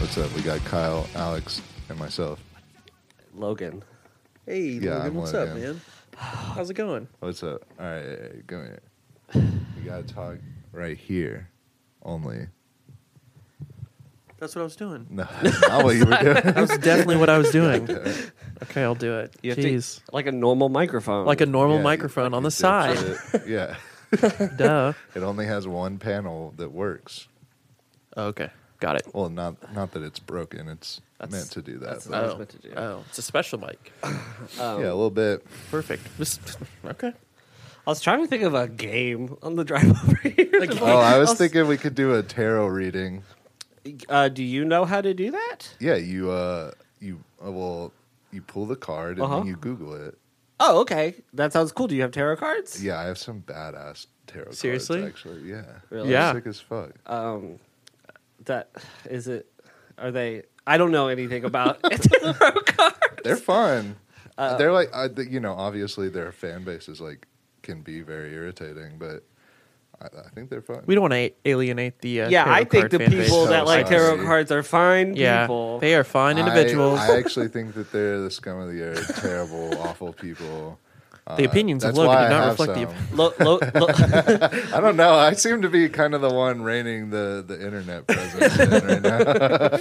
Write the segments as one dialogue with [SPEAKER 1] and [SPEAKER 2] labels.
[SPEAKER 1] What's up? We got Kyle, Alex, and myself.
[SPEAKER 2] Logan. Hey,
[SPEAKER 1] Yeah,
[SPEAKER 2] Logan,
[SPEAKER 1] I'm
[SPEAKER 2] what's up,
[SPEAKER 1] Logan.
[SPEAKER 2] man? How's it going?
[SPEAKER 1] What's up? All right, come here. We gotta talk right here, only.
[SPEAKER 3] That's what I was doing.
[SPEAKER 1] No, that's not what you were doing.
[SPEAKER 3] That's definitely what I was doing. Okay, I'll do it.
[SPEAKER 2] You have
[SPEAKER 3] Jeez.
[SPEAKER 2] to Oh, like a normal microphone.
[SPEAKER 3] like a normal
[SPEAKER 1] Yeah,
[SPEAKER 3] microphone
[SPEAKER 1] you
[SPEAKER 3] on the side.
[SPEAKER 1] dipshit. Yeah,
[SPEAKER 3] Duh.
[SPEAKER 1] it only has one panel that works.
[SPEAKER 2] Oh,
[SPEAKER 3] Okay. Got it.
[SPEAKER 1] Well, not not that it's broken. It's
[SPEAKER 2] That's-
[SPEAKER 1] meant to do that.
[SPEAKER 2] that's
[SPEAKER 1] but-
[SPEAKER 2] I was
[SPEAKER 3] Oh.
[SPEAKER 2] meant to do.
[SPEAKER 3] oh, it's a special mic.
[SPEAKER 2] um,
[SPEAKER 1] yeah, a little bit.
[SPEAKER 3] Perfect. This- okay.
[SPEAKER 2] I was trying to think of a game on the drive over here. Like,
[SPEAKER 1] Oh, I was thinking we could do a tarot reading.
[SPEAKER 2] Uh, do you know how to do that?
[SPEAKER 1] Yeah, you uh, you uh, well, you pull the card and
[SPEAKER 2] Uh-huh.
[SPEAKER 1] then you Google it.
[SPEAKER 2] Oh, okay. That sounds cool. Do you have tarot cards?
[SPEAKER 1] Yeah, I have some badass tarot
[SPEAKER 3] Seriously?
[SPEAKER 1] cards. Actually, yeah,
[SPEAKER 2] Really?
[SPEAKER 1] They're
[SPEAKER 3] Yeah. Uh,
[SPEAKER 1] sick as fuck.
[SPEAKER 2] Um, that is it. Are they? I don't know anything about tarot cards.
[SPEAKER 1] They're fun.
[SPEAKER 3] Uh,
[SPEAKER 1] they're like, I, th- you know, obviously their fan base is like can be very irritating, but I, I think they're fun.
[SPEAKER 3] We don't want to alienate the uh,
[SPEAKER 2] Yeah,
[SPEAKER 3] tarot
[SPEAKER 2] I think
[SPEAKER 3] card
[SPEAKER 2] the
[SPEAKER 3] fan base. Oh,
[SPEAKER 2] people
[SPEAKER 1] So
[SPEAKER 2] that like
[SPEAKER 1] sorry.
[SPEAKER 2] tarot cards are fine
[SPEAKER 3] yeah,
[SPEAKER 2] people.
[SPEAKER 3] they are fine
[SPEAKER 1] I-
[SPEAKER 3] individuals.
[SPEAKER 1] I, actually think that they're the scum of the earth, terrible, awful people. Uh,
[SPEAKER 3] the opinions of
[SPEAKER 1] that's
[SPEAKER 3] Logan
[SPEAKER 1] why
[SPEAKER 3] do
[SPEAKER 1] I
[SPEAKER 3] not
[SPEAKER 1] have
[SPEAKER 3] reflect the.
[SPEAKER 1] some.
[SPEAKER 2] Lo, lo, lo-
[SPEAKER 1] I don't know. I seem to be kind of the one reigning the, the internet presence in right now.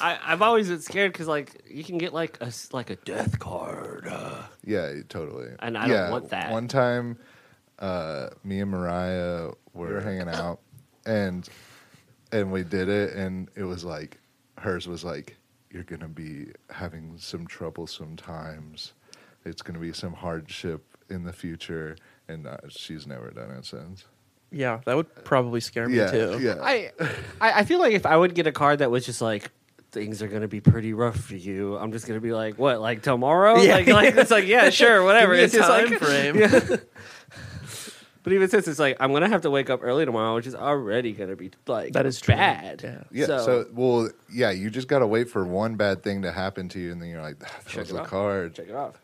[SPEAKER 2] I, I've always been scared because like you can get like a s- like a death card. Uh,
[SPEAKER 1] Yeah, totally.
[SPEAKER 2] And I don't
[SPEAKER 1] Yeah,
[SPEAKER 2] want that.
[SPEAKER 1] One time, uh, me and Mariah were hanging out, and and we did it, and it was like hers was like, "You're gonna be having some troublesome times. It's gonna be some hardship in the future." And uh, she's never done it since.
[SPEAKER 3] Yeah, that would probably scare me
[SPEAKER 1] yeah,
[SPEAKER 3] too.
[SPEAKER 1] yeah.
[SPEAKER 2] I, I I feel like if I would get a card that was just like things are gonna be pretty rough for you, I'm just gonna be like, what, like tomorrow?
[SPEAKER 3] Yeah.
[SPEAKER 2] Like, like it's like yeah, sure, whatever.
[SPEAKER 3] Give me
[SPEAKER 2] it's
[SPEAKER 3] a
[SPEAKER 2] just
[SPEAKER 3] time
[SPEAKER 2] like,
[SPEAKER 3] frame.
[SPEAKER 2] but even since it's like I'm gonna have to wake up early tomorrow, which is already gonna be like
[SPEAKER 3] That is true.
[SPEAKER 2] bad.
[SPEAKER 3] Yeah.
[SPEAKER 1] Yeah. So, well, yeah. You just gotta wait for one bad thing to happen to you, and then you're like, "That
[SPEAKER 2] Check
[SPEAKER 1] was
[SPEAKER 2] it
[SPEAKER 1] the
[SPEAKER 2] out.
[SPEAKER 1] card."
[SPEAKER 2] check it off.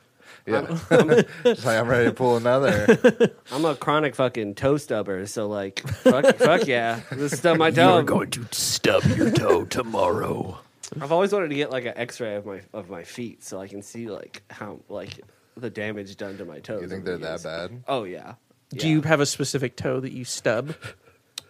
[SPEAKER 1] Yeah. it's like I'm ready to pull another.
[SPEAKER 2] I'm a chronic fucking toe stubber, so like fuck, fuck yeah, this stub my toe.
[SPEAKER 3] to stub your toe tomorrow.
[SPEAKER 2] I've always wanted to get like an X-ray of my of my feet so I can see like how like the damage done to my toes.
[SPEAKER 1] You think
[SPEAKER 2] over
[SPEAKER 1] they're
[SPEAKER 2] the
[SPEAKER 1] that
[SPEAKER 2] years.
[SPEAKER 1] bad?
[SPEAKER 2] Oh yeah.
[SPEAKER 3] Do
[SPEAKER 2] Yeah.
[SPEAKER 3] you have a specific toe that you stub?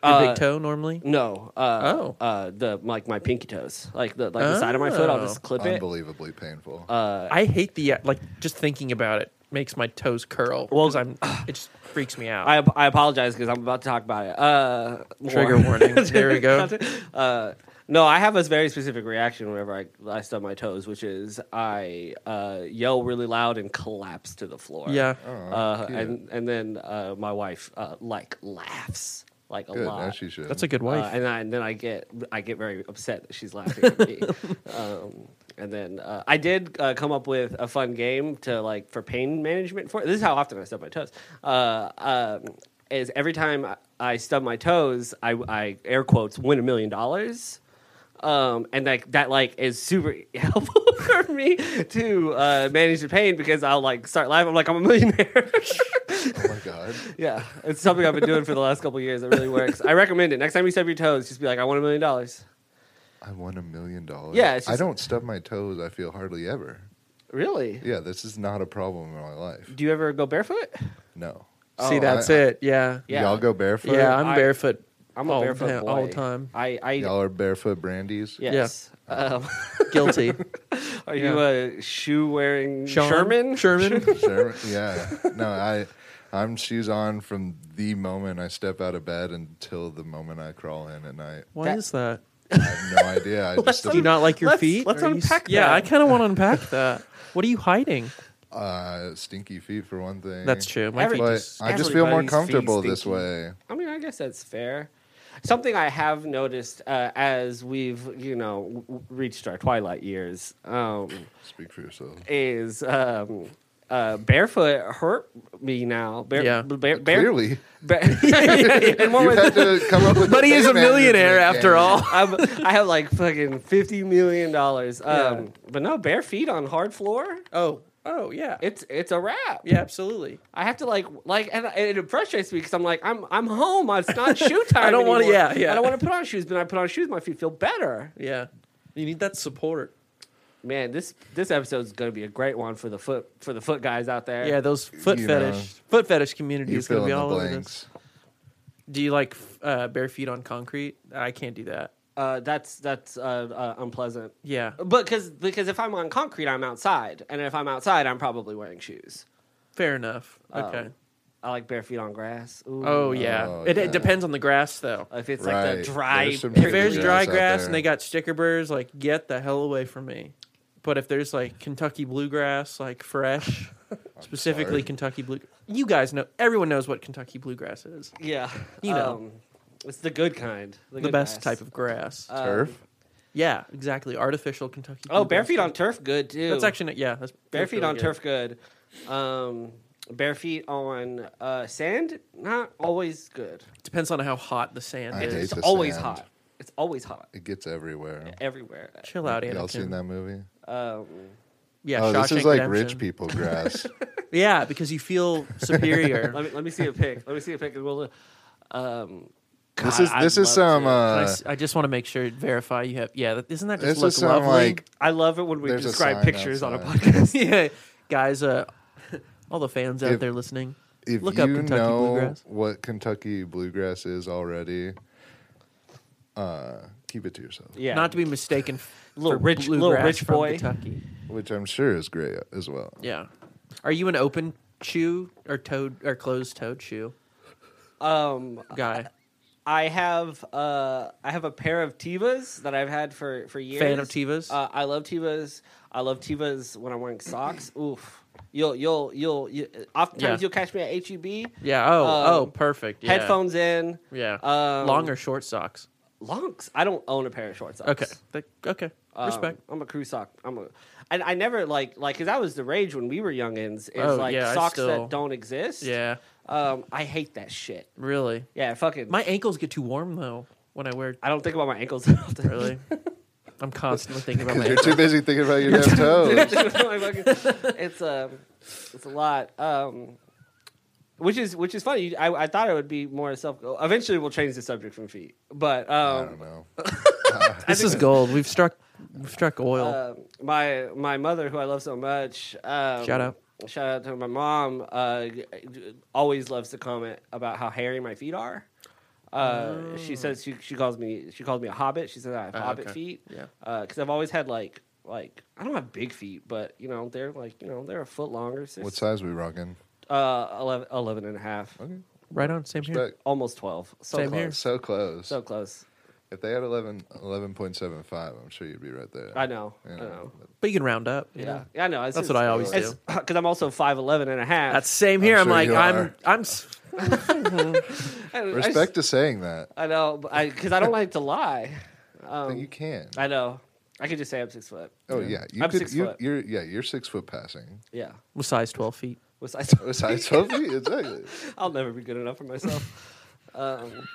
[SPEAKER 3] Your
[SPEAKER 2] Uh,
[SPEAKER 3] big toe normally?
[SPEAKER 2] No. Uh,
[SPEAKER 3] Oh.
[SPEAKER 2] Uh, the like my pinky toes, like the like the side of my foot. I'll just
[SPEAKER 3] Oh.
[SPEAKER 2] clip it.
[SPEAKER 1] Unbelievably painful.
[SPEAKER 2] uh,
[SPEAKER 3] I hate the uh, like just thinking about it makes my toes curl.
[SPEAKER 2] Well- uh,
[SPEAKER 3] Well, I'm it just freaks me out.
[SPEAKER 2] I, ap- I apologize because I'm about to talk about it. Uh, more.
[SPEAKER 3] Trigger warning. There we go.
[SPEAKER 2] Uh, no, I have a very specific reaction whenever I, I stub my toes, which is I uh, yell really loud and collapse to the floor.
[SPEAKER 3] yeah.
[SPEAKER 2] uh,
[SPEAKER 1] Oh, cute.
[SPEAKER 2] and and then uh, my wife uh, like laughs like a
[SPEAKER 1] Good.
[SPEAKER 2] lot.
[SPEAKER 1] Now she should.
[SPEAKER 3] That's a good
[SPEAKER 2] Uh,
[SPEAKER 3] wife.
[SPEAKER 2] and, I, and then I get I get very upset that she's laughing at me. Um, and then uh, I did uh, come up with a fun game to like for pain management. For this is how often I stub my toes. Uh, um, is every time I- I stub my toes, I, I air quotes win a million dollars. Um, and like that like is super helpful for me to uh, manage the pain because I'll like start laughing. I'm like I'm a millionaire.
[SPEAKER 1] Oh my god.
[SPEAKER 2] Yeah, it's something I've been doing for the last couple of years. It really works. I recommend it. Next time you stub your toes, just be like, "I want a million dollars."
[SPEAKER 1] I won a million dollars.
[SPEAKER 2] Yeah, it's
[SPEAKER 1] I
[SPEAKER 2] just-
[SPEAKER 1] don't stub my toes. I feel hardly ever.
[SPEAKER 2] Really?
[SPEAKER 1] Yeah, this is not a problem in my life.
[SPEAKER 2] Do you ever go barefoot?
[SPEAKER 1] No.
[SPEAKER 3] See,
[SPEAKER 1] Oh,
[SPEAKER 3] that's
[SPEAKER 1] I-
[SPEAKER 3] it. Yeah.
[SPEAKER 2] Yeah.
[SPEAKER 1] Y'all go barefoot.
[SPEAKER 3] Yeah, I'm
[SPEAKER 2] I-
[SPEAKER 3] barefoot.
[SPEAKER 2] I'm a
[SPEAKER 3] all,
[SPEAKER 2] barefoot
[SPEAKER 3] yeah,
[SPEAKER 2] boy
[SPEAKER 3] all the time.
[SPEAKER 2] I, I,
[SPEAKER 1] Y'all are barefoot brandies.
[SPEAKER 2] yes. Um,
[SPEAKER 3] Guilty.
[SPEAKER 2] are you a shoe wearing
[SPEAKER 3] Sean?
[SPEAKER 2] Sherman?
[SPEAKER 3] Sherman.
[SPEAKER 1] Sure. yeah. No, I. I'm shoes on from the moment I step out of bed until the moment I crawl in at night.
[SPEAKER 3] Why
[SPEAKER 2] That-
[SPEAKER 3] is that?
[SPEAKER 1] I have no idea. I just
[SPEAKER 3] Do you not like your
[SPEAKER 2] Let's-
[SPEAKER 3] feet?
[SPEAKER 2] let's
[SPEAKER 3] Are you s-
[SPEAKER 2] unpack
[SPEAKER 3] Yeah,
[SPEAKER 2] that.
[SPEAKER 3] I kind of want to unpack that. What are you hiding?
[SPEAKER 1] uh, stinky feet for one thing.
[SPEAKER 3] That's true. My
[SPEAKER 2] Every-
[SPEAKER 3] feet
[SPEAKER 1] But
[SPEAKER 3] just,
[SPEAKER 1] I just feel more
[SPEAKER 2] Everybody's feet
[SPEAKER 1] comfortable this
[SPEAKER 2] stinky.
[SPEAKER 1] way.
[SPEAKER 2] I mean, I guess that's fair. Something I have noticed uh, as we've, you know, w- w- reached our twilight years. Um,
[SPEAKER 1] Speak for yourself.
[SPEAKER 2] is um, uh, barefoot hurt me now. Bare,
[SPEAKER 3] Yeah.
[SPEAKER 2] bare, bare,
[SPEAKER 1] Clearly,
[SPEAKER 2] bare- yeah, yeah, yeah. In one
[SPEAKER 1] you
[SPEAKER 2] way-
[SPEAKER 1] had to come up with.
[SPEAKER 3] but he is a
[SPEAKER 1] payment
[SPEAKER 3] millionaire
[SPEAKER 1] management
[SPEAKER 3] after
[SPEAKER 1] game.
[SPEAKER 3] all.
[SPEAKER 2] I'm, I have like fucking fifty million dollars. Um, But no, bare feet on hard floor.
[SPEAKER 3] Oh, oh yeah,
[SPEAKER 2] It's it's a wrap.
[SPEAKER 3] yeah, absolutely.
[SPEAKER 2] I have to like like and, and it frustrates me because I'm like I'm I'm home. It's not shoe time.
[SPEAKER 3] I don't wanna-
[SPEAKER 2] anymore.
[SPEAKER 3] yeah, yeah.
[SPEAKER 2] I don't want to put on shoes, but I put on shoes, my feet feel better.
[SPEAKER 3] Yeah, You need that support.
[SPEAKER 2] Man, this this episode's gonna be a great one for the foot for the foot guys out there.
[SPEAKER 3] Yeah, those foot
[SPEAKER 1] You
[SPEAKER 3] fetish,
[SPEAKER 1] know.
[SPEAKER 3] foot fetish community
[SPEAKER 1] You
[SPEAKER 3] is going
[SPEAKER 1] fill in
[SPEAKER 3] to be
[SPEAKER 1] the
[SPEAKER 3] all over this.
[SPEAKER 1] blanks.
[SPEAKER 3] Do you like f- uh, bare feet on concrete? I can't do that.
[SPEAKER 2] uh, that's that's uh, uh, unpleasant.
[SPEAKER 3] Yeah,
[SPEAKER 2] But because because if I'm on concrete, I'm outside, and if I'm outside, I'm probably wearing shoes.
[SPEAKER 3] fair enough. Okay.
[SPEAKER 2] Um, I like bare feet on grass. Ooh.
[SPEAKER 3] oh yeah.
[SPEAKER 1] Oh,
[SPEAKER 3] it,
[SPEAKER 1] yeah.
[SPEAKER 3] it depends on the grass though.
[SPEAKER 2] if it's like the
[SPEAKER 1] Right.
[SPEAKER 2] dry.
[SPEAKER 1] There's some
[SPEAKER 3] If
[SPEAKER 1] really
[SPEAKER 3] there's
[SPEAKER 1] good
[SPEAKER 3] dry
[SPEAKER 1] grass out
[SPEAKER 3] grass and
[SPEAKER 1] there.
[SPEAKER 3] they got sticker burrs, like get the hell away from me. But if there's like Kentucky bluegrass, like fresh, specifically
[SPEAKER 1] sorry.
[SPEAKER 3] Kentucky blue, you guys know. Everyone knows what Kentucky bluegrass is.
[SPEAKER 2] yeah, Um,
[SPEAKER 3] You know.
[SPEAKER 2] it's the good kind,
[SPEAKER 3] The
[SPEAKER 2] good
[SPEAKER 3] best
[SPEAKER 2] grass.
[SPEAKER 3] type of grass.
[SPEAKER 2] Um,
[SPEAKER 1] Turf.
[SPEAKER 3] yeah, exactly. Artificial Kentucky.
[SPEAKER 2] Oh, bare
[SPEAKER 3] bluegrass.
[SPEAKER 2] feet on turf, good too.
[SPEAKER 3] That's actually not, yeah. That's
[SPEAKER 2] bare
[SPEAKER 3] that's
[SPEAKER 2] feet
[SPEAKER 3] really
[SPEAKER 2] on
[SPEAKER 3] good.
[SPEAKER 2] turf, good. Um, bare feet on uh, sand, not always good.
[SPEAKER 3] Depends on how hot the sand
[SPEAKER 1] I
[SPEAKER 3] is.
[SPEAKER 1] hate
[SPEAKER 2] It's
[SPEAKER 1] the
[SPEAKER 2] always
[SPEAKER 1] sand.
[SPEAKER 2] hot. It's always hot
[SPEAKER 1] It gets everywhere.
[SPEAKER 2] everywhere.
[SPEAKER 3] Chill out, Anakin.
[SPEAKER 1] Y'all seen that movie?
[SPEAKER 2] Um,
[SPEAKER 3] Yeah,
[SPEAKER 1] oh, this
[SPEAKER 3] Shawshank
[SPEAKER 1] is like
[SPEAKER 3] Redemption.
[SPEAKER 1] rich people grass.
[SPEAKER 3] Yeah, because you feel superior.
[SPEAKER 2] let me let me see a pic. Let me see a pic. and We'll, um,
[SPEAKER 1] this
[SPEAKER 2] God,
[SPEAKER 1] is
[SPEAKER 2] I'd
[SPEAKER 1] this is some
[SPEAKER 2] love to.
[SPEAKER 3] Can I,
[SPEAKER 1] uh,
[SPEAKER 3] s- I just want to make sure verify you have. Yeah, that, isn't that just
[SPEAKER 1] this
[SPEAKER 3] look
[SPEAKER 1] is some
[SPEAKER 3] lovely?
[SPEAKER 1] like
[SPEAKER 2] I love it when we
[SPEAKER 1] There's a
[SPEAKER 2] describe
[SPEAKER 1] sign
[SPEAKER 2] pictures on a
[SPEAKER 1] outside.
[SPEAKER 2] podcast.
[SPEAKER 3] yeah, guys, uh, all the fans out
[SPEAKER 1] If-
[SPEAKER 3] there listening,
[SPEAKER 1] if
[SPEAKER 3] look
[SPEAKER 1] you
[SPEAKER 3] up Kentucky
[SPEAKER 1] know
[SPEAKER 3] bluegrass.
[SPEAKER 1] what Kentucky bluegrass is already, uh, keep it to yourself.
[SPEAKER 2] Yeah,
[SPEAKER 3] not to be mistaken. f-
[SPEAKER 2] Little
[SPEAKER 3] for
[SPEAKER 2] rich- little
[SPEAKER 3] bluegrass
[SPEAKER 2] rich
[SPEAKER 3] from
[SPEAKER 2] boy.
[SPEAKER 3] Kentucky.
[SPEAKER 1] Which I'm sure is great as well.
[SPEAKER 3] Yeah, are you an open shoe or toed or closed toed shoe
[SPEAKER 2] Um,
[SPEAKER 3] guy?
[SPEAKER 2] I have uh, I have a pair of Tevas that I've had for for years.
[SPEAKER 3] of Tevas?
[SPEAKER 2] Uh, I love Tevas. I love Tevas when I'm wearing socks. Oof. You'll you'll you'll you, oftentimes
[SPEAKER 3] Yeah.
[SPEAKER 2] you'll catch me at HEB.
[SPEAKER 3] Yeah. Oh. oh.
[SPEAKER 2] Um,
[SPEAKER 3] Perfect. Yeah.
[SPEAKER 2] Headphones in.
[SPEAKER 3] Yeah.
[SPEAKER 2] Um,
[SPEAKER 3] Long or short socks.
[SPEAKER 2] longs. I don't own a pair of short socks.
[SPEAKER 3] Okay. Th- okay.
[SPEAKER 2] Um,
[SPEAKER 3] Respect.
[SPEAKER 2] I'm a crew sock. I'm a. I, I never like like because that was the rage when we were youngins. Is
[SPEAKER 3] Oh,
[SPEAKER 2] like
[SPEAKER 3] yeah, I
[SPEAKER 2] socks
[SPEAKER 3] still-
[SPEAKER 2] that don't exist.
[SPEAKER 3] Yeah.
[SPEAKER 2] Um, I hate that shit.
[SPEAKER 3] Really.
[SPEAKER 2] Yeah, fucking.
[SPEAKER 3] My ankles get too warm though when I wear.
[SPEAKER 2] I don't think about my ankles that often.
[SPEAKER 3] Really. I'm constantly thinking about my.
[SPEAKER 1] Because you're
[SPEAKER 3] ankles.
[SPEAKER 1] too busy thinking about your damn toes.
[SPEAKER 2] My fucking- it's um, it's a lot. Um, which is which is funny. I, I thought it would be more self. Eventually, we'll change the subject from feet, but
[SPEAKER 1] I
[SPEAKER 2] um,
[SPEAKER 1] don't know.
[SPEAKER 3] This is gold. We've struck. We've struck oil.
[SPEAKER 2] uh, my my mother, who I love so much, um,
[SPEAKER 3] Shout out.
[SPEAKER 2] shout out to my mom. Uh, always loves to comment about how hairy my feet are. Uh, She says she she calls me she calls me a hobbit. She says I have
[SPEAKER 3] Mm. Oh,
[SPEAKER 2] hobbit
[SPEAKER 3] okay.
[SPEAKER 2] feet.
[SPEAKER 3] Yeah.
[SPEAKER 2] because I've always had like like I don't have big feet, but you know they're like you know they're a foot longer. Six,
[SPEAKER 1] What size we rocking?
[SPEAKER 2] Uh, 11, 11 and a half.
[SPEAKER 1] Okay.
[SPEAKER 3] right on. Same here.
[SPEAKER 1] Respect.
[SPEAKER 2] Almost 12. So
[SPEAKER 3] Same
[SPEAKER 2] close.
[SPEAKER 3] here.
[SPEAKER 1] So close.
[SPEAKER 2] So close.
[SPEAKER 1] if they had 11, 11.75, I'm sure you'd be right there.
[SPEAKER 2] I know.
[SPEAKER 1] You
[SPEAKER 2] I know.
[SPEAKER 1] but
[SPEAKER 3] But you can round up. you
[SPEAKER 2] Yeah.
[SPEAKER 3] know?
[SPEAKER 2] yeah I know. It's
[SPEAKER 3] That's what I always do.
[SPEAKER 2] Because I'm also 5'11 and a half.
[SPEAKER 3] That's same here. I'm,
[SPEAKER 1] I'm sure
[SPEAKER 3] like
[SPEAKER 1] you
[SPEAKER 3] I'm
[SPEAKER 1] are.
[SPEAKER 3] I'm s-
[SPEAKER 2] I, I
[SPEAKER 1] Respect
[SPEAKER 2] just-
[SPEAKER 1] to saying that.
[SPEAKER 2] I, know, because I, don't like to lie.
[SPEAKER 1] Then
[SPEAKER 2] Um,
[SPEAKER 1] you can.
[SPEAKER 2] I know. I could just say I'm six foot.
[SPEAKER 1] oh yeah, you
[SPEAKER 2] I'm
[SPEAKER 1] could.
[SPEAKER 2] six
[SPEAKER 1] you,
[SPEAKER 2] foot.
[SPEAKER 1] You're yeah, you're six foot passing.
[SPEAKER 2] Yeah.
[SPEAKER 3] I'm size twelve feet.
[SPEAKER 2] Was I,
[SPEAKER 1] What size twelve feet? Exactly.
[SPEAKER 2] I'll never be good enough for myself. Um,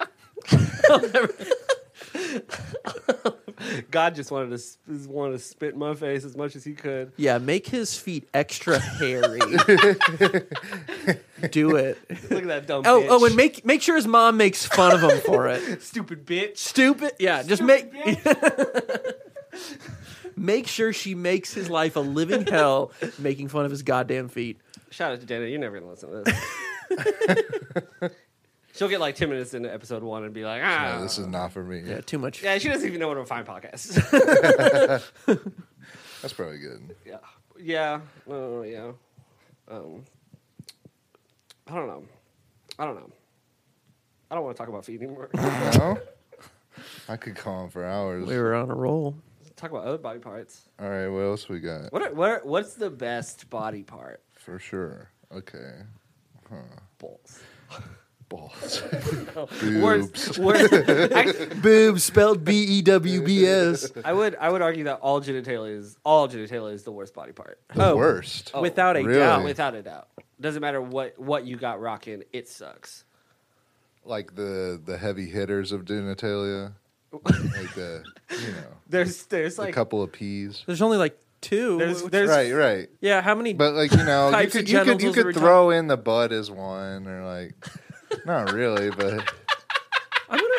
[SPEAKER 2] God just wanted to s- just wanted to spit in my face as much as he could.
[SPEAKER 3] Yeah, make his feet extra hairy. Do it.
[SPEAKER 2] Look at that dumb.
[SPEAKER 3] Oh
[SPEAKER 2] bitch.
[SPEAKER 3] oh, and make make sure his mom makes fun of him for it.
[SPEAKER 2] stupid bitch.
[SPEAKER 3] Stupid. Yeah, just
[SPEAKER 2] Stupid
[SPEAKER 3] make make sure she makes his life a living hell, making fun of his goddamn feet.
[SPEAKER 2] Shout out to Dana. You're never gonna listen to this. She'll get like ten minutes into episode one and be like, ah,
[SPEAKER 1] No, this is not for me.
[SPEAKER 3] Yeah, too much.
[SPEAKER 2] yeah. She doesn't even know what a fine podcast. is.
[SPEAKER 1] That's probably good.
[SPEAKER 2] yeah, yeah, no, no, no, yeah. Um, I don't know. I don't know. I don't want to talk about feet anymore.
[SPEAKER 1] No, I could call him for hours.
[SPEAKER 3] We were on a roll.
[SPEAKER 2] talk about other body parts.
[SPEAKER 1] All right, what else we got?
[SPEAKER 2] What? Are, what? Are, what's the best body part?
[SPEAKER 1] For sure. Okay.
[SPEAKER 2] Balls.
[SPEAKER 1] Balls.
[SPEAKER 2] Oh, Worst. worst I-
[SPEAKER 3] Boobs spelled B E W B S.
[SPEAKER 2] I would. I would argue that all genitalia is all genitalia is the worst body part.
[SPEAKER 1] The
[SPEAKER 3] Oh.
[SPEAKER 1] worst.
[SPEAKER 2] Oh.
[SPEAKER 3] Without a
[SPEAKER 1] Really?
[SPEAKER 3] doubt.
[SPEAKER 2] Without a doubt. Doesn't matter what what you got rocking, it sucks.
[SPEAKER 1] Like the the heavy hitters of genitalia. like the you know
[SPEAKER 2] There's there's like
[SPEAKER 1] a couple of peas.
[SPEAKER 3] There's only like two.
[SPEAKER 2] there's there's
[SPEAKER 1] Right, right.
[SPEAKER 3] yeah, how many?
[SPEAKER 1] But like you know, you
[SPEAKER 3] Types of
[SPEAKER 1] could you could you
[SPEAKER 3] genitals that
[SPEAKER 1] could
[SPEAKER 3] we're
[SPEAKER 1] throw in the butt as one, or like, not really, but
[SPEAKER 3] I'm gonna,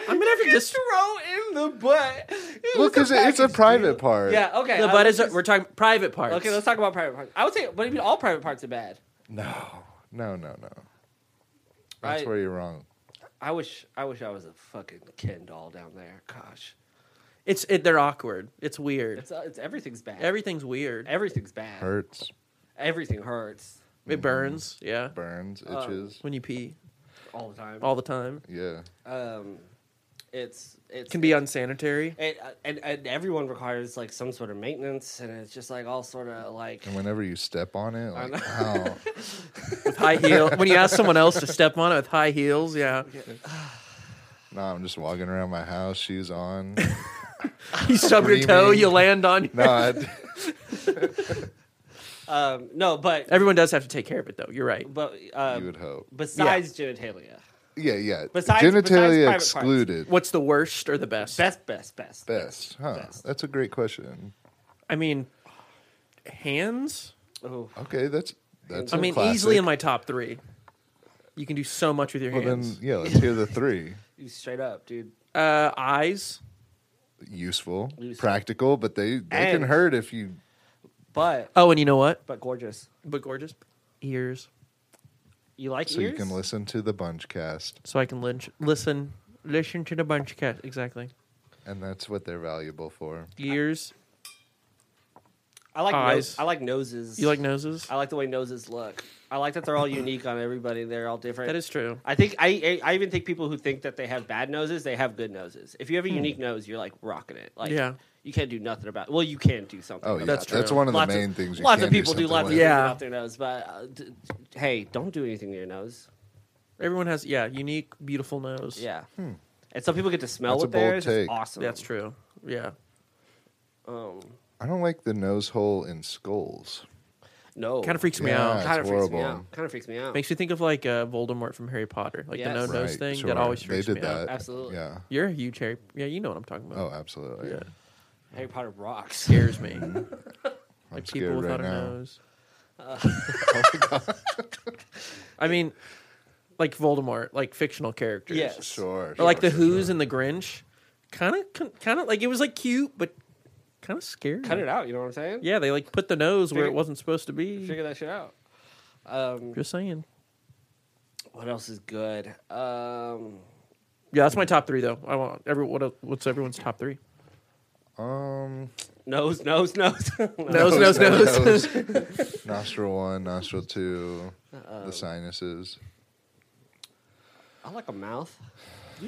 [SPEAKER 3] I'm gonna have to just
[SPEAKER 2] throw in the butt. It
[SPEAKER 1] Well,
[SPEAKER 2] was
[SPEAKER 1] because it's a
[SPEAKER 2] package
[SPEAKER 1] private
[SPEAKER 2] deal.
[SPEAKER 1] part.
[SPEAKER 2] Yeah. Okay.
[SPEAKER 3] the
[SPEAKER 2] I
[SPEAKER 3] butt
[SPEAKER 2] was
[SPEAKER 3] is.
[SPEAKER 2] just-
[SPEAKER 3] We're talking private parts.
[SPEAKER 2] okay. Let's talk about private parts. I would say, but I mean, all private parts are bad.
[SPEAKER 1] No, no, no, no. That's
[SPEAKER 2] I-
[SPEAKER 1] where you're wrong.
[SPEAKER 2] I wish. I wish I was a fucking Ken doll down there. Gosh,
[SPEAKER 3] It's it, they're awkward. It's weird.
[SPEAKER 2] it's uh, it's everything's bad.
[SPEAKER 3] Everything's weird.
[SPEAKER 2] everything's bad.
[SPEAKER 1] Hurts,
[SPEAKER 2] Everything hurts
[SPEAKER 3] It burns. Yeah.
[SPEAKER 1] burns, itches.
[SPEAKER 3] When you pee
[SPEAKER 2] all the time.
[SPEAKER 3] all the time,
[SPEAKER 1] yeah.
[SPEAKER 2] um, it's it's
[SPEAKER 3] it can be unsanitary.
[SPEAKER 2] It, uh, and, and everyone requires like some sort of maintenance, and it's just like all sort of like.
[SPEAKER 1] And whenever you step on it, like, ow.
[SPEAKER 3] With high heel. When you ask someone else to step on it with high heels, yeah.
[SPEAKER 1] No, I'm just walking around my house, shoes on.
[SPEAKER 3] You stub your toe,
[SPEAKER 1] Screaming.
[SPEAKER 3] you land on.
[SPEAKER 1] No, I,
[SPEAKER 2] Um, no, but
[SPEAKER 3] Everyone does have to take care of it, though. You're right.
[SPEAKER 2] but uh,
[SPEAKER 1] you would hope.
[SPEAKER 2] besides genitalia,
[SPEAKER 1] Yeah, yeah.
[SPEAKER 2] Besides-
[SPEAKER 1] Genitalia
[SPEAKER 2] besides private parts.
[SPEAKER 1] excluded.
[SPEAKER 3] What's the worst or the best?
[SPEAKER 2] best, best, best,
[SPEAKER 1] Best, huh?
[SPEAKER 2] Best.
[SPEAKER 1] That's a great question.
[SPEAKER 3] I mean, hands.
[SPEAKER 2] Ooh.
[SPEAKER 1] Okay, that's that's.
[SPEAKER 3] I
[SPEAKER 1] a
[SPEAKER 3] mean,
[SPEAKER 1] classic.
[SPEAKER 3] easily in my top three. You can do so much with your
[SPEAKER 1] Well, then,
[SPEAKER 3] hands.
[SPEAKER 1] yeah. Let's hear the three.
[SPEAKER 2] You straight up, dude.
[SPEAKER 3] Uh, eyes.
[SPEAKER 1] Useful,
[SPEAKER 2] Useful.
[SPEAKER 1] practical, but they they
[SPEAKER 2] And-
[SPEAKER 1] can hurt if you.
[SPEAKER 2] But
[SPEAKER 3] Oh, and you know what?
[SPEAKER 2] but gorgeous.
[SPEAKER 3] But gorgeous. Ears.
[SPEAKER 2] You like
[SPEAKER 1] So
[SPEAKER 2] ears?
[SPEAKER 1] you can listen to the bunch cast,
[SPEAKER 3] So I can lynch, listen, listen to the bunch cat. Exactly.
[SPEAKER 1] and that's what they're valuable for.
[SPEAKER 3] Ears.
[SPEAKER 2] I like
[SPEAKER 3] Eyes.
[SPEAKER 2] nose. I like noses.
[SPEAKER 3] You like noses?
[SPEAKER 2] I like the way noses look. I like that they're all unique on everybody. They're all different.
[SPEAKER 3] That is true.
[SPEAKER 2] I think I, I I even think people who think that they have bad noses, they have good noses. If you have a unique nose, you're like rocking it. Like
[SPEAKER 3] Hmm. Yeah.
[SPEAKER 2] you can't do nothing about. Well, you can do something.
[SPEAKER 1] Oh,
[SPEAKER 2] about
[SPEAKER 1] yeah,
[SPEAKER 3] That's
[SPEAKER 1] that's,
[SPEAKER 3] true.
[SPEAKER 1] one of the
[SPEAKER 2] Lots of-
[SPEAKER 1] main things. You
[SPEAKER 2] lots of
[SPEAKER 1] can do
[SPEAKER 2] people do
[SPEAKER 1] something
[SPEAKER 2] lots of
[SPEAKER 1] with.
[SPEAKER 2] things
[SPEAKER 3] Yeah.
[SPEAKER 2] about their nose, but uh, d- d- hey, don't do anything to your nose.
[SPEAKER 3] Everyone has, yeah, unique, beautiful nose.
[SPEAKER 2] Yeah, and some people get to smell
[SPEAKER 1] hmm. That's a bold
[SPEAKER 2] with theirs.
[SPEAKER 1] take.
[SPEAKER 2] It's awesome.
[SPEAKER 3] That's true. Yeah.
[SPEAKER 2] Um,
[SPEAKER 1] I don't like the nose hole in skulls.
[SPEAKER 2] no,
[SPEAKER 3] Kind of freaks me
[SPEAKER 1] Yeah.
[SPEAKER 3] out.
[SPEAKER 1] That's
[SPEAKER 2] kind of freaks me
[SPEAKER 1] horrible.
[SPEAKER 2] out. Kind of freaks me out.
[SPEAKER 3] Makes me think of like uh, Voldemort from Harry Potter, like
[SPEAKER 2] Yes.
[SPEAKER 3] the no nose
[SPEAKER 1] Right,
[SPEAKER 3] thing
[SPEAKER 1] sure.
[SPEAKER 3] that always
[SPEAKER 1] they
[SPEAKER 3] freaks
[SPEAKER 1] did
[SPEAKER 3] me
[SPEAKER 1] that.
[SPEAKER 3] out.
[SPEAKER 2] Absolutely.
[SPEAKER 1] Yeah.
[SPEAKER 3] You're a huge Harry. Yeah, you know what I'm talking about.
[SPEAKER 1] Oh, absolutely.
[SPEAKER 3] Yeah.
[SPEAKER 2] Harry Potter rocks.
[SPEAKER 3] Scares me.
[SPEAKER 1] I'm
[SPEAKER 3] like
[SPEAKER 1] scared
[SPEAKER 3] people
[SPEAKER 1] right
[SPEAKER 3] without a
[SPEAKER 1] now. Oh,
[SPEAKER 3] nose.
[SPEAKER 2] Uh,
[SPEAKER 3] I mean, like Voldemort, like fictional characters.
[SPEAKER 2] Yes.
[SPEAKER 1] Sure.
[SPEAKER 3] Or like the
[SPEAKER 1] sure,
[SPEAKER 3] Who's and the Grinch, kind of, kind of like it was like cute, but kind of scary.
[SPEAKER 2] Cut it out. You know what I'm saying?
[SPEAKER 3] Yeah, they like put the nose where it
[SPEAKER 2] Figure-
[SPEAKER 3] wasn't supposed to be.
[SPEAKER 2] Figure that shit out. Um,
[SPEAKER 3] Just saying.
[SPEAKER 2] what else is good? Um,
[SPEAKER 3] Yeah, that's my top three though. I want every what, el- what's everyone's top three?
[SPEAKER 1] sure. Um.
[SPEAKER 2] nose, nose, nose.
[SPEAKER 3] Nose, nose, nose.
[SPEAKER 1] nose. nostril one, nostril two, the sinuses.
[SPEAKER 2] I
[SPEAKER 3] Oh,
[SPEAKER 2] like a mouth.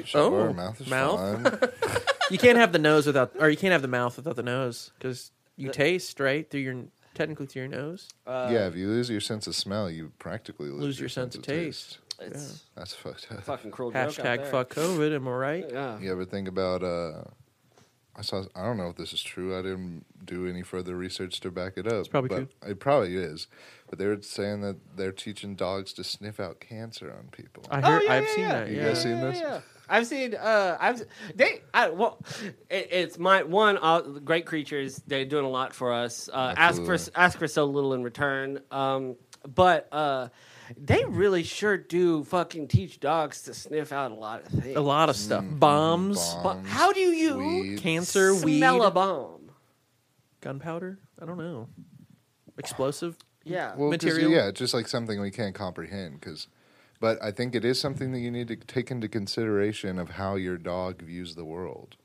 [SPEAKER 1] Sure,
[SPEAKER 3] oh,
[SPEAKER 1] mouth is
[SPEAKER 3] mouth.
[SPEAKER 1] fine.
[SPEAKER 3] You can't have the nose without, or you can't have the mouth without the nose because you taste right through your technically through your nose.
[SPEAKER 2] Uh,
[SPEAKER 1] yeah, if you lose your sense of smell, you practically lose,
[SPEAKER 3] Lose your sense of taste.
[SPEAKER 2] It's
[SPEAKER 1] That's fucked up.
[SPEAKER 2] fucking cruel. joke out
[SPEAKER 3] Hashtag
[SPEAKER 2] there.
[SPEAKER 3] fuck COVID. Am I right?
[SPEAKER 2] Yeah.
[SPEAKER 1] You ever think about? uh I saw. I don't know if this is true. I didn't do any further research to back it up. It's
[SPEAKER 3] probably
[SPEAKER 1] but It probably is. But they were saying that they're teaching dogs to sniff out cancer on people.
[SPEAKER 3] I
[SPEAKER 2] Oh,
[SPEAKER 3] heard.
[SPEAKER 2] yeah,
[SPEAKER 3] I've
[SPEAKER 2] yeah,
[SPEAKER 3] seen
[SPEAKER 2] yeah.
[SPEAKER 3] that.
[SPEAKER 1] You
[SPEAKER 3] Yeah.
[SPEAKER 1] guys seen this?
[SPEAKER 2] I've seen. Uh, I've they. I, well, it, it's my one. Uh, great creatures. They're doing a lot for us. Uh, ask for
[SPEAKER 1] Absolutely.
[SPEAKER 2] ask for so little in return. Um, but uh, they really sure do fucking teach dogs to sniff out a lot of things.
[SPEAKER 3] A lot of stuff. Bombs,
[SPEAKER 2] But how do you
[SPEAKER 1] Mm-hmm. weed.
[SPEAKER 3] cancer, weed,
[SPEAKER 2] smell a bomb?
[SPEAKER 3] gunpowder. I don't know. Explosive.
[SPEAKER 2] Yeah.
[SPEAKER 1] well, 'cause,
[SPEAKER 3] material?
[SPEAKER 1] Yeah, it's just like something we can't comprehend. Because, but I think it is something that you need to take into consideration of how your dog views the world.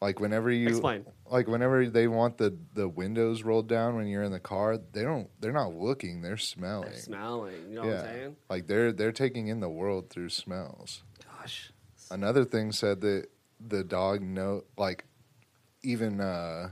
[SPEAKER 1] Like whenever you
[SPEAKER 2] Explain.
[SPEAKER 1] like whenever they want the the windows rolled down when you're in the car, they don't. They're not looking. They're smelling.
[SPEAKER 2] They're smelling. You know what I'm saying?
[SPEAKER 1] like they're they're taking in the world through smells.
[SPEAKER 2] Gosh.
[SPEAKER 1] Another thing said that the dog know like even uh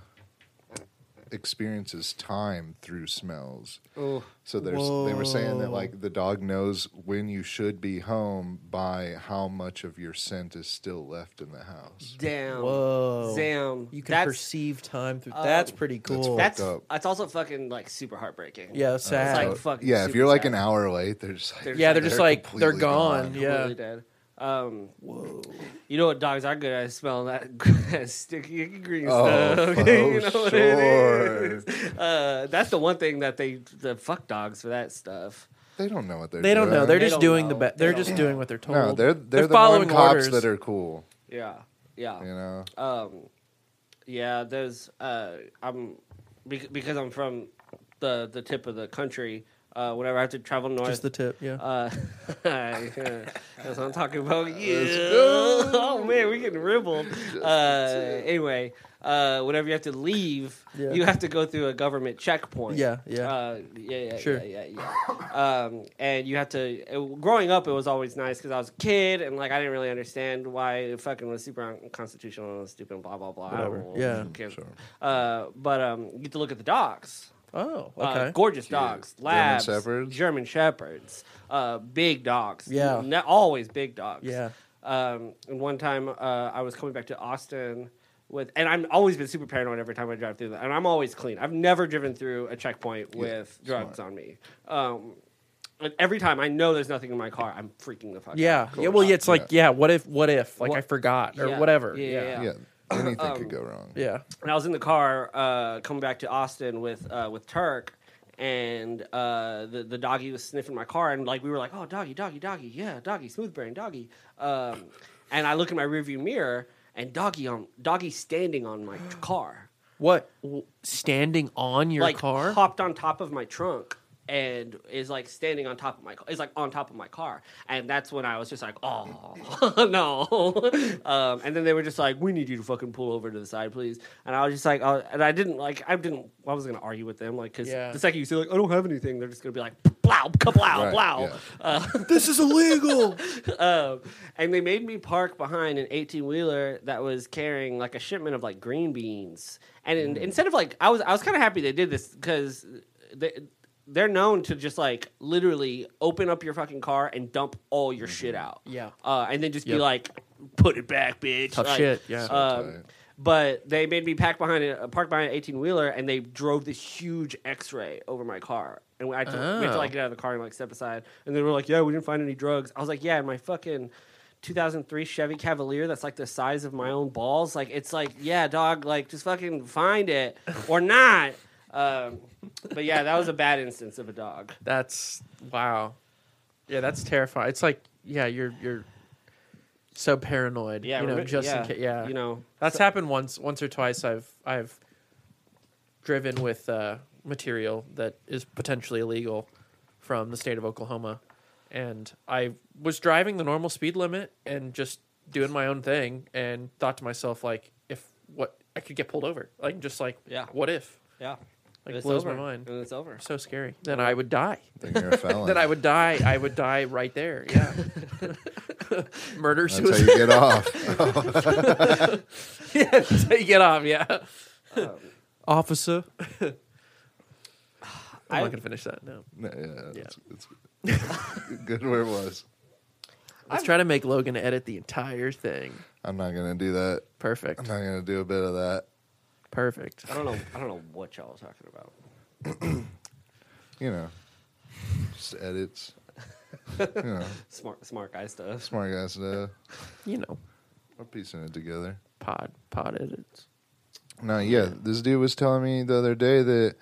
[SPEAKER 1] experiences time through smells.
[SPEAKER 2] Oh.
[SPEAKER 1] So there's they were saying that like the dog knows when you should be home by how much of your scent is still left in the house.
[SPEAKER 2] Damn.
[SPEAKER 3] Whoa.
[SPEAKER 2] Damn.
[SPEAKER 3] You can
[SPEAKER 2] That's-
[SPEAKER 3] perceive time through.
[SPEAKER 2] uh,
[SPEAKER 3] that's pretty cool.
[SPEAKER 1] fucked
[SPEAKER 2] That's
[SPEAKER 1] up.
[SPEAKER 2] that's also fucking like super heartbreaking.
[SPEAKER 3] yeah, that's sad.
[SPEAKER 2] like fucking
[SPEAKER 1] yeah, if
[SPEAKER 2] super
[SPEAKER 1] you're like
[SPEAKER 2] sad.
[SPEAKER 1] an hour late, they're just like
[SPEAKER 2] They're
[SPEAKER 3] yeah, they're just like they're
[SPEAKER 1] completely
[SPEAKER 3] gone. Yeah.
[SPEAKER 2] Completely dead. Um,
[SPEAKER 3] Whoa.
[SPEAKER 2] you know what dogs are good at? Smelling that, that sticky green
[SPEAKER 1] Oh,
[SPEAKER 2] stuff.
[SPEAKER 1] for
[SPEAKER 2] you know what it
[SPEAKER 1] sure.
[SPEAKER 2] is. Uh, that's the one thing that they the fuck dogs for that stuff.
[SPEAKER 1] They don't know what they're
[SPEAKER 3] They don't know. They're
[SPEAKER 2] They
[SPEAKER 3] just
[SPEAKER 2] don't
[SPEAKER 3] doing
[SPEAKER 2] know.
[SPEAKER 3] the best.
[SPEAKER 2] They
[SPEAKER 3] They're
[SPEAKER 2] don't
[SPEAKER 3] just
[SPEAKER 2] know.
[SPEAKER 3] doing what they're told.
[SPEAKER 1] no, they're they're, the
[SPEAKER 3] following
[SPEAKER 1] one cops
[SPEAKER 3] orders.
[SPEAKER 1] that are cool.
[SPEAKER 2] Yeah, Yeah.
[SPEAKER 1] You know,
[SPEAKER 2] Um, yeah, there's uh, I'm bec- because I'm from the the tip of the country. Uh, whenever I have to travel north,
[SPEAKER 3] Just the tip, yeah.
[SPEAKER 2] uh, that's what I'm talking about. Yeah.
[SPEAKER 1] go.
[SPEAKER 2] Oh man, we getting ribbled. Uh, anyway, uh, whenever you have to leave,
[SPEAKER 3] Yeah.
[SPEAKER 2] you have to go through a government checkpoint.
[SPEAKER 3] Yeah, yeah.
[SPEAKER 2] Uh, yeah, yeah,
[SPEAKER 3] Sure.
[SPEAKER 2] yeah, yeah, yeah. Um, and you have to. It, growing up, it was always nice because I was a kid and like I didn't really understand why it fucking was super unconstitutional and stupid and blah blah blah. I don't
[SPEAKER 3] Whatever.
[SPEAKER 2] know.
[SPEAKER 3] Yeah.
[SPEAKER 2] Kids.
[SPEAKER 1] Sure.
[SPEAKER 2] Uh, but um, you get to look at the dogs.
[SPEAKER 3] oh,
[SPEAKER 2] Uh,
[SPEAKER 3] okay.
[SPEAKER 2] gorgeous
[SPEAKER 1] Cute.
[SPEAKER 2] dogs.
[SPEAKER 1] German
[SPEAKER 2] Labs.
[SPEAKER 1] Shepherds?
[SPEAKER 2] German Shepherds. Uh, big dogs.
[SPEAKER 3] Yeah.
[SPEAKER 2] Ne- always big dogs.
[SPEAKER 3] Yeah.
[SPEAKER 2] Um, and one time uh, I was coming back to Austin with, and I've always been super paranoid every time I drive through that. And I'm always clean. I've never driven through a checkpoint with drugs on me. Um, and every time I know there's nothing in my car, I'm freaking the fuck
[SPEAKER 3] yeah.
[SPEAKER 2] out.
[SPEAKER 3] yeah. Well, yeah, it's like, yeah. What if? What if? Like
[SPEAKER 2] What-
[SPEAKER 3] I forgot or
[SPEAKER 2] Yeah.
[SPEAKER 3] whatever.
[SPEAKER 2] Yeah, yeah,
[SPEAKER 1] yeah,
[SPEAKER 2] uh,
[SPEAKER 1] anything
[SPEAKER 2] um,
[SPEAKER 1] could go wrong.
[SPEAKER 3] Yeah.
[SPEAKER 2] and I was in the car uh, coming back to Austin with uh, with Turk, and uh, the the doggy was sniffing my car, and like we were like, oh, doggy, doggy, doggy, yeah, doggy, smooth brain, doggy. Um, and I look in my rearview mirror, and doggy on doggy standing on my car,
[SPEAKER 3] What? W- standing on your
[SPEAKER 2] like
[SPEAKER 3] car?
[SPEAKER 2] hopped on top of my trunk. And is like standing on top of my car. Is like on top of my car, and that's when I was just like, "Oh no!" um, and then they were just like, "We need you to fucking pull over to the side, please." And I was just like, oh, "And I didn't like, I didn't, I wasn't gonna argue with them, like, because
[SPEAKER 3] Yeah.
[SPEAKER 2] the second you say like, I don't have anything, they're just gonna be like, "Blow, kablow,
[SPEAKER 1] Right,
[SPEAKER 2] blow." Uh,
[SPEAKER 1] yeah.
[SPEAKER 3] this is illegal.
[SPEAKER 2] um, and they made me park behind an 18 wheeler that was carrying like a shipment of like green beans. And in,
[SPEAKER 3] Mm.
[SPEAKER 2] instead of like, I was I was kind of happy they did this because they they're known to just like literally open up your fucking car and dump all your shit out.
[SPEAKER 3] Mm-hmm. Yeah.
[SPEAKER 2] uh, and then just be
[SPEAKER 3] Yep.
[SPEAKER 2] like, put it back, bitch.
[SPEAKER 3] Tough
[SPEAKER 2] Like,
[SPEAKER 3] shit. Yeah.
[SPEAKER 1] So
[SPEAKER 2] um,
[SPEAKER 1] tight.
[SPEAKER 2] but they made me pack behind a park behind an eighteen wheeler, and they drove this huge X ray over my car. And I had to, we had to like
[SPEAKER 3] Oh.
[SPEAKER 2] get out of the car and like step aside. And they were like, "Yeah, we didn't find any drugs." I was like, "Yeah, and my fucking 2003 Chevy Cavalier, that's like the size of my own balls. Like it's like, yeah, dog, like just fucking find it or not." Um, but yeah, that was a bad instance of a dog.
[SPEAKER 3] That's wow. Yeah, that's terrifying. It's like yeah, you're you're so paranoid.
[SPEAKER 2] Yeah,
[SPEAKER 3] you know,
[SPEAKER 2] remem-
[SPEAKER 3] just in case. Yeah,
[SPEAKER 2] you know,
[SPEAKER 3] that's happened once, once or twice. I've I've driven with uh, material that is potentially illegal from the state of Oklahoma, and I was driving the normal speed limit and just doing my own thing, and thought to myself like, if what I could get pulled over, like just like
[SPEAKER 2] Yeah.
[SPEAKER 3] what if?
[SPEAKER 2] yeah,
[SPEAKER 3] Like,
[SPEAKER 2] And it's
[SPEAKER 3] blows
[SPEAKER 2] over.
[SPEAKER 3] my mind.
[SPEAKER 2] and it's over.
[SPEAKER 3] So scary. Then I would die
[SPEAKER 1] Then you're a felon.
[SPEAKER 3] then I would die. I would die right there. Yeah. Murder
[SPEAKER 1] That's how
[SPEAKER 3] suicide.
[SPEAKER 1] you get off.
[SPEAKER 3] yeah, that's how you get off. Yeah.
[SPEAKER 2] Um,
[SPEAKER 3] Officer. I'm
[SPEAKER 2] I-
[SPEAKER 3] not gonna finish that. No.
[SPEAKER 1] No, yeah, It's, it's good where it was.
[SPEAKER 3] Let's try to make Logan edit the entire thing.
[SPEAKER 1] I'm not gonna do that.
[SPEAKER 3] Perfect.
[SPEAKER 1] I'm not gonna do a bit of that.
[SPEAKER 3] Perfect.
[SPEAKER 2] I don't know. I don't know what y'all are talking about.
[SPEAKER 1] You know, just edits. you know,
[SPEAKER 2] Smart, smart guy stuff.
[SPEAKER 1] smart guys. Uh,
[SPEAKER 3] You know,
[SPEAKER 1] we're piecing it together.
[SPEAKER 3] pod pod edits.
[SPEAKER 1] No, yeah. This dude was telling me the other day that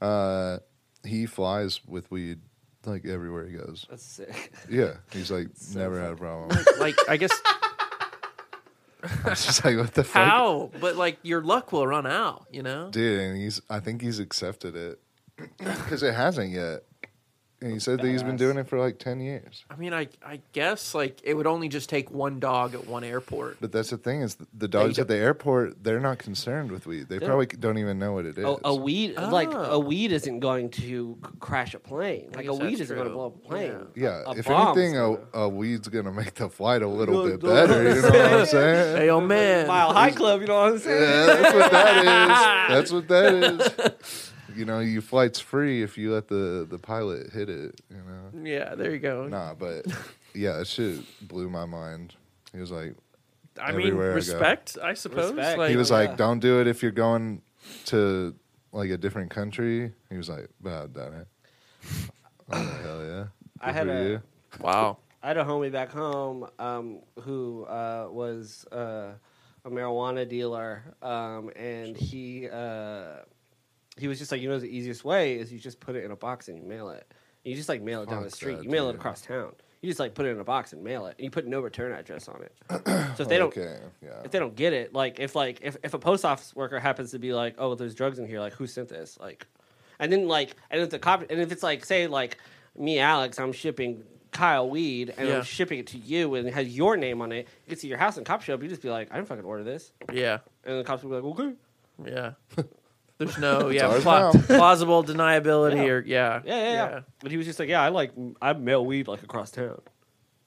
[SPEAKER 1] uh, he flies with weed like everywhere he goes.
[SPEAKER 2] That's sick.
[SPEAKER 1] Yeah, he's like never had a problem.
[SPEAKER 3] Like I guess
[SPEAKER 1] I was just like, what the fuck,
[SPEAKER 3] how, but like your luck will run out. You know.
[SPEAKER 1] dude? And he's, I think he's accepted it because it hasn't yet. And he said that he's been
[SPEAKER 2] Badass.
[SPEAKER 1] doing it for like ten years.
[SPEAKER 3] I mean, I I guess like it would only just take one dog at one airport.
[SPEAKER 1] But that's the thing is the dogs
[SPEAKER 3] don't-
[SPEAKER 1] at the airport they're not concerned with weed. They
[SPEAKER 2] Yeah.
[SPEAKER 1] probably don't even know what it is.
[SPEAKER 2] A, a weed, like a
[SPEAKER 3] Oh.
[SPEAKER 2] weed, isn't going to c- crash a plane. Like a
[SPEAKER 3] guess
[SPEAKER 2] weed
[SPEAKER 3] that's
[SPEAKER 2] isn't going to
[SPEAKER 3] true.
[SPEAKER 2] blow up a plane.
[SPEAKER 1] yeah,
[SPEAKER 2] a
[SPEAKER 1] if
[SPEAKER 2] bomb's
[SPEAKER 1] anything, a,
[SPEAKER 2] gonna-
[SPEAKER 1] a weed's gonna make the flight a little
[SPEAKER 2] No,
[SPEAKER 1] bit
[SPEAKER 2] no, no,
[SPEAKER 1] better. You know what I'm saying?
[SPEAKER 3] Hey, oh man.
[SPEAKER 2] Mile High Club, you know what I'm saying?
[SPEAKER 1] Yeah, that's what that is. That's what that is. You know, your flight's free if you let the the pilot hit it. You know,
[SPEAKER 3] Yeah, there you go.
[SPEAKER 1] nah, but yeah, that shit blew my mind. He was like,
[SPEAKER 3] I
[SPEAKER 1] Everywhere I
[SPEAKER 3] mean,
[SPEAKER 1] go.
[SPEAKER 3] respect, I, suppose.
[SPEAKER 2] Respect.
[SPEAKER 3] Like,
[SPEAKER 1] he was
[SPEAKER 2] Oh, yeah.
[SPEAKER 1] like, don't do it if you're going to like a different country. He was like, but I've done it. I'm like, hell yeah.
[SPEAKER 2] I
[SPEAKER 1] Good
[SPEAKER 2] had
[SPEAKER 1] for
[SPEAKER 2] a-
[SPEAKER 1] you.
[SPEAKER 3] wow.
[SPEAKER 2] I had a homie back home um, who uh, was uh, a marijuana dealer, um, and he uh, he was just like, you know, the easiest way is you just put it in a box and you mail it. You just like mail it down
[SPEAKER 1] Fuck
[SPEAKER 2] the street.
[SPEAKER 1] that,
[SPEAKER 2] You mail it
[SPEAKER 1] dude.
[SPEAKER 2] across town. You just like put it in a box and mail it, and you put no return address on it. so if they don't,
[SPEAKER 1] okay, yeah.
[SPEAKER 2] if they don't get it, like if like if, if a post office worker happens to be like, oh, there's drugs in here, like who sent this, like, and then like and if the cop and if it's like say like me Alex, I'm shipping Kyle weed and
[SPEAKER 3] Yeah.
[SPEAKER 2] I'm shipping it to you and it has your name on it, it gets to your house and cop show up, you just be like, I didn't fucking order this,
[SPEAKER 3] Yeah.
[SPEAKER 2] and the cops will be like, okay,
[SPEAKER 3] Yeah. There's no yeah
[SPEAKER 1] ours
[SPEAKER 3] pla-
[SPEAKER 1] now.
[SPEAKER 3] plausible deniability
[SPEAKER 2] Yeah.
[SPEAKER 3] or yeah
[SPEAKER 2] yeah, yeah, yeah. But he was just like, yeah, I like I mail weed like across town.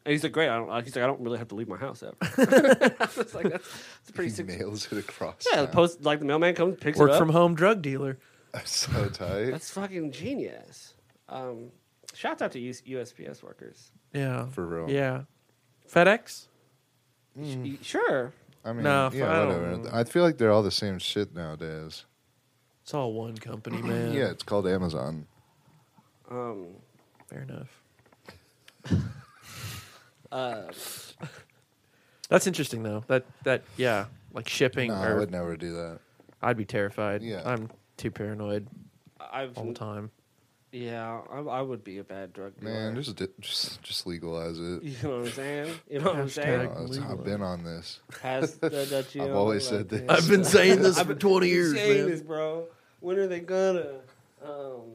[SPEAKER 2] And he's like, great. I don't, he's like, I don't really have to leave my house ever. I was like, that's, that's a pretty
[SPEAKER 1] he
[SPEAKER 2] sick.
[SPEAKER 1] nails it across.
[SPEAKER 2] Yeah, the
[SPEAKER 1] town.
[SPEAKER 2] post like the mailman comes, picks it
[SPEAKER 3] work
[SPEAKER 2] up.
[SPEAKER 3] from home drug dealer.
[SPEAKER 1] That's so tight
[SPEAKER 2] That's fucking genius. Um, shout out to US- USPS workers.
[SPEAKER 3] Yeah.
[SPEAKER 1] for real.
[SPEAKER 3] Yeah. FedEx.
[SPEAKER 2] Y- Sure.
[SPEAKER 1] I mean,
[SPEAKER 3] No, I
[SPEAKER 1] yeah,
[SPEAKER 3] don't
[SPEAKER 1] whatever.
[SPEAKER 3] know.
[SPEAKER 1] I feel like they're all the same shit nowadays.
[SPEAKER 3] It's all one company,
[SPEAKER 1] Yeah,
[SPEAKER 3] man.
[SPEAKER 1] it's called Amazon.
[SPEAKER 2] Um,
[SPEAKER 3] Fair enough.
[SPEAKER 2] uh,
[SPEAKER 3] That's interesting though. That that yeah, like shipping
[SPEAKER 1] No, I
[SPEAKER 3] or
[SPEAKER 1] would never do that.
[SPEAKER 3] I'd be terrified.
[SPEAKER 1] Yeah.
[SPEAKER 3] I'm too paranoid
[SPEAKER 2] I've
[SPEAKER 3] all the time.
[SPEAKER 2] yeah, I, I would be a bad drug dealer.
[SPEAKER 1] Man, just di- just just legalize it.
[SPEAKER 2] you know what I'm saying? You know what I'm
[SPEAKER 1] No,
[SPEAKER 2] saying?
[SPEAKER 3] Hashtag-
[SPEAKER 1] it's- I've been on this.
[SPEAKER 2] Has the, that you
[SPEAKER 1] I've
[SPEAKER 2] know,
[SPEAKER 1] always
[SPEAKER 2] like,
[SPEAKER 1] said this.
[SPEAKER 2] yeah.
[SPEAKER 1] I've
[SPEAKER 3] been saying
[SPEAKER 2] I've been saying this,
[SPEAKER 3] man.
[SPEAKER 2] bro. When are they gonna? Um,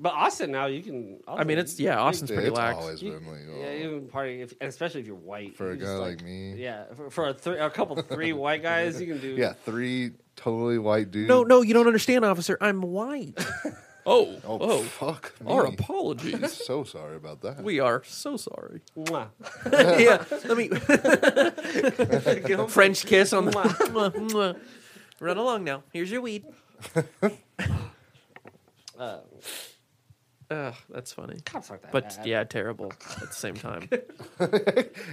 [SPEAKER 2] but Austin now you can.
[SPEAKER 3] I mean, it's yeah, Austin's
[SPEAKER 1] Yeah,
[SPEAKER 3] pretty
[SPEAKER 1] it's
[SPEAKER 3] lax.
[SPEAKER 1] always
[SPEAKER 2] You-
[SPEAKER 1] been legal.
[SPEAKER 2] Yeah, even party, if, and especially if you're white.
[SPEAKER 1] oh. for a
[SPEAKER 2] you
[SPEAKER 1] guy
[SPEAKER 2] just,
[SPEAKER 1] like, me.
[SPEAKER 2] Yeah, for, for a, three, a couple three white guys, you can do.
[SPEAKER 1] Yeah, three totally white dudes.
[SPEAKER 3] No, no, you don't understand, officer. I'm white. oh,
[SPEAKER 1] Oh,
[SPEAKER 3] oh,
[SPEAKER 1] fuck. Me.
[SPEAKER 3] our apologies.
[SPEAKER 1] so sorry about that.
[SPEAKER 3] we are so sorry.
[SPEAKER 2] Mwah.
[SPEAKER 3] yeah, let me
[SPEAKER 2] Get home
[SPEAKER 3] French kiss on the.
[SPEAKER 2] Mwah.
[SPEAKER 3] Mwah, mwah. Run along now. Here's your weed.
[SPEAKER 2] Uh,
[SPEAKER 3] Ugh, that's funny.
[SPEAKER 2] cops aren't that
[SPEAKER 3] But
[SPEAKER 2] bad.
[SPEAKER 3] yeah, terrible at the same time.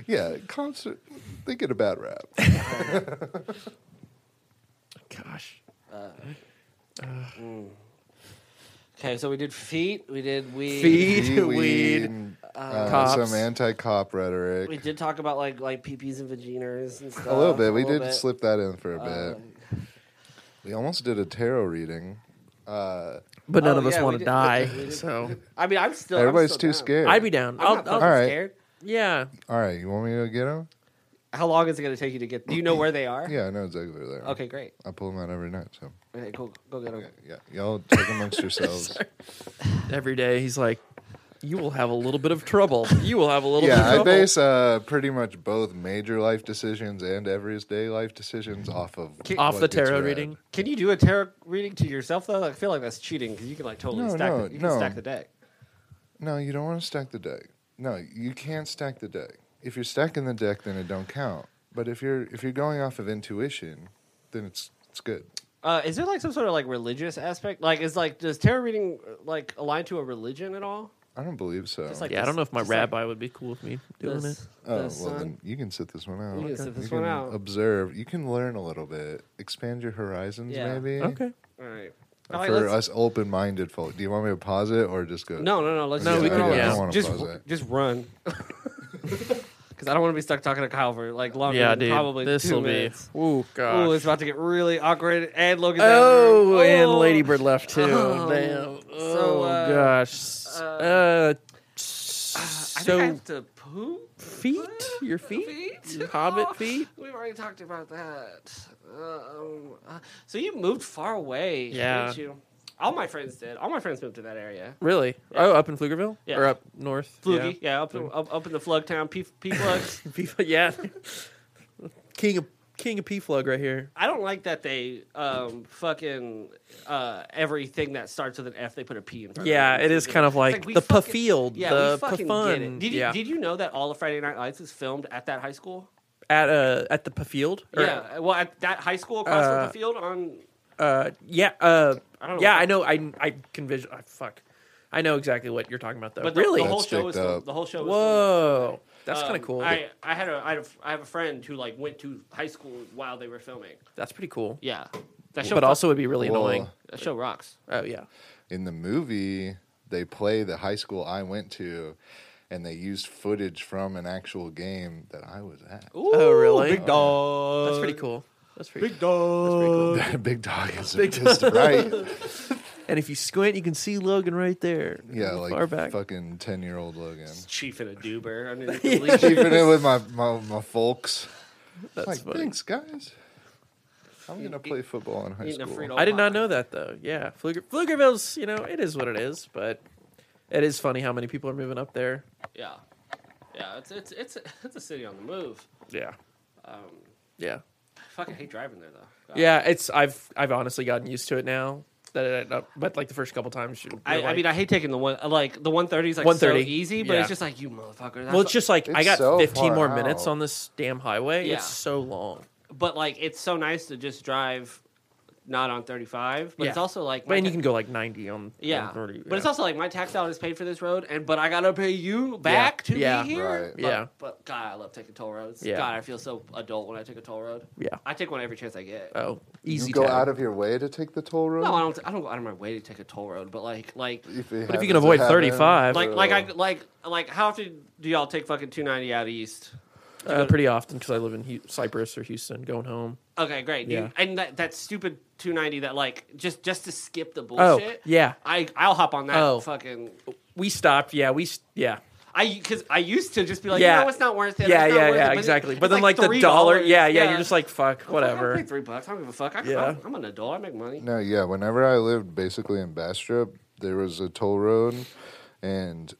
[SPEAKER 1] yeah, concert. They get a bad rap.
[SPEAKER 3] Gosh.
[SPEAKER 2] Okay, so we did feet. We did we.
[SPEAKER 3] Feed,
[SPEAKER 1] Pee-wee
[SPEAKER 3] weed.
[SPEAKER 1] and, uh,
[SPEAKER 3] cops.
[SPEAKER 1] some anti-cop rhetoric.
[SPEAKER 2] We did talk about like like peepees and vaginas and stuff.
[SPEAKER 1] a little bit. We
[SPEAKER 2] little
[SPEAKER 1] did slip that in for a
[SPEAKER 2] Uh,
[SPEAKER 1] bit. We almost did a tarot reading. Uh,
[SPEAKER 3] But none
[SPEAKER 2] Oh,
[SPEAKER 3] of us
[SPEAKER 2] yeah, we
[SPEAKER 3] want to
[SPEAKER 2] did-
[SPEAKER 3] die.
[SPEAKER 2] we did-
[SPEAKER 3] So
[SPEAKER 2] I mean, I'm still. I'm
[SPEAKER 1] everybody's
[SPEAKER 2] still
[SPEAKER 1] too
[SPEAKER 2] down.
[SPEAKER 1] scared.
[SPEAKER 3] I'd be down.
[SPEAKER 2] I'm
[SPEAKER 3] I'll,
[SPEAKER 2] not
[SPEAKER 3] I'll-
[SPEAKER 2] fucking
[SPEAKER 1] All right.
[SPEAKER 2] scared.
[SPEAKER 3] yeah.
[SPEAKER 1] All right, you want me to get them?
[SPEAKER 2] How long is it going to take you to get? Do you know where they are?
[SPEAKER 1] Yeah, I know exactly where they are.
[SPEAKER 2] Okay, great.
[SPEAKER 1] I pull them out every night. So
[SPEAKER 2] Okay, cool. Go get them.
[SPEAKER 1] yeah, y'all talk amongst yourselves.
[SPEAKER 3] Every day he's like, you will have a little bit of trouble. You will have a little bit of
[SPEAKER 1] Yeah, I
[SPEAKER 3] trouble.
[SPEAKER 1] base uh, pretty much both major life decisions and everyday life decisions off of
[SPEAKER 3] Off
[SPEAKER 1] what
[SPEAKER 3] the
[SPEAKER 1] gets
[SPEAKER 3] tarot
[SPEAKER 1] read.
[SPEAKER 3] reading.
[SPEAKER 2] Can you do a tarot reading to yourself though? I feel like that's cheating because you can like totally
[SPEAKER 1] No,
[SPEAKER 2] stack.
[SPEAKER 1] no,
[SPEAKER 2] the, you
[SPEAKER 1] no.
[SPEAKER 2] can stack the deck.
[SPEAKER 1] No, you don't want to stack the deck. No, you can't stack the deck. If you're stacking the deck, then it don't count. But if you're if you're going off of intuition, then it's it's good.
[SPEAKER 2] Uh, is there like some sort of like religious aspect? Like, is like does tarot reading like align to a religion at all?
[SPEAKER 1] I don't believe so.
[SPEAKER 2] Just like
[SPEAKER 3] Yeah, I don't know if my
[SPEAKER 2] Just like-
[SPEAKER 3] rabbi would be cool with me doing
[SPEAKER 2] This-
[SPEAKER 3] it.
[SPEAKER 1] oh,
[SPEAKER 2] the
[SPEAKER 1] well
[SPEAKER 2] sun?
[SPEAKER 1] then you can sit this one out.
[SPEAKER 2] You can sit this one out.
[SPEAKER 1] Observe. You can learn a little bit. Expand your horizons,
[SPEAKER 2] Yeah.
[SPEAKER 1] maybe.
[SPEAKER 3] Okay.
[SPEAKER 2] All right.
[SPEAKER 1] Uh,
[SPEAKER 2] All right,
[SPEAKER 1] For us
[SPEAKER 2] let's-
[SPEAKER 1] open-minded folk, do you want me to pause it or just go?
[SPEAKER 2] No, no, no. Let's
[SPEAKER 1] No,
[SPEAKER 2] just,
[SPEAKER 1] we can
[SPEAKER 2] no,
[SPEAKER 1] all-
[SPEAKER 2] no,
[SPEAKER 1] I don't
[SPEAKER 2] no,
[SPEAKER 1] wanna
[SPEAKER 2] just,
[SPEAKER 1] pause
[SPEAKER 2] just,
[SPEAKER 1] it.
[SPEAKER 2] run. Because I don't want to be stuck talking to Kyle for like longer
[SPEAKER 3] Yeah,
[SPEAKER 2] than
[SPEAKER 3] dude.
[SPEAKER 2] probably
[SPEAKER 3] This
[SPEAKER 2] two
[SPEAKER 3] will be.
[SPEAKER 2] minutes.
[SPEAKER 3] Ooh,
[SPEAKER 2] Oh,
[SPEAKER 3] gosh.
[SPEAKER 2] it's about to get really awkward. And Logan's out of the
[SPEAKER 3] Oh,
[SPEAKER 2] room.
[SPEAKER 3] and
[SPEAKER 2] Oh.
[SPEAKER 3] Ladybird left too.
[SPEAKER 2] Oh.
[SPEAKER 3] Damn.
[SPEAKER 2] So,
[SPEAKER 3] oh
[SPEAKER 2] uh,
[SPEAKER 3] gosh.
[SPEAKER 2] uh,
[SPEAKER 3] Uh,
[SPEAKER 2] I think I
[SPEAKER 3] so
[SPEAKER 2] have to poop.
[SPEAKER 3] feet? Your feet? Your
[SPEAKER 2] Oh,
[SPEAKER 3] Hobbit feet?
[SPEAKER 2] We've already talked about that. Um, uh, so you moved far away,
[SPEAKER 3] Yeah.
[SPEAKER 2] didn't you? All my friends did. All my friends moved to that area.
[SPEAKER 3] Really? Oh, up in Pflugerville?
[SPEAKER 2] Yeah.
[SPEAKER 3] Or up north?
[SPEAKER 2] Flugy, yeah, up, in, up up in the Flug Town, P, P Flugs.
[SPEAKER 3] Yeah. P- yeah. King of King of P Flug right here.
[SPEAKER 2] I don't like that they um, fucking uh, everything that starts with an F they put a P in front.
[SPEAKER 3] Yeah,
[SPEAKER 2] of
[SPEAKER 3] it is kind of like,
[SPEAKER 2] It's like we
[SPEAKER 3] the
[SPEAKER 2] fucking-
[SPEAKER 3] Puffield,
[SPEAKER 2] Yeah,
[SPEAKER 3] the
[SPEAKER 2] we fucking
[SPEAKER 3] Puffun.
[SPEAKER 2] get it. Did you
[SPEAKER 3] yeah.
[SPEAKER 2] did you know that all of Friday Night Lights is filmed at that high school?
[SPEAKER 3] at uh at the Puffield? Or-
[SPEAKER 2] yeah, well, at that high school across from the field on
[SPEAKER 3] Uh, yeah. Uh,
[SPEAKER 2] I don't know.
[SPEAKER 3] yeah. I know. I I can vision. I fuck. I know exactly what you're talking about though.
[SPEAKER 2] But the,
[SPEAKER 3] really?
[SPEAKER 2] the whole
[SPEAKER 1] That's
[SPEAKER 2] show was
[SPEAKER 1] jacked
[SPEAKER 2] filmed-
[SPEAKER 1] up.
[SPEAKER 2] the whole show. Was filmed.
[SPEAKER 3] Whoa. That's
[SPEAKER 2] Um,
[SPEAKER 3] kind of cool.
[SPEAKER 2] I, I had a I had a I have a friend who like went to high school while they were filming.
[SPEAKER 3] That's pretty cool.
[SPEAKER 2] Yeah, that show.
[SPEAKER 3] But
[SPEAKER 2] fu-
[SPEAKER 3] also, it'd be really
[SPEAKER 1] Whoa.
[SPEAKER 3] annoying.
[SPEAKER 2] that show rocks.
[SPEAKER 3] Oh yeah.
[SPEAKER 1] in the movie they play the high school I went to and they used footage from an actual game that I was at.
[SPEAKER 3] Oh, really?
[SPEAKER 2] Big dog.
[SPEAKER 3] That's pretty cool. That's pretty.
[SPEAKER 2] Big dog.
[SPEAKER 1] That big dog is just right.
[SPEAKER 3] And if you squint, you can see Logan right there.
[SPEAKER 1] Yeah,
[SPEAKER 3] in the
[SPEAKER 1] like
[SPEAKER 3] far back.
[SPEAKER 1] fucking ten year old Logan.
[SPEAKER 2] Chief and a duber underneath the bleachers.
[SPEAKER 1] Keeping it with my, my, my folks.
[SPEAKER 3] That's
[SPEAKER 1] like,
[SPEAKER 3] funny.
[SPEAKER 1] thanks, guys. I'm gonna play football in high
[SPEAKER 2] Eating a
[SPEAKER 1] school.
[SPEAKER 2] Frito
[SPEAKER 3] I did
[SPEAKER 2] Pie.
[SPEAKER 3] not know that though. Yeah, Pfluger, Pflugerville's. You know, it is what it is, but it is funny how many people are moving up there.
[SPEAKER 2] Yeah, yeah. It's it's it's it's a city on the move.
[SPEAKER 3] Yeah.
[SPEAKER 2] Um, uh,
[SPEAKER 3] Yeah.
[SPEAKER 2] I fucking hate driving there though. God.
[SPEAKER 3] Yeah, it's I've I've honestly gotten used to it now. That I, but like the first couple times, you
[SPEAKER 2] I, I mean, I hate taking the one like the one thirty is like so
[SPEAKER 3] 130,
[SPEAKER 2] easy, but
[SPEAKER 3] yeah.
[SPEAKER 2] it's just like you motherfucker. that's
[SPEAKER 3] well, it's just like I
[SPEAKER 1] It's
[SPEAKER 3] got
[SPEAKER 1] so
[SPEAKER 3] 15
[SPEAKER 1] far
[SPEAKER 3] more minutes
[SPEAKER 1] out.
[SPEAKER 3] on this damn highway.
[SPEAKER 2] Yeah.
[SPEAKER 3] It's so long.
[SPEAKER 2] but like it's so nice to just drive not on 35 but it's
[SPEAKER 3] Yeah.
[SPEAKER 2] also like my
[SPEAKER 3] But and you
[SPEAKER 2] ta-
[SPEAKER 3] can go like 90 on
[SPEAKER 2] yeah.
[SPEAKER 3] on 30,
[SPEAKER 2] but it's also like my tax dollars paid for this road and but i gotta pay you back to
[SPEAKER 3] Yeah.
[SPEAKER 2] be here
[SPEAKER 1] Right.
[SPEAKER 2] But-
[SPEAKER 3] Yeah.
[SPEAKER 2] but god i love taking toll roads
[SPEAKER 3] Yeah.
[SPEAKER 2] god i feel so adult when i take a toll road
[SPEAKER 3] yeah.
[SPEAKER 2] i take one every chance i get
[SPEAKER 3] Oh, easy.
[SPEAKER 1] you go
[SPEAKER 3] tab.
[SPEAKER 1] out of your way to take the toll road.
[SPEAKER 2] no i don't i don't go out of my way to take a toll road but like like
[SPEAKER 1] If
[SPEAKER 3] But if you
[SPEAKER 1] happens,
[SPEAKER 3] can
[SPEAKER 1] it
[SPEAKER 3] avoid
[SPEAKER 1] happens.
[SPEAKER 3] 35,
[SPEAKER 2] like like i like like how often do y'all take fucking 290 out east
[SPEAKER 3] uh, pretty often because I live in Hu- Cyprus or Houston, going home.
[SPEAKER 2] okay great dude.
[SPEAKER 3] Yeah.
[SPEAKER 2] and that, that stupid 290 that like just just to skip the
[SPEAKER 3] Oh,
[SPEAKER 2] bullshit
[SPEAKER 3] yeah.
[SPEAKER 2] i i'll hop on that
[SPEAKER 3] Oh.
[SPEAKER 2] fucking
[SPEAKER 3] We stopped. Yeah, we s- yeah.
[SPEAKER 2] I because I used to just be like,
[SPEAKER 3] Yeah.
[SPEAKER 2] no, it's not worth it.
[SPEAKER 3] yeah,
[SPEAKER 2] it's not
[SPEAKER 3] yeah,
[SPEAKER 2] worth it.
[SPEAKER 3] yeah,
[SPEAKER 2] it-
[SPEAKER 3] exactly.
[SPEAKER 2] it's
[SPEAKER 3] But then like, the dollar,
[SPEAKER 2] $3.
[SPEAKER 3] yeah, yeah, you're just like fuck,
[SPEAKER 2] I
[SPEAKER 3] whatever.
[SPEAKER 2] paid three bucks. I don't give a fuck. I,
[SPEAKER 3] Yeah.
[SPEAKER 2] I'm, I'm an adult. I make money.
[SPEAKER 1] No, yeah. Whenever I lived basically in Bastrop, there was a toll road, and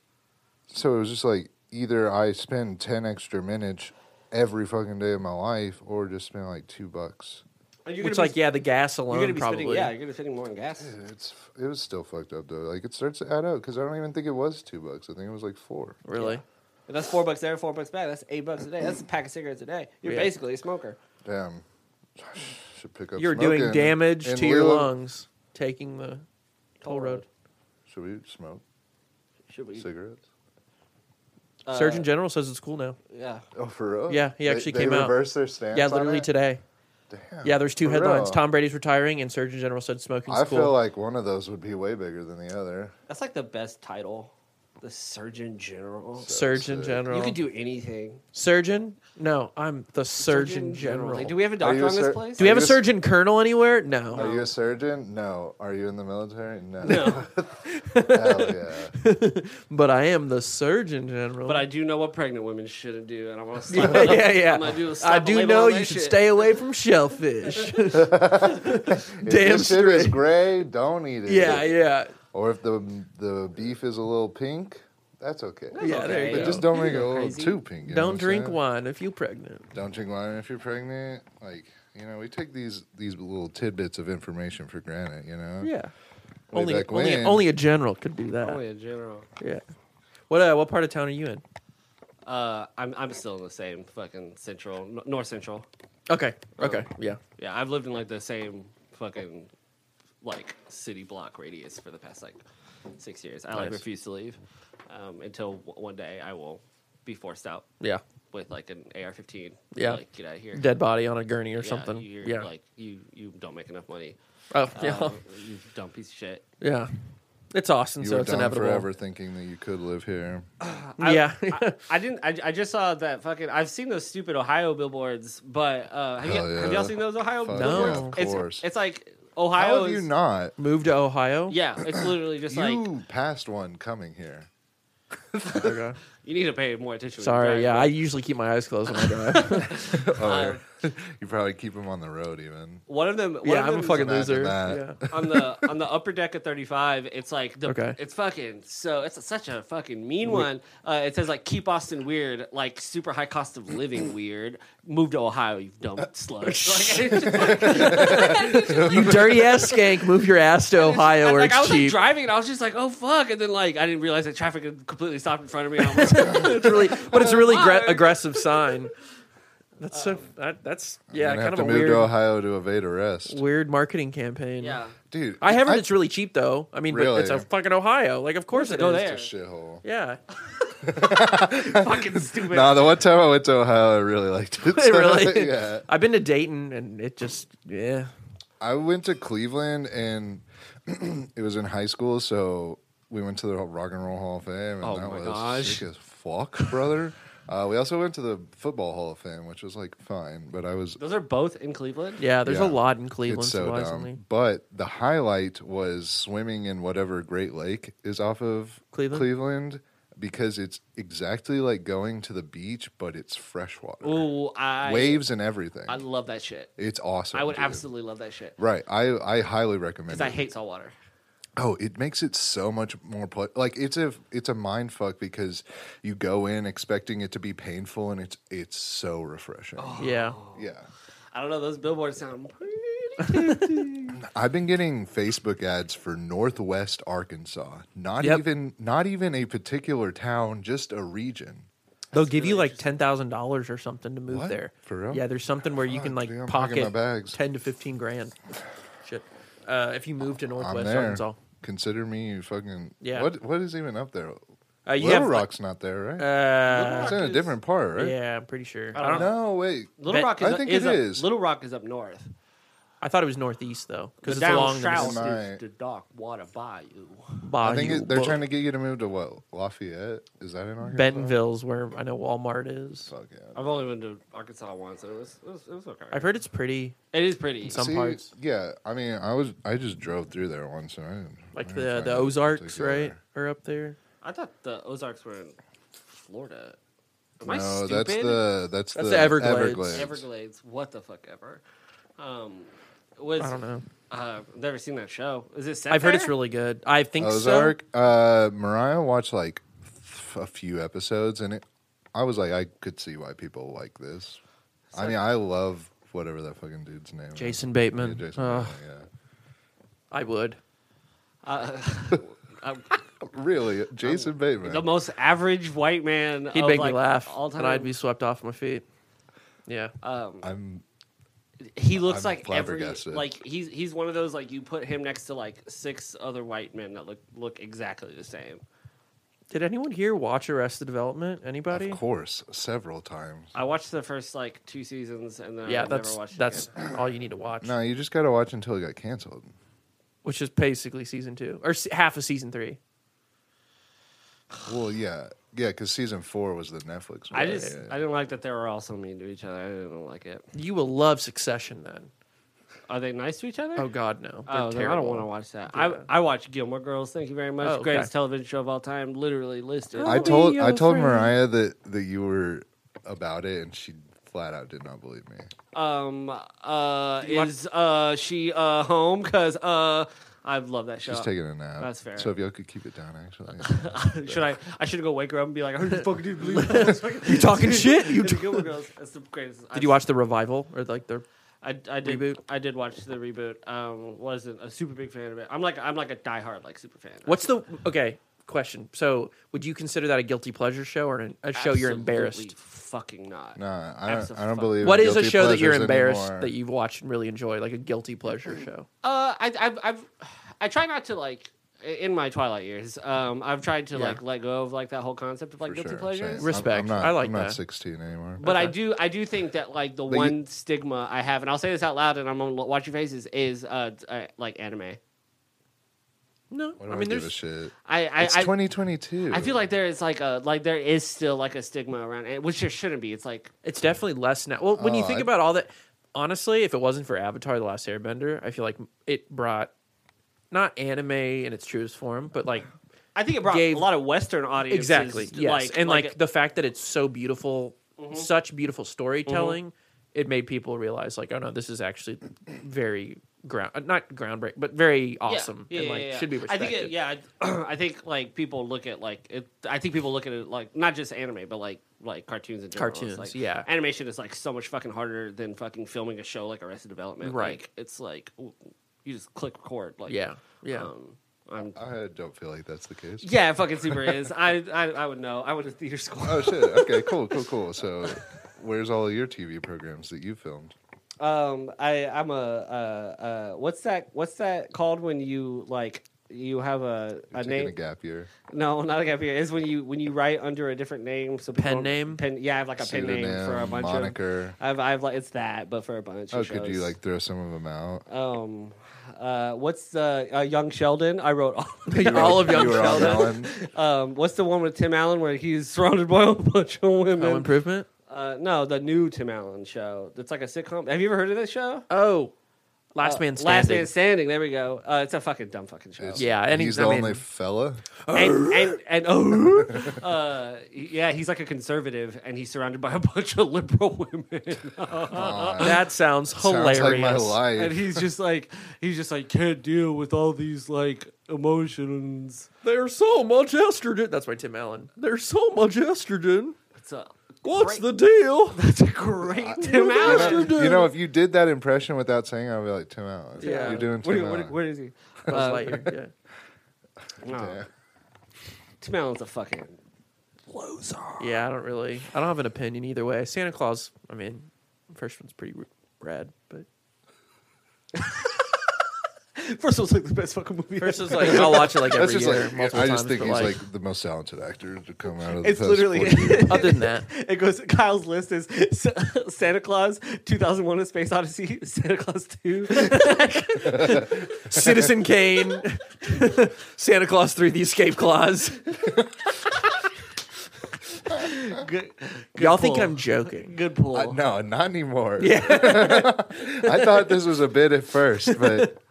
[SPEAKER 1] so it was just like either I spend ten extra minutes every fucking day of my life, or just spend like two bucks.
[SPEAKER 2] And You're
[SPEAKER 3] Which
[SPEAKER 2] gonna
[SPEAKER 3] like yeah, the gas
[SPEAKER 2] you're gonna
[SPEAKER 3] alone
[SPEAKER 2] be
[SPEAKER 3] probably.
[SPEAKER 2] spending, yeah, you're gonna be spending more on gas.
[SPEAKER 1] It's it was still fucked up though. Like it starts to add up because I don't even think it was two bucks. I think it was like four.
[SPEAKER 3] Really?
[SPEAKER 2] If that's four bucks there, four bucks back. That's eight bucks a day. That's a pack of cigarettes a day. You're
[SPEAKER 3] Yeah.
[SPEAKER 2] basically a smoker.
[SPEAKER 1] Damn, should pick up.
[SPEAKER 3] You're doing
[SPEAKER 1] smoking
[SPEAKER 3] damage
[SPEAKER 1] in
[SPEAKER 3] to your
[SPEAKER 1] lieu of-
[SPEAKER 3] lungs taking the toll road.
[SPEAKER 1] Should we smoke
[SPEAKER 2] Should we?
[SPEAKER 1] cigarettes?
[SPEAKER 2] uh,
[SPEAKER 3] Surgeon General says it's cool now.
[SPEAKER 2] Yeah.
[SPEAKER 1] Oh, for real?
[SPEAKER 3] Yeah, he
[SPEAKER 1] They-
[SPEAKER 3] actually
[SPEAKER 1] they
[SPEAKER 3] came out.
[SPEAKER 1] reversed their stance.
[SPEAKER 3] Yeah,
[SPEAKER 1] on
[SPEAKER 3] literally
[SPEAKER 1] it?
[SPEAKER 3] today.
[SPEAKER 1] Damn,
[SPEAKER 3] Yeah, there's two
[SPEAKER 1] for
[SPEAKER 3] headlines.
[SPEAKER 1] real?
[SPEAKER 3] Tom Brady's retiring, and Surgeon General said smoking's
[SPEAKER 1] I
[SPEAKER 3] cool.
[SPEAKER 1] feel like one of those would be way bigger than the other.
[SPEAKER 2] That's like the best title. The Surgeon General.
[SPEAKER 3] Surgeon
[SPEAKER 1] sick.
[SPEAKER 3] General.
[SPEAKER 2] You could do anything.
[SPEAKER 3] surgeon? No, I'm the Surgeon, General.
[SPEAKER 2] Like, do we have a
[SPEAKER 1] Are you
[SPEAKER 2] doctor
[SPEAKER 1] a
[SPEAKER 2] on this
[SPEAKER 1] sur-
[SPEAKER 2] place?
[SPEAKER 3] Do we have
[SPEAKER 1] Are
[SPEAKER 3] a
[SPEAKER 1] you a-
[SPEAKER 3] Surgeon Colonel anywhere? No.
[SPEAKER 1] Are you a surgeon? No. Are you in the military? No.
[SPEAKER 2] No,
[SPEAKER 1] Hell yeah.
[SPEAKER 3] But I am the Surgeon General.
[SPEAKER 2] but I do know what pregnant women shouldn't do, and I want to slap
[SPEAKER 3] yeah, yeah,
[SPEAKER 2] I'm gonna do a
[SPEAKER 3] yeah. I
[SPEAKER 2] slap a
[SPEAKER 3] do
[SPEAKER 2] label
[SPEAKER 3] know
[SPEAKER 2] on
[SPEAKER 3] you
[SPEAKER 2] that
[SPEAKER 3] should
[SPEAKER 2] shit.
[SPEAKER 3] stay away from shellfish.
[SPEAKER 1] If
[SPEAKER 3] Damn
[SPEAKER 1] this shit is
[SPEAKER 3] straight.
[SPEAKER 1] gray, don't eat it.
[SPEAKER 3] yeah, yeah,
[SPEAKER 1] Or if the the beef is a little pink, that's okay.
[SPEAKER 3] yeah. There
[SPEAKER 2] okay.
[SPEAKER 1] But
[SPEAKER 3] you
[SPEAKER 1] just
[SPEAKER 3] go.
[SPEAKER 1] don't make it a
[SPEAKER 2] You're
[SPEAKER 1] little
[SPEAKER 2] crazy.
[SPEAKER 1] too pink. you know what
[SPEAKER 3] Don't
[SPEAKER 1] I'm
[SPEAKER 3] drink
[SPEAKER 1] saying?
[SPEAKER 3] wine if you're pregnant.
[SPEAKER 1] Don't drink wine if you're pregnant. Like you know, we take these these little tidbits of information for granted. You know.
[SPEAKER 3] Yeah.
[SPEAKER 1] Way
[SPEAKER 3] Only,
[SPEAKER 1] back
[SPEAKER 3] only,
[SPEAKER 1] when.
[SPEAKER 3] only a general could do that.
[SPEAKER 2] only a general.
[SPEAKER 3] Yeah. What uh, what part of town are you in?
[SPEAKER 2] Uh, I'm I'm still in the same fucking central, n- north central.
[SPEAKER 3] Okay. Okay. Yeah.
[SPEAKER 2] Yeah, I've lived in like the same fucking like city block radius for the past like six years. I like
[SPEAKER 3] Nice.
[SPEAKER 2] refuse to leave um, until w- one day I will be forced out
[SPEAKER 3] Yeah.
[SPEAKER 2] with like an AR-15.
[SPEAKER 3] Yeah.
[SPEAKER 2] like get out of here.
[SPEAKER 3] Dead body on a gurney
[SPEAKER 2] Yeah,
[SPEAKER 3] or something.
[SPEAKER 2] You're,
[SPEAKER 3] yeah.
[SPEAKER 2] like you you don't make enough money.
[SPEAKER 3] oh, yeah.
[SPEAKER 2] Um, you dumb piece of shit.
[SPEAKER 3] yeah. It's Austin,
[SPEAKER 1] You
[SPEAKER 3] so
[SPEAKER 1] were
[SPEAKER 3] it's
[SPEAKER 1] dumb
[SPEAKER 3] inevitable.
[SPEAKER 1] forever thinking that you could live here.
[SPEAKER 3] yeah.
[SPEAKER 2] I, I didn't. I, I just saw that fucking. I've seen those stupid Ohio billboards, but uh, have,
[SPEAKER 1] Hell
[SPEAKER 2] you,
[SPEAKER 1] yeah.
[SPEAKER 2] have y'all seen those Ohio?
[SPEAKER 1] Fuck
[SPEAKER 2] billboards?
[SPEAKER 1] yeah,
[SPEAKER 3] No.
[SPEAKER 1] of
[SPEAKER 2] It's-
[SPEAKER 1] course.
[SPEAKER 2] It's, like Ohio.
[SPEAKER 1] How have you
[SPEAKER 2] is-
[SPEAKER 1] not?
[SPEAKER 3] Move to Ohio.
[SPEAKER 2] Yeah, it's literally just like
[SPEAKER 1] you passed one coming here.
[SPEAKER 3] Okay.
[SPEAKER 2] you need to pay more attention. when you
[SPEAKER 3] Sorry.
[SPEAKER 2] drive,
[SPEAKER 3] Yeah.
[SPEAKER 2] but-
[SPEAKER 3] I usually keep my eyes closed when I drive.
[SPEAKER 1] Oh, you probably keep them on the road even.
[SPEAKER 2] one of them. One
[SPEAKER 3] yeah.
[SPEAKER 2] of
[SPEAKER 3] I'm
[SPEAKER 2] them
[SPEAKER 3] a
[SPEAKER 2] is
[SPEAKER 3] fucking
[SPEAKER 1] imagine
[SPEAKER 3] loser.
[SPEAKER 1] that.
[SPEAKER 3] Yeah.
[SPEAKER 2] on the on the upper deck of 35. It's like the
[SPEAKER 3] Okay.
[SPEAKER 2] it's fucking so it's such a fucking mean one. Uh, it says like keep Austin weird, like super high cost of living weird. Move to Ohio, you dumb
[SPEAKER 1] Uh,
[SPEAKER 2] slut. Like, it's just-
[SPEAKER 3] you dirty ass skank. Move your ass to Ohio
[SPEAKER 2] I-
[SPEAKER 3] where
[SPEAKER 2] like, I was
[SPEAKER 3] it's
[SPEAKER 2] like
[SPEAKER 3] cheap.
[SPEAKER 2] driving and I was just like, oh fuck, and then like I didn't realize that traffic had completely stopped in front of me. And I was like,
[SPEAKER 3] it's really, but it's a really
[SPEAKER 2] Why?
[SPEAKER 3] gra- aggressive sign. That's so. That, that's
[SPEAKER 1] I'm
[SPEAKER 3] yeah.
[SPEAKER 1] gonna
[SPEAKER 3] Kind
[SPEAKER 1] have
[SPEAKER 3] of
[SPEAKER 1] to
[SPEAKER 3] a
[SPEAKER 1] move
[SPEAKER 3] weird,
[SPEAKER 1] to Ohio to evade arrest,
[SPEAKER 3] weird marketing campaign.
[SPEAKER 2] yeah,
[SPEAKER 1] dude.
[SPEAKER 3] I have heard it's really cheap though. I mean, but it's a
[SPEAKER 1] Really?
[SPEAKER 3] fucking Ohio. Like, of course it
[SPEAKER 2] go
[SPEAKER 3] is.
[SPEAKER 2] there.
[SPEAKER 1] shithole.
[SPEAKER 3] Yeah,
[SPEAKER 2] fucking stupid.
[SPEAKER 1] Nah, the one time I went to Ohio, I really liked it. So,
[SPEAKER 3] really.
[SPEAKER 1] yeah.
[SPEAKER 3] I've been to Dayton, and it just yeah.
[SPEAKER 1] I went to Cleveland, and it was in high school, so we went to the Rock and Roll Hall of Fame, and
[SPEAKER 2] Oh
[SPEAKER 1] that
[SPEAKER 2] my
[SPEAKER 1] was
[SPEAKER 2] gosh.
[SPEAKER 1] sick as fuck, brother. Uh, we also went to the Football Hall of Fame, which was like fine, but I was
[SPEAKER 2] Those are both in Cleveland.
[SPEAKER 3] Yeah, there's
[SPEAKER 1] Yeah.
[SPEAKER 3] a lot in Cleveland
[SPEAKER 1] it's so
[SPEAKER 3] surprisingly.
[SPEAKER 1] dumb. But the highlight was swimming in whatever Great Lake is off of
[SPEAKER 3] Cleveland?
[SPEAKER 1] Cleveland because it's exactly like going to the beach, but it's freshwater,
[SPEAKER 2] Ooh, I
[SPEAKER 1] waves and everything.
[SPEAKER 2] I love that shit.
[SPEAKER 1] it's awesome.
[SPEAKER 2] I would
[SPEAKER 1] dude.
[SPEAKER 2] absolutely love that shit
[SPEAKER 1] right. I I highly recommend.
[SPEAKER 2] because I
[SPEAKER 1] it.
[SPEAKER 2] hate saltwater.
[SPEAKER 1] Oh, it makes it so much more ple- like it's a it's a mind fuck because you go in expecting it to be painful and it's it's so refreshing.
[SPEAKER 2] Oh.
[SPEAKER 3] Yeah.
[SPEAKER 1] Yeah.
[SPEAKER 2] I don't know. Those billboards sound pretty.
[SPEAKER 1] I've been getting Facebook ads for Northwest Arkansas. Not
[SPEAKER 3] Yep.
[SPEAKER 1] even not even a particular town, just a region.
[SPEAKER 3] They'll give you like ten thousand dollars or something to move
[SPEAKER 1] What?
[SPEAKER 3] there.
[SPEAKER 1] For real?
[SPEAKER 3] Yeah, there's something where you can
[SPEAKER 1] Fuck,
[SPEAKER 3] like
[SPEAKER 1] dude, I'm packing my
[SPEAKER 3] pocket
[SPEAKER 1] bags.
[SPEAKER 3] ten to fifteen grand. Shit. Uh, if you move to
[SPEAKER 1] I'm
[SPEAKER 3] Northwest
[SPEAKER 1] there.
[SPEAKER 3] Arkansas,
[SPEAKER 1] Consider me fucking
[SPEAKER 3] Yeah.
[SPEAKER 1] What what is even up there?
[SPEAKER 3] uh, you
[SPEAKER 1] Little
[SPEAKER 3] have,
[SPEAKER 1] Rock's not there, right?
[SPEAKER 3] Uh,
[SPEAKER 1] it's in a different part, right?
[SPEAKER 3] yeah, I'm pretty sure.
[SPEAKER 2] I
[SPEAKER 3] I,
[SPEAKER 2] don't
[SPEAKER 3] don't.
[SPEAKER 1] No, wait.
[SPEAKER 2] Little
[SPEAKER 3] Bet-
[SPEAKER 2] Rock is
[SPEAKER 1] I
[SPEAKER 2] up-
[SPEAKER 1] think
[SPEAKER 2] is
[SPEAKER 1] it
[SPEAKER 2] up-
[SPEAKER 1] is.
[SPEAKER 2] Little Rock is up north.
[SPEAKER 3] I thought it was northeast though, because it's
[SPEAKER 2] down
[SPEAKER 3] along the
[SPEAKER 2] south
[SPEAKER 1] Am I-
[SPEAKER 2] is the dark water bayou.
[SPEAKER 3] Bayou.
[SPEAKER 1] I think it, they're trying to get you to move to what? Lafayette? Is that in Arkansas?
[SPEAKER 3] Bentonville's where I know Walmart is.
[SPEAKER 1] Fuck yeah.
[SPEAKER 2] I've only been to Arkansas once, and it was it was, it was okay.
[SPEAKER 3] I've heard it's pretty,
[SPEAKER 2] It is pretty.
[SPEAKER 3] Some parts.
[SPEAKER 1] Yeah, I mean, I was I just drove through there once, and I didn't, I
[SPEAKER 3] like
[SPEAKER 1] didn't
[SPEAKER 3] the
[SPEAKER 1] find
[SPEAKER 3] the
[SPEAKER 1] it
[SPEAKER 3] Ozarks, right,
[SPEAKER 1] particular.
[SPEAKER 3] are up there.
[SPEAKER 2] I thought the Ozarks were in Florida. Am I
[SPEAKER 1] No,
[SPEAKER 2] stupid?
[SPEAKER 1] that's the that's,
[SPEAKER 3] That's
[SPEAKER 1] the
[SPEAKER 3] the Everglades.
[SPEAKER 2] Everglades. What the fuck ever? Um, was
[SPEAKER 3] I don't know.
[SPEAKER 2] Uh, never seen that show. Is it? Set
[SPEAKER 3] I've heard
[SPEAKER 2] there?
[SPEAKER 3] it's really good. I think
[SPEAKER 1] Ozark. Uh, Mariah watched like f- a few episodes, and it, I was like, I could see why people like this. I mean, I love whatever that fucking dude's name.
[SPEAKER 3] so. Jason
[SPEAKER 1] is.
[SPEAKER 3] Bateman.
[SPEAKER 1] Yeah, Jason.
[SPEAKER 3] Ugh,
[SPEAKER 1] Bateman,
[SPEAKER 3] I would.
[SPEAKER 1] yeah. Really,
[SPEAKER 3] Oh.
[SPEAKER 1] Jason Bateman.
[SPEAKER 2] the most average white man.
[SPEAKER 3] He'd
[SPEAKER 2] of,
[SPEAKER 3] make
[SPEAKER 2] like,
[SPEAKER 3] me laugh,
[SPEAKER 2] all time.
[SPEAKER 3] and I'd be swept off my feet. Yeah,
[SPEAKER 2] Um,
[SPEAKER 1] I'm
[SPEAKER 2] he looks
[SPEAKER 1] I'm
[SPEAKER 2] like every
[SPEAKER 1] flabbergasted.
[SPEAKER 2] like he's he's one of those like you put him next to like six other white men that look look exactly the same.
[SPEAKER 3] Did anyone here watch Arrested Development? Anybody?
[SPEAKER 1] of course several times.
[SPEAKER 2] I watched the first like two seasons and then
[SPEAKER 3] Yeah,
[SPEAKER 2] I
[SPEAKER 3] that's
[SPEAKER 2] never watched
[SPEAKER 3] that's
[SPEAKER 2] it
[SPEAKER 3] all you need to watch,
[SPEAKER 1] No, you just gotta watch until it got canceled.
[SPEAKER 3] which is basically season two or se- half of season three.
[SPEAKER 1] Well, yeah, yeah, because season four was the Netflix.
[SPEAKER 2] again. I
[SPEAKER 1] one.
[SPEAKER 2] just
[SPEAKER 1] Yeah.
[SPEAKER 2] I didn't like that they were all so mean to each other. I didn't like it.
[SPEAKER 3] You will love Succession then.
[SPEAKER 2] Are they nice to each other?
[SPEAKER 3] Oh God, no! They're
[SPEAKER 2] Oh, then I don't
[SPEAKER 3] terrible.
[SPEAKER 2] want to watch that.
[SPEAKER 3] Yeah.
[SPEAKER 2] I I watch Gilmore Girls. Thank you very much.
[SPEAKER 3] Oh, okay.
[SPEAKER 2] Greatest television show of all time, literally listed.
[SPEAKER 1] I
[SPEAKER 3] I'll be
[SPEAKER 1] told
[SPEAKER 3] your
[SPEAKER 1] I told
[SPEAKER 3] friend.
[SPEAKER 1] Mariah that that you were about it, and she flat out did not believe me.
[SPEAKER 2] Um, uh,
[SPEAKER 3] you want-
[SPEAKER 2] is uh she uh home? Cause uh, I love that show.
[SPEAKER 1] She's taking a nap.
[SPEAKER 2] That's fair.
[SPEAKER 1] So if y'all could keep it down, actually.
[SPEAKER 2] should I? I should go wake her up and be like, I heard you fucking dude believe
[SPEAKER 3] You talking shit? You
[SPEAKER 2] The
[SPEAKER 3] t-
[SPEAKER 2] Gilmore Girls. That's the greatest.
[SPEAKER 3] did you watch the revival or like the?
[SPEAKER 2] I, I did.
[SPEAKER 3] reboot?
[SPEAKER 2] I did watch the reboot. Um, wasn't a super big fan of it. I'm like I'm like a diehard like super fan.
[SPEAKER 3] What's the okay question? So would you consider that a guilty pleasure show or an, a show you're
[SPEAKER 2] Absolutely
[SPEAKER 3] embarrassed?
[SPEAKER 2] Fucking not.
[SPEAKER 1] Nah, I don't. I don't
[SPEAKER 2] Abso-fucking-
[SPEAKER 1] believe. in
[SPEAKER 3] What is a
[SPEAKER 1] guilty
[SPEAKER 3] show that you're
[SPEAKER 1] pleasures
[SPEAKER 3] embarrassed
[SPEAKER 1] anymore.
[SPEAKER 3] that you've watched and really enjoy, like a guilty pleasure show?
[SPEAKER 2] Uh, I, I've, I've, I try not to like in my twilight years. Um, I've tried to
[SPEAKER 3] Yeah.
[SPEAKER 2] like let go of like that whole concept of like
[SPEAKER 1] For
[SPEAKER 2] guilty
[SPEAKER 1] sure,
[SPEAKER 2] pleasures.
[SPEAKER 1] same.
[SPEAKER 3] Respect.
[SPEAKER 1] I'm, I'm not,
[SPEAKER 3] I like
[SPEAKER 1] I'm not
[SPEAKER 3] that.
[SPEAKER 1] 16 anymore.
[SPEAKER 2] But I
[SPEAKER 3] Okay.
[SPEAKER 2] do, I do think that like the
[SPEAKER 1] But you-
[SPEAKER 2] one stigma I have, and I'll say this out loud, and I'm gonna lo- watch your faces, is uh, d- uh like anime.
[SPEAKER 3] No,
[SPEAKER 1] Why do
[SPEAKER 3] I mean
[SPEAKER 1] give a
[SPEAKER 3] there's
[SPEAKER 1] shit.
[SPEAKER 2] I, I,
[SPEAKER 1] It's
[SPEAKER 2] I,
[SPEAKER 1] 2022.
[SPEAKER 2] I feel like there is like a like there is still like a stigma around it, which there shouldn't be. It's like
[SPEAKER 3] It's definitely less now. Well, when you
[SPEAKER 1] Oh,
[SPEAKER 3] think
[SPEAKER 1] I-
[SPEAKER 3] about all that, honestly, if it wasn't for Avatar: The Last Airbender, I feel like it brought not anime in its truest form, but like
[SPEAKER 2] I think it brought
[SPEAKER 3] Gave-
[SPEAKER 2] a lot of Western audiences.
[SPEAKER 3] exactly yes,
[SPEAKER 2] like, Mm-hmm.
[SPEAKER 3] and like, the fact that it's so beautiful, such beautiful storytelling, it made people realize like, oh no, this is actually very ground uh, not groundbreaking, but very
[SPEAKER 2] Yeah,
[SPEAKER 3] awesome
[SPEAKER 2] yeah,
[SPEAKER 3] and
[SPEAKER 2] yeah,
[SPEAKER 3] like
[SPEAKER 2] yeah.
[SPEAKER 3] should be respected.
[SPEAKER 2] I think it, yeah, I, I think like people look at like it, I think people look at it like not just anime, but like like cartoons and
[SPEAKER 3] Cartoons,
[SPEAKER 2] Like,
[SPEAKER 3] yeah.
[SPEAKER 2] animation is like so much fucking harder than fucking filming a show like Arrested Development.
[SPEAKER 3] Right.
[SPEAKER 2] like, it's like w- you just click record. Like
[SPEAKER 3] Yeah, yeah.
[SPEAKER 2] um, I'm,
[SPEAKER 1] I don't feel like that's the case.
[SPEAKER 2] yeah, it fucking super is. I, I I would know. I went to theater school.
[SPEAKER 1] Oh shit. Okay. Cool. Cool. Cool. So, where's all of your TV programs that you filmed?
[SPEAKER 2] Um, I I'm a uh, uh, what's that? What's that called when you like you have a,
[SPEAKER 1] You're
[SPEAKER 2] a
[SPEAKER 1] taking
[SPEAKER 2] name.
[SPEAKER 1] a gap year.
[SPEAKER 2] No, not a gap year. It's when you when you write under a different name. So people
[SPEAKER 3] Pen
[SPEAKER 2] don't-
[SPEAKER 3] name?
[SPEAKER 2] Pen. Yeah, I have like a pen name for a
[SPEAKER 1] Pseudonym,
[SPEAKER 2] bunch of.
[SPEAKER 1] moniker.
[SPEAKER 2] I've I've like it's that, but for a bunch.
[SPEAKER 1] Oh,
[SPEAKER 2] of
[SPEAKER 1] could you
[SPEAKER 2] shows.
[SPEAKER 1] like throw some of them out?
[SPEAKER 2] Um, uh, what's the uh, Young Sheldon? I wrote all. Of
[SPEAKER 1] You
[SPEAKER 2] the,
[SPEAKER 1] were-
[SPEAKER 3] Uh, All of Young
[SPEAKER 1] you were on
[SPEAKER 3] Sheldon.
[SPEAKER 1] that one?
[SPEAKER 2] um, what's the one with Tim Allen where he's surrounded by a bunch of
[SPEAKER 3] Home
[SPEAKER 2] women?
[SPEAKER 3] Improvement.
[SPEAKER 2] Uh, no, the new Tim Allen show. It's like a sitcom. Have you ever heard of this show?
[SPEAKER 3] Oh, Last
[SPEAKER 2] Uh,
[SPEAKER 3] Man Standing.
[SPEAKER 2] Last Man Standing. There we go. Uh, it's a fucking dumb fucking show.
[SPEAKER 1] It's-
[SPEAKER 3] Yeah, and
[SPEAKER 1] he's
[SPEAKER 3] he's-
[SPEAKER 1] the
[SPEAKER 3] I
[SPEAKER 1] only
[SPEAKER 3] mean-
[SPEAKER 1] fella.
[SPEAKER 2] and and, and oh, uh, yeah, he's like a conservative, and he's surrounded by a bunch of liberal women,
[SPEAKER 3] that sounds Uh, hilarious.
[SPEAKER 1] Sounds like my
[SPEAKER 2] and
[SPEAKER 1] life.
[SPEAKER 2] he's just like he's just like can't deal with all these like emotions.
[SPEAKER 3] There's so much estrogen. That's my Tim Allen. There's so much estrogen.
[SPEAKER 2] It's a
[SPEAKER 3] What's the deal?
[SPEAKER 2] it's a great Tim
[SPEAKER 1] You
[SPEAKER 2] Allen.
[SPEAKER 1] know,
[SPEAKER 3] Ashton
[SPEAKER 1] you know, if you did that impression without saying, it, I'd be like Tim Allen.
[SPEAKER 3] Yeah.
[SPEAKER 1] you're doing
[SPEAKER 2] What, do
[SPEAKER 1] Tim
[SPEAKER 2] you- what,
[SPEAKER 1] Allen.
[SPEAKER 2] do- what is he?
[SPEAKER 3] Buzz
[SPEAKER 2] Uh,
[SPEAKER 3] Lightyear, yeah.
[SPEAKER 2] no.
[SPEAKER 1] Damn.
[SPEAKER 2] Tim Allen's a fucking.
[SPEAKER 3] Yeah, I don't really. I don't have an opinion either way. Santa Claus. I mean, first one's pretty r- rad, but
[SPEAKER 2] First one's like the best fucking movie.
[SPEAKER 3] first
[SPEAKER 2] ever.
[SPEAKER 3] is like I'll watch it like every
[SPEAKER 1] That's just
[SPEAKER 3] year.
[SPEAKER 1] like
[SPEAKER 3] multiple
[SPEAKER 1] I just
[SPEAKER 3] times,
[SPEAKER 1] think
[SPEAKER 3] but,
[SPEAKER 1] he's like the most talented actor to come out of the
[SPEAKER 2] It's
[SPEAKER 1] past
[SPEAKER 2] literally
[SPEAKER 1] 40 years.
[SPEAKER 3] Other than that,
[SPEAKER 2] It goes. Kyle's list is S- Santa Claus, 2001: A Space Odyssey, Santa Claus 2,
[SPEAKER 3] Citizen Kane, Santa Claus Three: The Escape Clause.
[SPEAKER 2] Good-
[SPEAKER 3] Y'all
[SPEAKER 2] good
[SPEAKER 3] think
[SPEAKER 2] pull.
[SPEAKER 3] I'm joking?
[SPEAKER 2] Good pull.
[SPEAKER 1] Uh, no, not anymore.
[SPEAKER 3] Yeah.
[SPEAKER 1] I thought this was a bit at first, but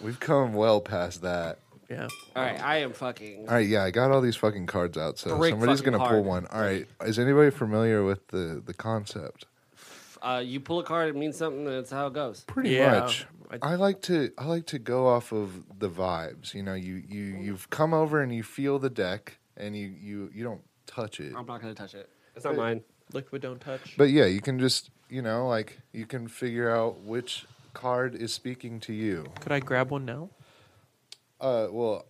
[SPEAKER 1] we've come well past that.
[SPEAKER 3] Yeah.
[SPEAKER 2] All right, I am fucking.
[SPEAKER 1] All right, yeah, I got all these fucking cards out, so
[SPEAKER 2] Break
[SPEAKER 1] somebody's
[SPEAKER 2] fucking
[SPEAKER 1] gonna pull
[SPEAKER 2] card.
[SPEAKER 1] one. All right, is anybody familiar with the the concept?
[SPEAKER 2] Uh, you pull a card, it means something. That's how it goes.
[SPEAKER 1] Pretty
[SPEAKER 3] Yeah,
[SPEAKER 1] much.
[SPEAKER 3] I-
[SPEAKER 1] I like to I like to go off of the vibes. You know, you you you've come over and you feel the deck, and you you you don't touch it.
[SPEAKER 2] I'm not gonna touch it. It's not mine.
[SPEAKER 3] Liquid don't touch.
[SPEAKER 1] But yeah, you can just you know like you can figure out which card is speaking to you.
[SPEAKER 3] Could I grab one now?
[SPEAKER 1] Uh, well,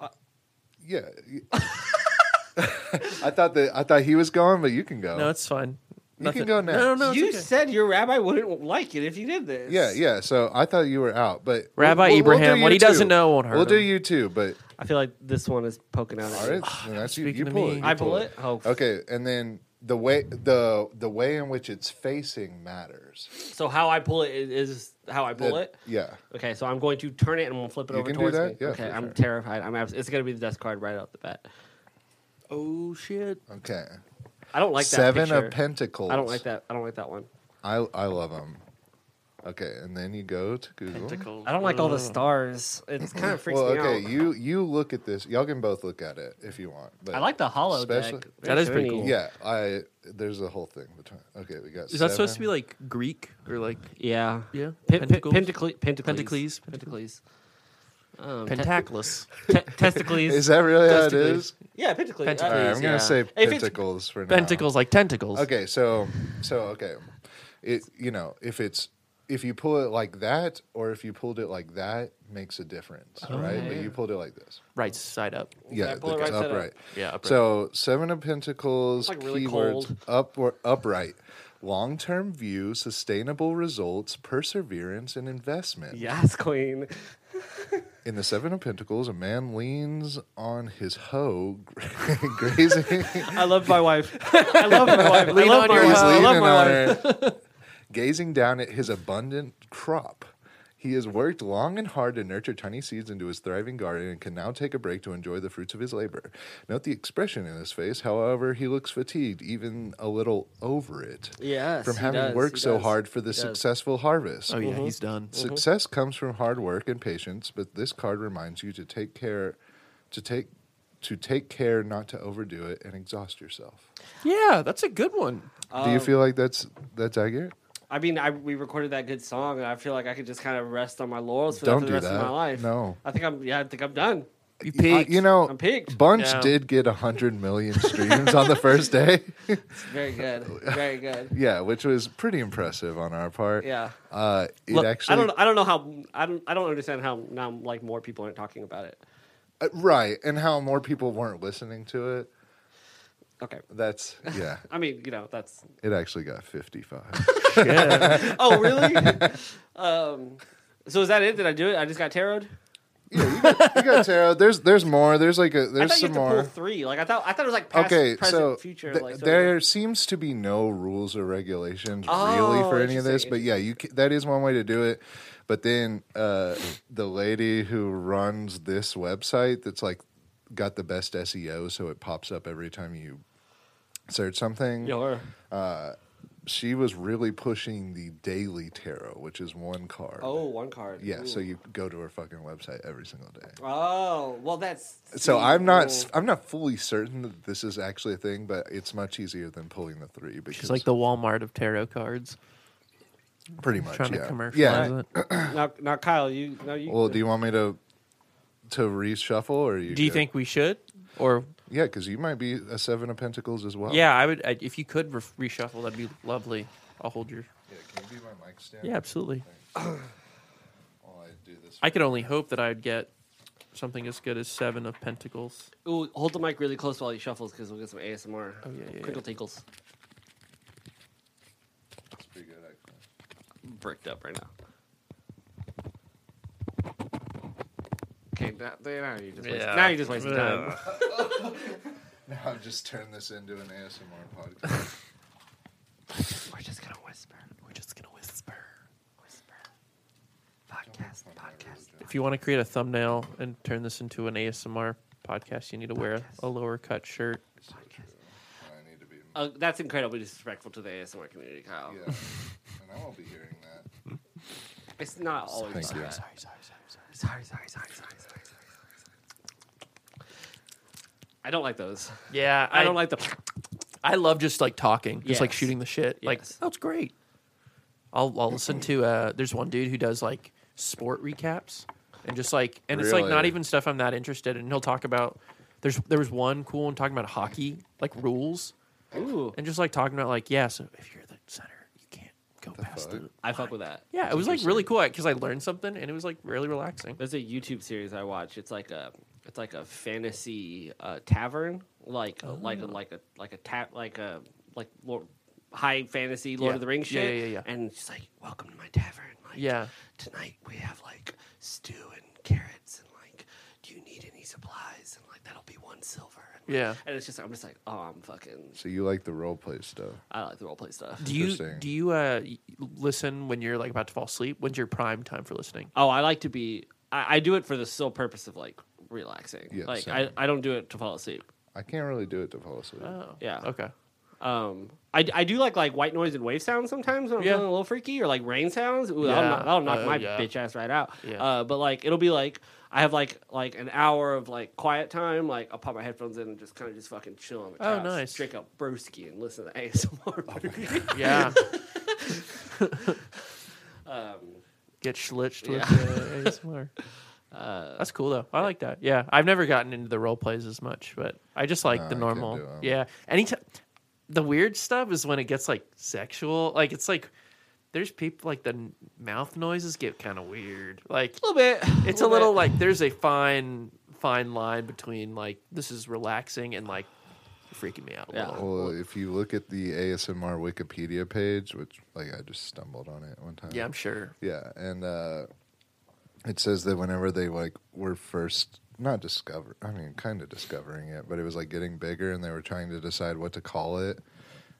[SPEAKER 1] yeah. I thought that I thought he was going, but you can go.
[SPEAKER 3] No, it's fine.
[SPEAKER 1] You can go
[SPEAKER 3] now. No, no, no. it's
[SPEAKER 2] you
[SPEAKER 3] okay.
[SPEAKER 2] said your rabbi wouldn't like it if you did this.
[SPEAKER 1] yeah, yeah. So I thought you were out, but
[SPEAKER 3] Rabbi
[SPEAKER 1] do
[SPEAKER 3] Abraham,
[SPEAKER 1] you
[SPEAKER 3] what he
[SPEAKER 1] too.
[SPEAKER 3] doesn't know won't hurt
[SPEAKER 1] We'll do
[SPEAKER 3] him.
[SPEAKER 1] you too, but
[SPEAKER 2] I feel like this one is poking out.
[SPEAKER 1] all
[SPEAKER 2] At
[SPEAKER 1] right,
[SPEAKER 2] you.
[SPEAKER 1] then that's you.
[SPEAKER 3] Speaking
[SPEAKER 1] You
[SPEAKER 3] to
[SPEAKER 1] pull
[SPEAKER 3] me.
[SPEAKER 1] it.
[SPEAKER 2] I pull it. Oh, f-
[SPEAKER 1] Okay, and then the way the the way in which it's facing matters.
[SPEAKER 2] So how I pull it is, is how I pull
[SPEAKER 1] The-
[SPEAKER 2] it.
[SPEAKER 1] Yeah.
[SPEAKER 2] Okay, so I'm going to turn it and we'll flip it
[SPEAKER 1] You
[SPEAKER 2] over
[SPEAKER 1] can do
[SPEAKER 2] towards
[SPEAKER 1] that?
[SPEAKER 2] me.
[SPEAKER 1] Yeah,
[SPEAKER 2] okay,
[SPEAKER 1] for
[SPEAKER 2] I'm
[SPEAKER 1] sure.
[SPEAKER 2] terrified. I'm abs- it's gonna be the death card right off the bat.
[SPEAKER 3] Oh shit.
[SPEAKER 1] Okay.
[SPEAKER 2] I don't like that
[SPEAKER 1] Seven
[SPEAKER 2] picture.
[SPEAKER 1] of Pentacles.
[SPEAKER 2] I don't like that. I don't like that one.
[SPEAKER 1] I I love them. Okay, and then you go to Google.
[SPEAKER 2] I don't like all the stars. It's kind of freaks
[SPEAKER 1] Mm. Well,
[SPEAKER 2] me
[SPEAKER 1] okay,
[SPEAKER 2] out.
[SPEAKER 1] you you look at this. Y'all can both look at it if you want. But
[SPEAKER 2] I like the hollow
[SPEAKER 1] Especially-
[SPEAKER 2] deck.
[SPEAKER 3] That is pretty
[SPEAKER 2] Shiny.
[SPEAKER 3] cool.
[SPEAKER 1] Yeah, I there's a whole thing between. Okay, we got.
[SPEAKER 3] Is that supposed to be like Greek or like
[SPEAKER 2] Yeah.
[SPEAKER 3] yeah?
[SPEAKER 2] Pe- pe-
[SPEAKER 3] Pentacles?
[SPEAKER 2] Pentacles. Pentacles.
[SPEAKER 3] Pentacles.
[SPEAKER 2] Pentacles. Um, te-
[SPEAKER 3] Pentaclus.
[SPEAKER 2] te- testicles.
[SPEAKER 1] Is that really how it
[SPEAKER 3] Testicles.
[SPEAKER 1] is?
[SPEAKER 2] yeah, pentacles.
[SPEAKER 1] All right,
[SPEAKER 3] Please,
[SPEAKER 1] I'm gonna
[SPEAKER 3] yeah.
[SPEAKER 1] say
[SPEAKER 2] it's-
[SPEAKER 1] pentacles for now.
[SPEAKER 3] Pentacles like tentacles.
[SPEAKER 1] Okay, so so okay, it you know if it's if you pull it like that or if you pulled it like that makes a difference, right? But you pulled it like this.
[SPEAKER 3] Right side up.
[SPEAKER 1] Yeah,
[SPEAKER 2] I pull it
[SPEAKER 1] because
[SPEAKER 2] right side up?
[SPEAKER 1] upright.
[SPEAKER 3] Yeah, upright.
[SPEAKER 1] So seven of pentacles,
[SPEAKER 2] It's, like, really
[SPEAKER 1] keywords
[SPEAKER 2] cold.
[SPEAKER 1] up or upright, long term view, sustainable results, perseverance, and investment.
[SPEAKER 2] Yes, queen.
[SPEAKER 1] In the seven of pentacles, a man leans on his hoe, grazing.
[SPEAKER 2] I love my wife. I love my wife. I
[SPEAKER 3] Lean
[SPEAKER 2] love
[SPEAKER 3] on
[SPEAKER 2] my
[SPEAKER 3] your
[SPEAKER 2] wife.
[SPEAKER 1] He's
[SPEAKER 2] I love
[SPEAKER 1] leaning
[SPEAKER 2] my
[SPEAKER 1] on
[SPEAKER 2] wife.
[SPEAKER 1] her, gazing down at his abundant crop. He has worked long and hard to nurture tiny seeds into his thriving garden and can now take a break to enjoy the fruits of his labor. Note the expression in his face. However, he looks fatigued, even a little over it.
[SPEAKER 2] Yes,
[SPEAKER 1] From
[SPEAKER 2] he
[SPEAKER 1] having
[SPEAKER 2] does,
[SPEAKER 1] worked
[SPEAKER 2] he
[SPEAKER 1] so
[SPEAKER 2] does,
[SPEAKER 1] hard for the
[SPEAKER 2] he does. Mm-hmm.
[SPEAKER 1] successful harvest.
[SPEAKER 3] Oh yeah, he's done.
[SPEAKER 1] Success comes from hard work and patience, but this card reminds you to take care to take to take care not to overdo it and exhaust yourself.
[SPEAKER 3] Yeah, that's a good one.
[SPEAKER 1] Do
[SPEAKER 2] Um,
[SPEAKER 1] you feel like that's that's accurate?
[SPEAKER 2] I mean, I, we recorded that good song, and I feel like I could just kind of rest on my laurels for, that
[SPEAKER 1] Don't
[SPEAKER 2] for the
[SPEAKER 1] do
[SPEAKER 2] rest of
[SPEAKER 1] that.
[SPEAKER 2] my life.
[SPEAKER 1] No.
[SPEAKER 2] I think I'm. Yeah, I think I'm done.
[SPEAKER 3] You
[SPEAKER 1] Uh,
[SPEAKER 3] peaked.
[SPEAKER 1] you know,
[SPEAKER 2] I'm peaked.
[SPEAKER 1] Bunch
[SPEAKER 3] Yeah.
[SPEAKER 1] did get hundred million streams on the first day.
[SPEAKER 2] It's very good. Very good.
[SPEAKER 1] yeah, which was pretty impressive on our part.
[SPEAKER 2] Yeah.
[SPEAKER 1] Uh, it
[SPEAKER 2] Look,
[SPEAKER 1] actually.
[SPEAKER 2] I don't. I don't know how. I don't. I don't understand how now. Like more people aren't talking about it.
[SPEAKER 1] uh, right, and how more people weren't listening to it.
[SPEAKER 2] Okay.
[SPEAKER 1] That's yeah.
[SPEAKER 2] I mean, you know, that's.
[SPEAKER 1] it actually got fifty-five.
[SPEAKER 2] Oh, really? um, so is that it? Did I do it? I just got tarot.
[SPEAKER 1] yeah, you got, you got tarot. There's there's more. There's like a
[SPEAKER 2] I
[SPEAKER 1] there's
[SPEAKER 2] thought
[SPEAKER 1] some
[SPEAKER 2] you had to pull
[SPEAKER 1] more.
[SPEAKER 2] three. Like I thought, I thought it was like past,
[SPEAKER 1] Okay,
[SPEAKER 2] present,
[SPEAKER 1] so
[SPEAKER 2] future.
[SPEAKER 1] th-
[SPEAKER 2] like so-
[SPEAKER 1] there seems to be no rules or regulations really
[SPEAKER 2] Oh,
[SPEAKER 1] for any of this,
[SPEAKER 2] interesting,
[SPEAKER 1] but yeah, you ca that is one way to do it. But then uh, the lady who runs this website that's like got the best SEO, so it pops up every time you search something.
[SPEAKER 2] Your-
[SPEAKER 1] She was really pushing the daily tarot, which is one card.
[SPEAKER 2] oh, one card.
[SPEAKER 1] yeah. So
[SPEAKER 2] Ooh.
[SPEAKER 1] you go to her fucking website every single day.
[SPEAKER 2] Oh well, that's
[SPEAKER 1] So I'm not
[SPEAKER 2] cool.
[SPEAKER 1] I'm not fully certain that this is actually a thing, but it's much easier than pulling the three because
[SPEAKER 3] She's like the Walmart of tarot cards,
[SPEAKER 1] pretty much
[SPEAKER 3] trying
[SPEAKER 1] yeah.
[SPEAKER 3] to commercialize
[SPEAKER 1] yeah.
[SPEAKER 3] it.
[SPEAKER 2] Oh. now, now, Kyle. You now you.
[SPEAKER 1] Well, do you want me to to reshuffle or you
[SPEAKER 3] Do you
[SPEAKER 1] good?
[SPEAKER 3] think we should? Or
[SPEAKER 1] Yeah, because you might be a seven of pentacles as well.
[SPEAKER 3] yeah, I would. I, if you could re- reshuffle, that'd be lovely. I'll hold your.
[SPEAKER 1] Yeah, can you be my mic stand?
[SPEAKER 3] Yeah, absolutely.
[SPEAKER 1] While I do this.
[SPEAKER 3] I could only hope that I'd get something as good as Seven of Pentacles.
[SPEAKER 2] Ooh, hold the mic really close while he shuffles because we'll get some ASMR.
[SPEAKER 3] Oh, yeah, yeah,
[SPEAKER 2] crinkle
[SPEAKER 3] yeah.
[SPEAKER 2] tinkles.
[SPEAKER 1] That's pretty good, actually.
[SPEAKER 2] Bricked up right now. Okay, now, there- now you just wasted,
[SPEAKER 3] Yeah.
[SPEAKER 2] now you just wasted time.
[SPEAKER 1] Now I've just turned this into an ASMR podcast.
[SPEAKER 2] We're just gonna whisper. We're just gonna whisper. Whisper. Podcast. Podcast.
[SPEAKER 3] If you want to create a thumbnail and turn this into an ASMR podcast, you need to wear a lower cut shirt.
[SPEAKER 2] Podcast.
[SPEAKER 1] I need to be.
[SPEAKER 2] Uh, that's incredibly disrespectful to the ASMR community, Kyle.
[SPEAKER 1] Yeah, and I won't be hearing that.
[SPEAKER 2] It's not always
[SPEAKER 1] Thank
[SPEAKER 2] like
[SPEAKER 1] you.
[SPEAKER 2] that. Sorry, sorry, sorry, sorry, sorry, sorry, sorry, sorry. I don't like those.
[SPEAKER 3] Yeah,
[SPEAKER 2] I, don't like the.
[SPEAKER 3] I love just like talking, just like
[SPEAKER 2] Yes.
[SPEAKER 3] shooting the shit. Like
[SPEAKER 2] Yes.
[SPEAKER 3] that's great. I'll I'll listen to uh there's one dude who does like sport recaps and just like and it's like not
[SPEAKER 1] Really?
[SPEAKER 3] even stuff I'm that interested in. He'll talk about there's there was one cool one talking about hockey, like rules.
[SPEAKER 2] Ooh,
[SPEAKER 3] And just like talking about like, yeah, so if you're the center, you can't go past
[SPEAKER 1] fuck?
[SPEAKER 3] the
[SPEAKER 2] I fuck with that.
[SPEAKER 3] Yeah, it was like really cool because I learned something and it was like really relaxing.
[SPEAKER 2] There's a YouTube series I watch. It's like a, it's like a fantasy uh, tavern, like a,
[SPEAKER 3] Oh.
[SPEAKER 2] like a, like a like a tap like a like lo- high fantasy Lord
[SPEAKER 3] Yeah.
[SPEAKER 2] of the Rings
[SPEAKER 3] Yeah,
[SPEAKER 2] shit.
[SPEAKER 3] yeah, yeah, yeah.
[SPEAKER 2] And she's like, "Welcome to my tavern." Like,
[SPEAKER 3] Yeah.
[SPEAKER 2] Tonight we have like stew and carrots and like, do you need any supplies? And like that'll be one silver. And, like,
[SPEAKER 3] Yeah.
[SPEAKER 2] And it's just I'm just like, oh, I'm fucking.
[SPEAKER 1] So you like the role play stuff?
[SPEAKER 2] I like the role play stuff.
[SPEAKER 3] Do you
[SPEAKER 1] Interesting.
[SPEAKER 3] do you uh y- listen when you're like about to fall asleep? When's your prime time for listening?
[SPEAKER 2] Oh, I like to be. I, I do it for the sole purpose of like relaxing.
[SPEAKER 1] Yeah,
[SPEAKER 2] like I,
[SPEAKER 1] same.
[SPEAKER 2] I don't do it to fall asleep.
[SPEAKER 1] I can't really do it to fall asleep.
[SPEAKER 3] Oh.
[SPEAKER 2] Yeah.
[SPEAKER 3] Okay.
[SPEAKER 2] Um, I, I do like like white noise and wave sounds sometimes when I'm
[SPEAKER 3] Yeah.
[SPEAKER 2] feeling a little freaky or like rain sounds. Ooh,
[SPEAKER 3] Yeah.
[SPEAKER 2] that'll, knock, that'll knock
[SPEAKER 3] Uh,
[SPEAKER 2] my
[SPEAKER 3] yeah.
[SPEAKER 2] bitch ass right out.
[SPEAKER 3] Yeah.
[SPEAKER 2] Uh, but like it'll be like I have like like an hour of like quiet time. Like I'll pop my headphones in and just kind of just fucking chill on the
[SPEAKER 3] Oh,
[SPEAKER 2] couch.
[SPEAKER 3] nice.
[SPEAKER 2] Drink a brewski and listen to
[SPEAKER 1] Oh
[SPEAKER 2] ASMR.
[SPEAKER 3] Yeah.
[SPEAKER 2] um,
[SPEAKER 3] Get schlitzed
[SPEAKER 2] Yeah.
[SPEAKER 3] with uh, ASMR.
[SPEAKER 2] uh,
[SPEAKER 3] That's cool though. I like that. Yeah, I've never gotten into the role plays as much, but I just like
[SPEAKER 1] No,
[SPEAKER 3] the
[SPEAKER 1] I can't
[SPEAKER 3] normal.
[SPEAKER 1] do 'em.
[SPEAKER 3] Yeah. Anytime the weird stuff is when it gets like sexual. Like it's like there's people like the n- mouth noises get kind of weird. Like
[SPEAKER 2] a little bit.
[SPEAKER 3] it's a little
[SPEAKER 2] bit.
[SPEAKER 3] like there's a fine fine line between like this is relaxing and like freaking me out a
[SPEAKER 2] Yeah.
[SPEAKER 3] little.
[SPEAKER 1] Well, if you look at the ASMR Wikipedia page, which like I just stumbled on it one time.
[SPEAKER 3] Yeah, I'm sure.
[SPEAKER 1] Yeah, and uh, it says that whenever they like were first not discover, I mean, kind of discovering it, but it was like getting bigger, and they were trying to decide what to call it,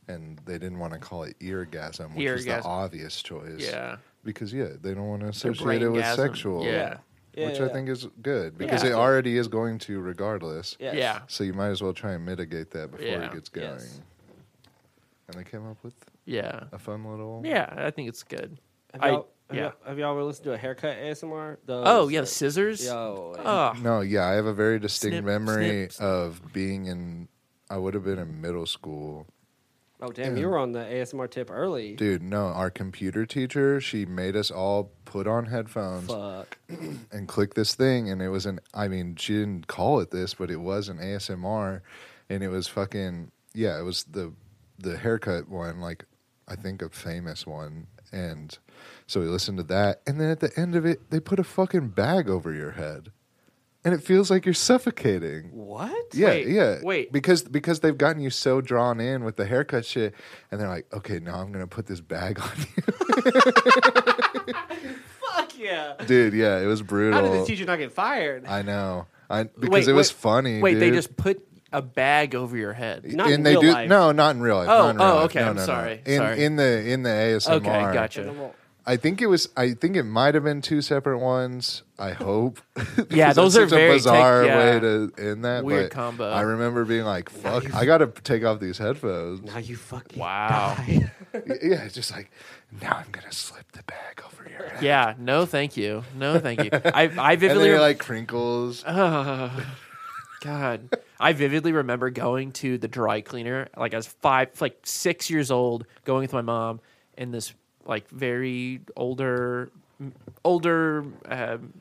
[SPEAKER 1] and they didn't want to call it eargasm, which is the
[SPEAKER 3] Eargasm.
[SPEAKER 1] obvious choice.
[SPEAKER 3] Yeah.
[SPEAKER 1] because yeah, they don't want to
[SPEAKER 3] Their
[SPEAKER 1] associate it with
[SPEAKER 3] braingasm.
[SPEAKER 1] sexual.
[SPEAKER 3] Yeah.
[SPEAKER 2] Yeah,
[SPEAKER 1] which
[SPEAKER 2] yeah,
[SPEAKER 1] I
[SPEAKER 2] yeah.
[SPEAKER 1] think is good because it
[SPEAKER 2] Yeah.
[SPEAKER 1] already is going to regardless.
[SPEAKER 2] Yes.
[SPEAKER 3] Yeah.
[SPEAKER 1] So you might as well try and mitigate that before
[SPEAKER 3] Yeah.
[SPEAKER 1] it gets going.
[SPEAKER 2] Yes.
[SPEAKER 1] And they came up with
[SPEAKER 3] Yeah.
[SPEAKER 1] a fun little
[SPEAKER 3] Yeah, I think it's good.
[SPEAKER 2] Have
[SPEAKER 3] I
[SPEAKER 2] y'all, have
[SPEAKER 3] yeah.
[SPEAKER 2] y'all, have y'all ever listened to a haircut ASMR? Those
[SPEAKER 3] Oh, yeah,
[SPEAKER 2] are-
[SPEAKER 3] the scissors.
[SPEAKER 2] Yo,
[SPEAKER 3] Oh,
[SPEAKER 1] No, yeah, I have a very distinct
[SPEAKER 3] Snip,
[SPEAKER 1] memory
[SPEAKER 3] snip, snip.
[SPEAKER 1] of being in. I would have been in middle school,
[SPEAKER 2] oh damn! You were on the ASMR tip early.
[SPEAKER 1] dude. No, our computer teacher she made us all put on headphones
[SPEAKER 2] Fuck.
[SPEAKER 1] and click this thing, and it was an. I mean, she didn't call it this, but it was an ASMR, and it was fucking yeah. It was the the haircut one, like I think a famous one, and so we listened to that, and then at the end of it, they put a fucking bag over your head, and it feels like you're suffocating.
[SPEAKER 2] What?
[SPEAKER 1] Yeah,
[SPEAKER 3] Wait,
[SPEAKER 1] yeah.
[SPEAKER 3] wait.
[SPEAKER 1] because because they've gotten you so drawn in with the haircut shit, and they're like, okay, now I'm gonna put this bag on you.
[SPEAKER 2] Fuck yeah.
[SPEAKER 1] dude. Yeah, it was brutal.
[SPEAKER 2] How did the teacher not get fired?
[SPEAKER 1] I know. I because
[SPEAKER 3] Wait,
[SPEAKER 1] it was
[SPEAKER 3] wait,
[SPEAKER 1] funny.
[SPEAKER 3] Wait, they
[SPEAKER 1] dude.
[SPEAKER 3] just put a bag over your head.
[SPEAKER 2] Not
[SPEAKER 1] and
[SPEAKER 2] in
[SPEAKER 1] they
[SPEAKER 2] real
[SPEAKER 1] do
[SPEAKER 2] life.
[SPEAKER 1] no, not in real life.
[SPEAKER 3] Oh,
[SPEAKER 1] not in real
[SPEAKER 3] oh,
[SPEAKER 1] life.
[SPEAKER 3] okay,
[SPEAKER 1] No,
[SPEAKER 3] I'm
[SPEAKER 1] no, no.
[SPEAKER 3] sorry,
[SPEAKER 1] In
[SPEAKER 3] sorry.
[SPEAKER 1] in the in the ASMR.
[SPEAKER 3] Okay, gotcha.
[SPEAKER 1] I think it was. I think it might have been two separate ones. I hope. Because
[SPEAKER 3] those
[SPEAKER 1] it
[SPEAKER 3] are
[SPEAKER 1] seems
[SPEAKER 3] very
[SPEAKER 1] a
[SPEAKER 3] tech-
[SPEAKER 1] bizarre
[SPEAKER 3] yeah.
[SPEAKER 1] way to end that
[SPEAKER 3] Weird
[SPEAKER 1] but
[SPEAKER 3] combo.
[SPEAKER 1] I remember being like, "Fuck, I got to take off these headphones."
[SPEAKER 2] Now you fucking
[SPEAKER 3] Wow.
[SPEAKER 2] die.
[SPEAKER 1] yeah, it's just like now I'm gonna slip the bag over your head.
[SPEAKER 3] Yeah. No, thank you. No, thank you. I I
[SPEAKER 1] and
[SPEAKER 3] vividly
[SPEAKER 1] they're
[SPEAKER 3] rem-
[SPEAKER 1] like crinkles.
[SPEAKER 3] Uh-huh. Ugh. God, I vividly remember going to the dry cleaner. Like I was five, like six years old, going with my mom and this like very older, m- older um,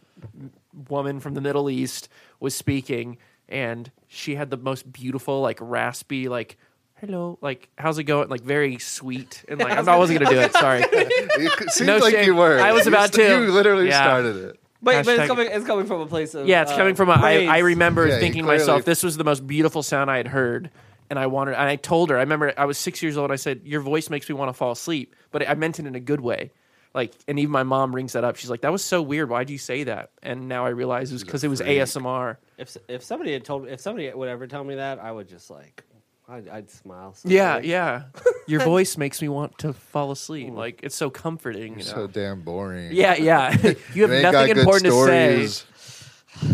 [SPEAKER 3] woman from the Middle East was speaking, and she had the most beautiful, like raspy, like hello, like how's it going, like very sweet, and like I'm not- I wasn't gonna do it. Sorry.
[SPEAKER 1] it seems
[SPEAKER 3] No
[SPEAKER 1] like
[SPEAKER 3] shame.
[SPEAKER 1] you were.
[SPEAKER 3] I was
[SPEAKER 1] You
[SPEAKER 3] about
[SPEAKER 1] st-
[SPEAKER 3] to.
[SPEAKER 1] You literally
[SPEAKER 3] Yeah.
[SPEAKER 1] started it.
[SPEAKER 2] But, but
[SPEAKER 3] Hashtag-
[SPEAKER 2] it's coming. It's coming from a place of
[SPEAKER 3] Yeah, it's
[SPEAKER 2] uh,
[SPEAKER 3] coming from. A, I,
[SPEAKER 2] praise.
[SPEAKER 3] I remember
[SPEAKER 1] Yeah, you
[SPEAKER 3] thinking to
[SPEAKER 1] clearly-
[SPEAKER 3] myself, this was the most beautiful sound I had heard, and I wanted. And I told her. I remember I was six years old. and I said, "Your voice makes me want to fall asleep," but I meant it in a good way. Like, and even my mom brings that up. She's like, "That was so weird. Why'd you say that?" And now I realize it was because it was
[SPEAKER 1] freak.
[SPEAKER 3] ASMR.
[SPEAKER 2] If if somebody had told if somebody would ever tell me that, I would just like I'd, I'd smile. so
[SPEAKER 3] Yeah,
[SPEAKER 2] big.
[SPEAKER 3] yeah. Your voice makes me want to fall asleep. Like, it's so comforting. You know?
[SPEAKER 1] So damn boring.
[SPEAKER 3] yeah, yeah. you have
[SPEAKER 1] ain't got
[SPEAKER 3] nothing
[SPEAKER 1] good
[SPEAKER 3] important to
[SPEAKER 1] stories.
[SPEAKER 3] say.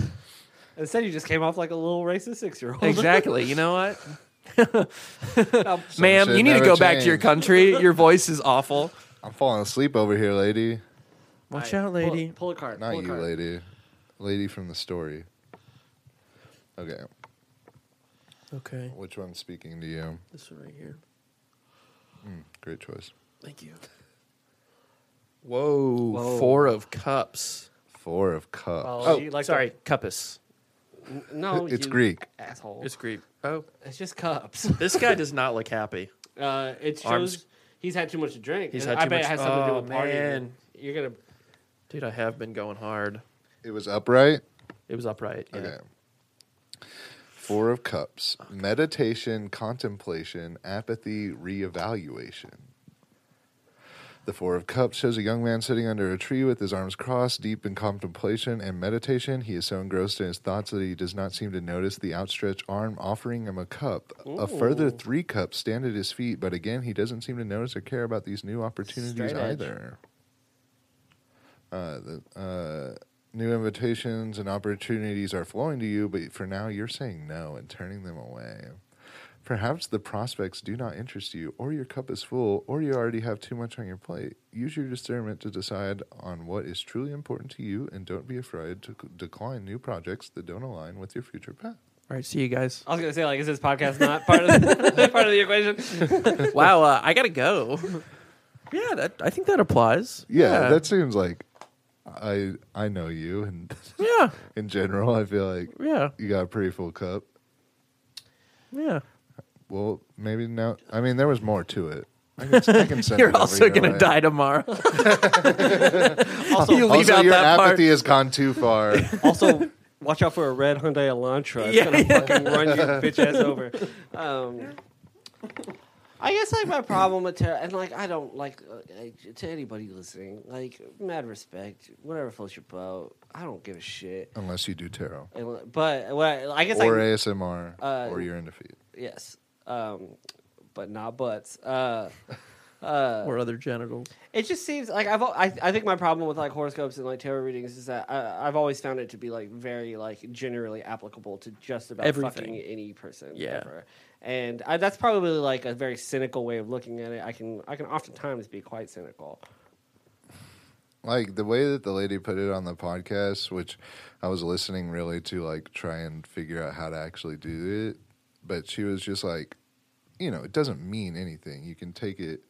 [SPEAKER 2] Instead, you just came off like a little racist six year old.
[SPEAKER 3] Exactly. You know what?
[SPEAKER 2] Now,
[SPEAKER 3] Ma'am,
[SPEAKER 1] shit
[SPEAKER 3] you need to
[SPEAKER 1] never
[SPEAKER 3] go back to your
[SPEAKER 1] changed.
[SPEAKER 3] country. Your voice is awful.
[SPEAKER 1] I'm falling asleep over here, lady.
[SPEAKER 3] Watch
[SPEAKER 2] I-
[SPEAKER 3] out,
[SPEAKER 2] pull-
[SPEAKER 3] lady.
[SPEAKER 2] Pull, a card.
[SPEAKER 1] Not
[SPEAKER 2] pull a
[SPEAKER 1] you,
[SPEAKER 2] card.
[SPEAKER 1] lady. Lady from the story. Okay.
[SPEAKER 3] Okay.
[SPEAKER 1] Which one's speaking to you?
[SPEAKER 3] This one right here.
[SPEAKER 1] Great choice.
[SPEAKER 3] Thank you. Whoa,
[SPEAKER 2] Whoa.
[SPEAKER 3] Four of Cups.
[SPEAKER 1] Four of cups.
[SPEAKER 2] Oh,
[SPEAKER 3] Oh,
[SPEAKER 2] you like
[SPEAKER 3] sorry. Cuppus.
[SPEAKER 2] the- no,
[SPEAKER 1] It's
[SPEAKER 2] you
[SPEAKER 1] Greek.
[SPEAKER 2] asshole.
[SPEAKER 3] It's
[SPEAKER 2] It's,
[SPEAKER 3] Greek. Oh.
[SPEAKER 2] just cups.
[SPEAKER 3] This guy does not look happy.
[SPEAKER 2] Uh, it shows
[SPEAKER 3] Arms.
[SPEAKER 2] he's had too much to drink.
[SPEAKER 3] He's
[SPEAKER 2] And
[SPEAKER 3] had
[SPEAKER 2] I
[SPEAKER 3] too
[SPEAKER 2] bet
[SPEAKER 3] much-
[SPEAKER 2] it has something to do
[SPEAKER 3] Oh,
[SPEAKER 2] with partying.
[SPEAKER 3] man.
[SPEAKER 2] You're gonna.
[SPEAKER 3] Dude, I have been going hard.
[SPEAKER 1] It was upright.
[SPEAKER 3] It was upright. Yeah.
[SPEAKER 1] Okay. Four of cups. Meditation, contemplation, apathy, reevaluation. The Four of Cups shows a young man sitting under a tree with his arms crossed, deep in contemplation and meditation. He is so engrossed in his thoughts that he does not seem to notice the outstretched arm offering him a cup. A further
[SPEAKER 2] Ooh.
[SPEAKER 1] three cups stand at his feet, but again, he doesn't seem to notice or care about these new opportunities
[SPEAKER 2] Straight edge.
[SPEAKER 1] either. Uh, the, uh, new invitations and opportunities are flowing to you, but for now, you're saying no and turning them away. Perhaps the prospects do not interest you, or your cup is full, or you already have too much on your plate. Use your discernment to decide on what is truly important to you, and don't be afraid to c- decline new projects that don't align with your future path.
[SPEAKER 3] All right. See you guys.
[SPEAKER 2] I was gonna say like, is this podcast not part of the, part of the equation?
[SPEAKER 3] wow. Uh, I gotta go. Yeah. That I think that applies.
[SPEAKER 1] Yeah, that seems like I I know you, and
[SPEAKER 3] Yeah.
[SPEAKER 1] in general, I feel like
[SPEAKER 3] Yeah.
[SPEAKER 1] you got a pretty full cup.
[SPEAKER 3] Yeah.
[SPEAKER 1] Well, maybe now. I mean, there was more to it. I can, I can send it
[SPEAKER 3] You're
[SPEAKER 1] over
[SPEAKER 3] also
[SPEAKER 1] your
[SPEAKER 3] gonna
[SPEAKER 1] way.
[SPEAKER 3] die tomorrow.
[SPEAKER 2] Also-
[SPEAKER 3] you leave
[SPEAKER 1] Also,
[SPEAKER 3] out
[SPEAKER 1] your
[SPEAKER 3] that part.
[SPEAKER 1] apathy has gone too far.
[SPEAKER 2] Also, watch out for a red Hyundai Elantra. It's
[SPEAKER 3] Yeah,
[SPEAKER 2] gonna
[SPEAKER 3] yeah.
[SPEAKER 2] fucking run your bitch ass over. Um, I guess like my problem with terror, and like I don't like uh, like, to anybody listening. Like mad respect, whatever floats your boat. I don't give a shit.
[SPEAKER 1] Unless you do tarot
[SPEAKER 2] And, but what I guess
[SPEAKER 1] or
[SPEAKER 2] I,
[SPEAKER 1] ASMR,
[SPEAKER 2] Uh,
[SPEAKER 1] or you're in defeat.
[SPEAKER 2] yes, um, but not buts. Uh, uh,
[SPEAKER 3] or other genitals.
[SPEAKER 2] It just seems like I've al- I, I think my problem with like horoscopes and like tarot readings is that I, I've always found it to be like very like generally applicable to just about
[SPEAKER 3] Everything.
[SPEAKER 2] fucking any person
[SPEAKER 3] Yeah.
[SPEAKER 2] ever. And I, that's probably like a very cynical way of looking at it. I can I can oftentimes be quite cynical.
[SPEAKER 1] like the way that the lady put it on the podcast which i was listening really to like try and figure out how to actually do it but she was just like you know it doesn't mean anything you can take it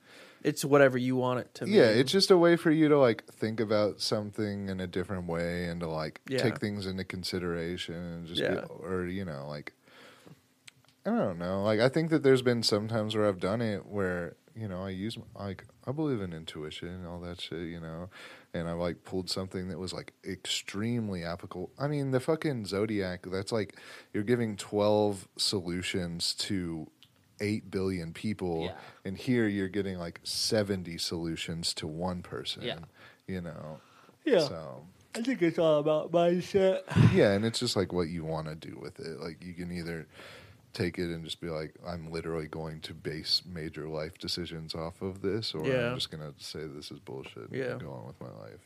[SPEAKER 3] It's whatever you want it to.
[SPEAKER 1] yeah
[SPEAKER 3] mean.
[SPEAKER 1] it's just a way for you to like think about something in a different way and to like
[SPEAKER 3] Yeah.
[SPEAKER 1] take things into consideration and just be,
[SPEAKER 3] Yeah.
[SPEAKER 1] or you know like i don't know like i think that there's been some times where i've done it where you know i use like i believe in intuition and all that shit you know and i like pulled something that was like extremely applicable i mean the fucking zodiac that's like you're giving 12 solutions to 8 billion people
[SPEAKER 2] Yeah.
[SPEAKER 1] and here you're getting like 70 solutions to one person
[SPEAKER 2] Yeah.
[SPEAKER 1] you know
[SPEAKER 2] Yeah.
[SPEAKER 1] So
[SPEAKER 2] I think it's all about my shit.
[SPEAKER 1] yeah, and it's just like what you want to do with it. Like you can either take it and just be like, I'm literally going to base major life decisions off of this, or
[SPEAKER 3] Yeah.
[SPEAKER 1] I'm just gonna say this is bullshit.
[SPEAKER 3] Yeah.
[SPEAKER 1] and go on with my life.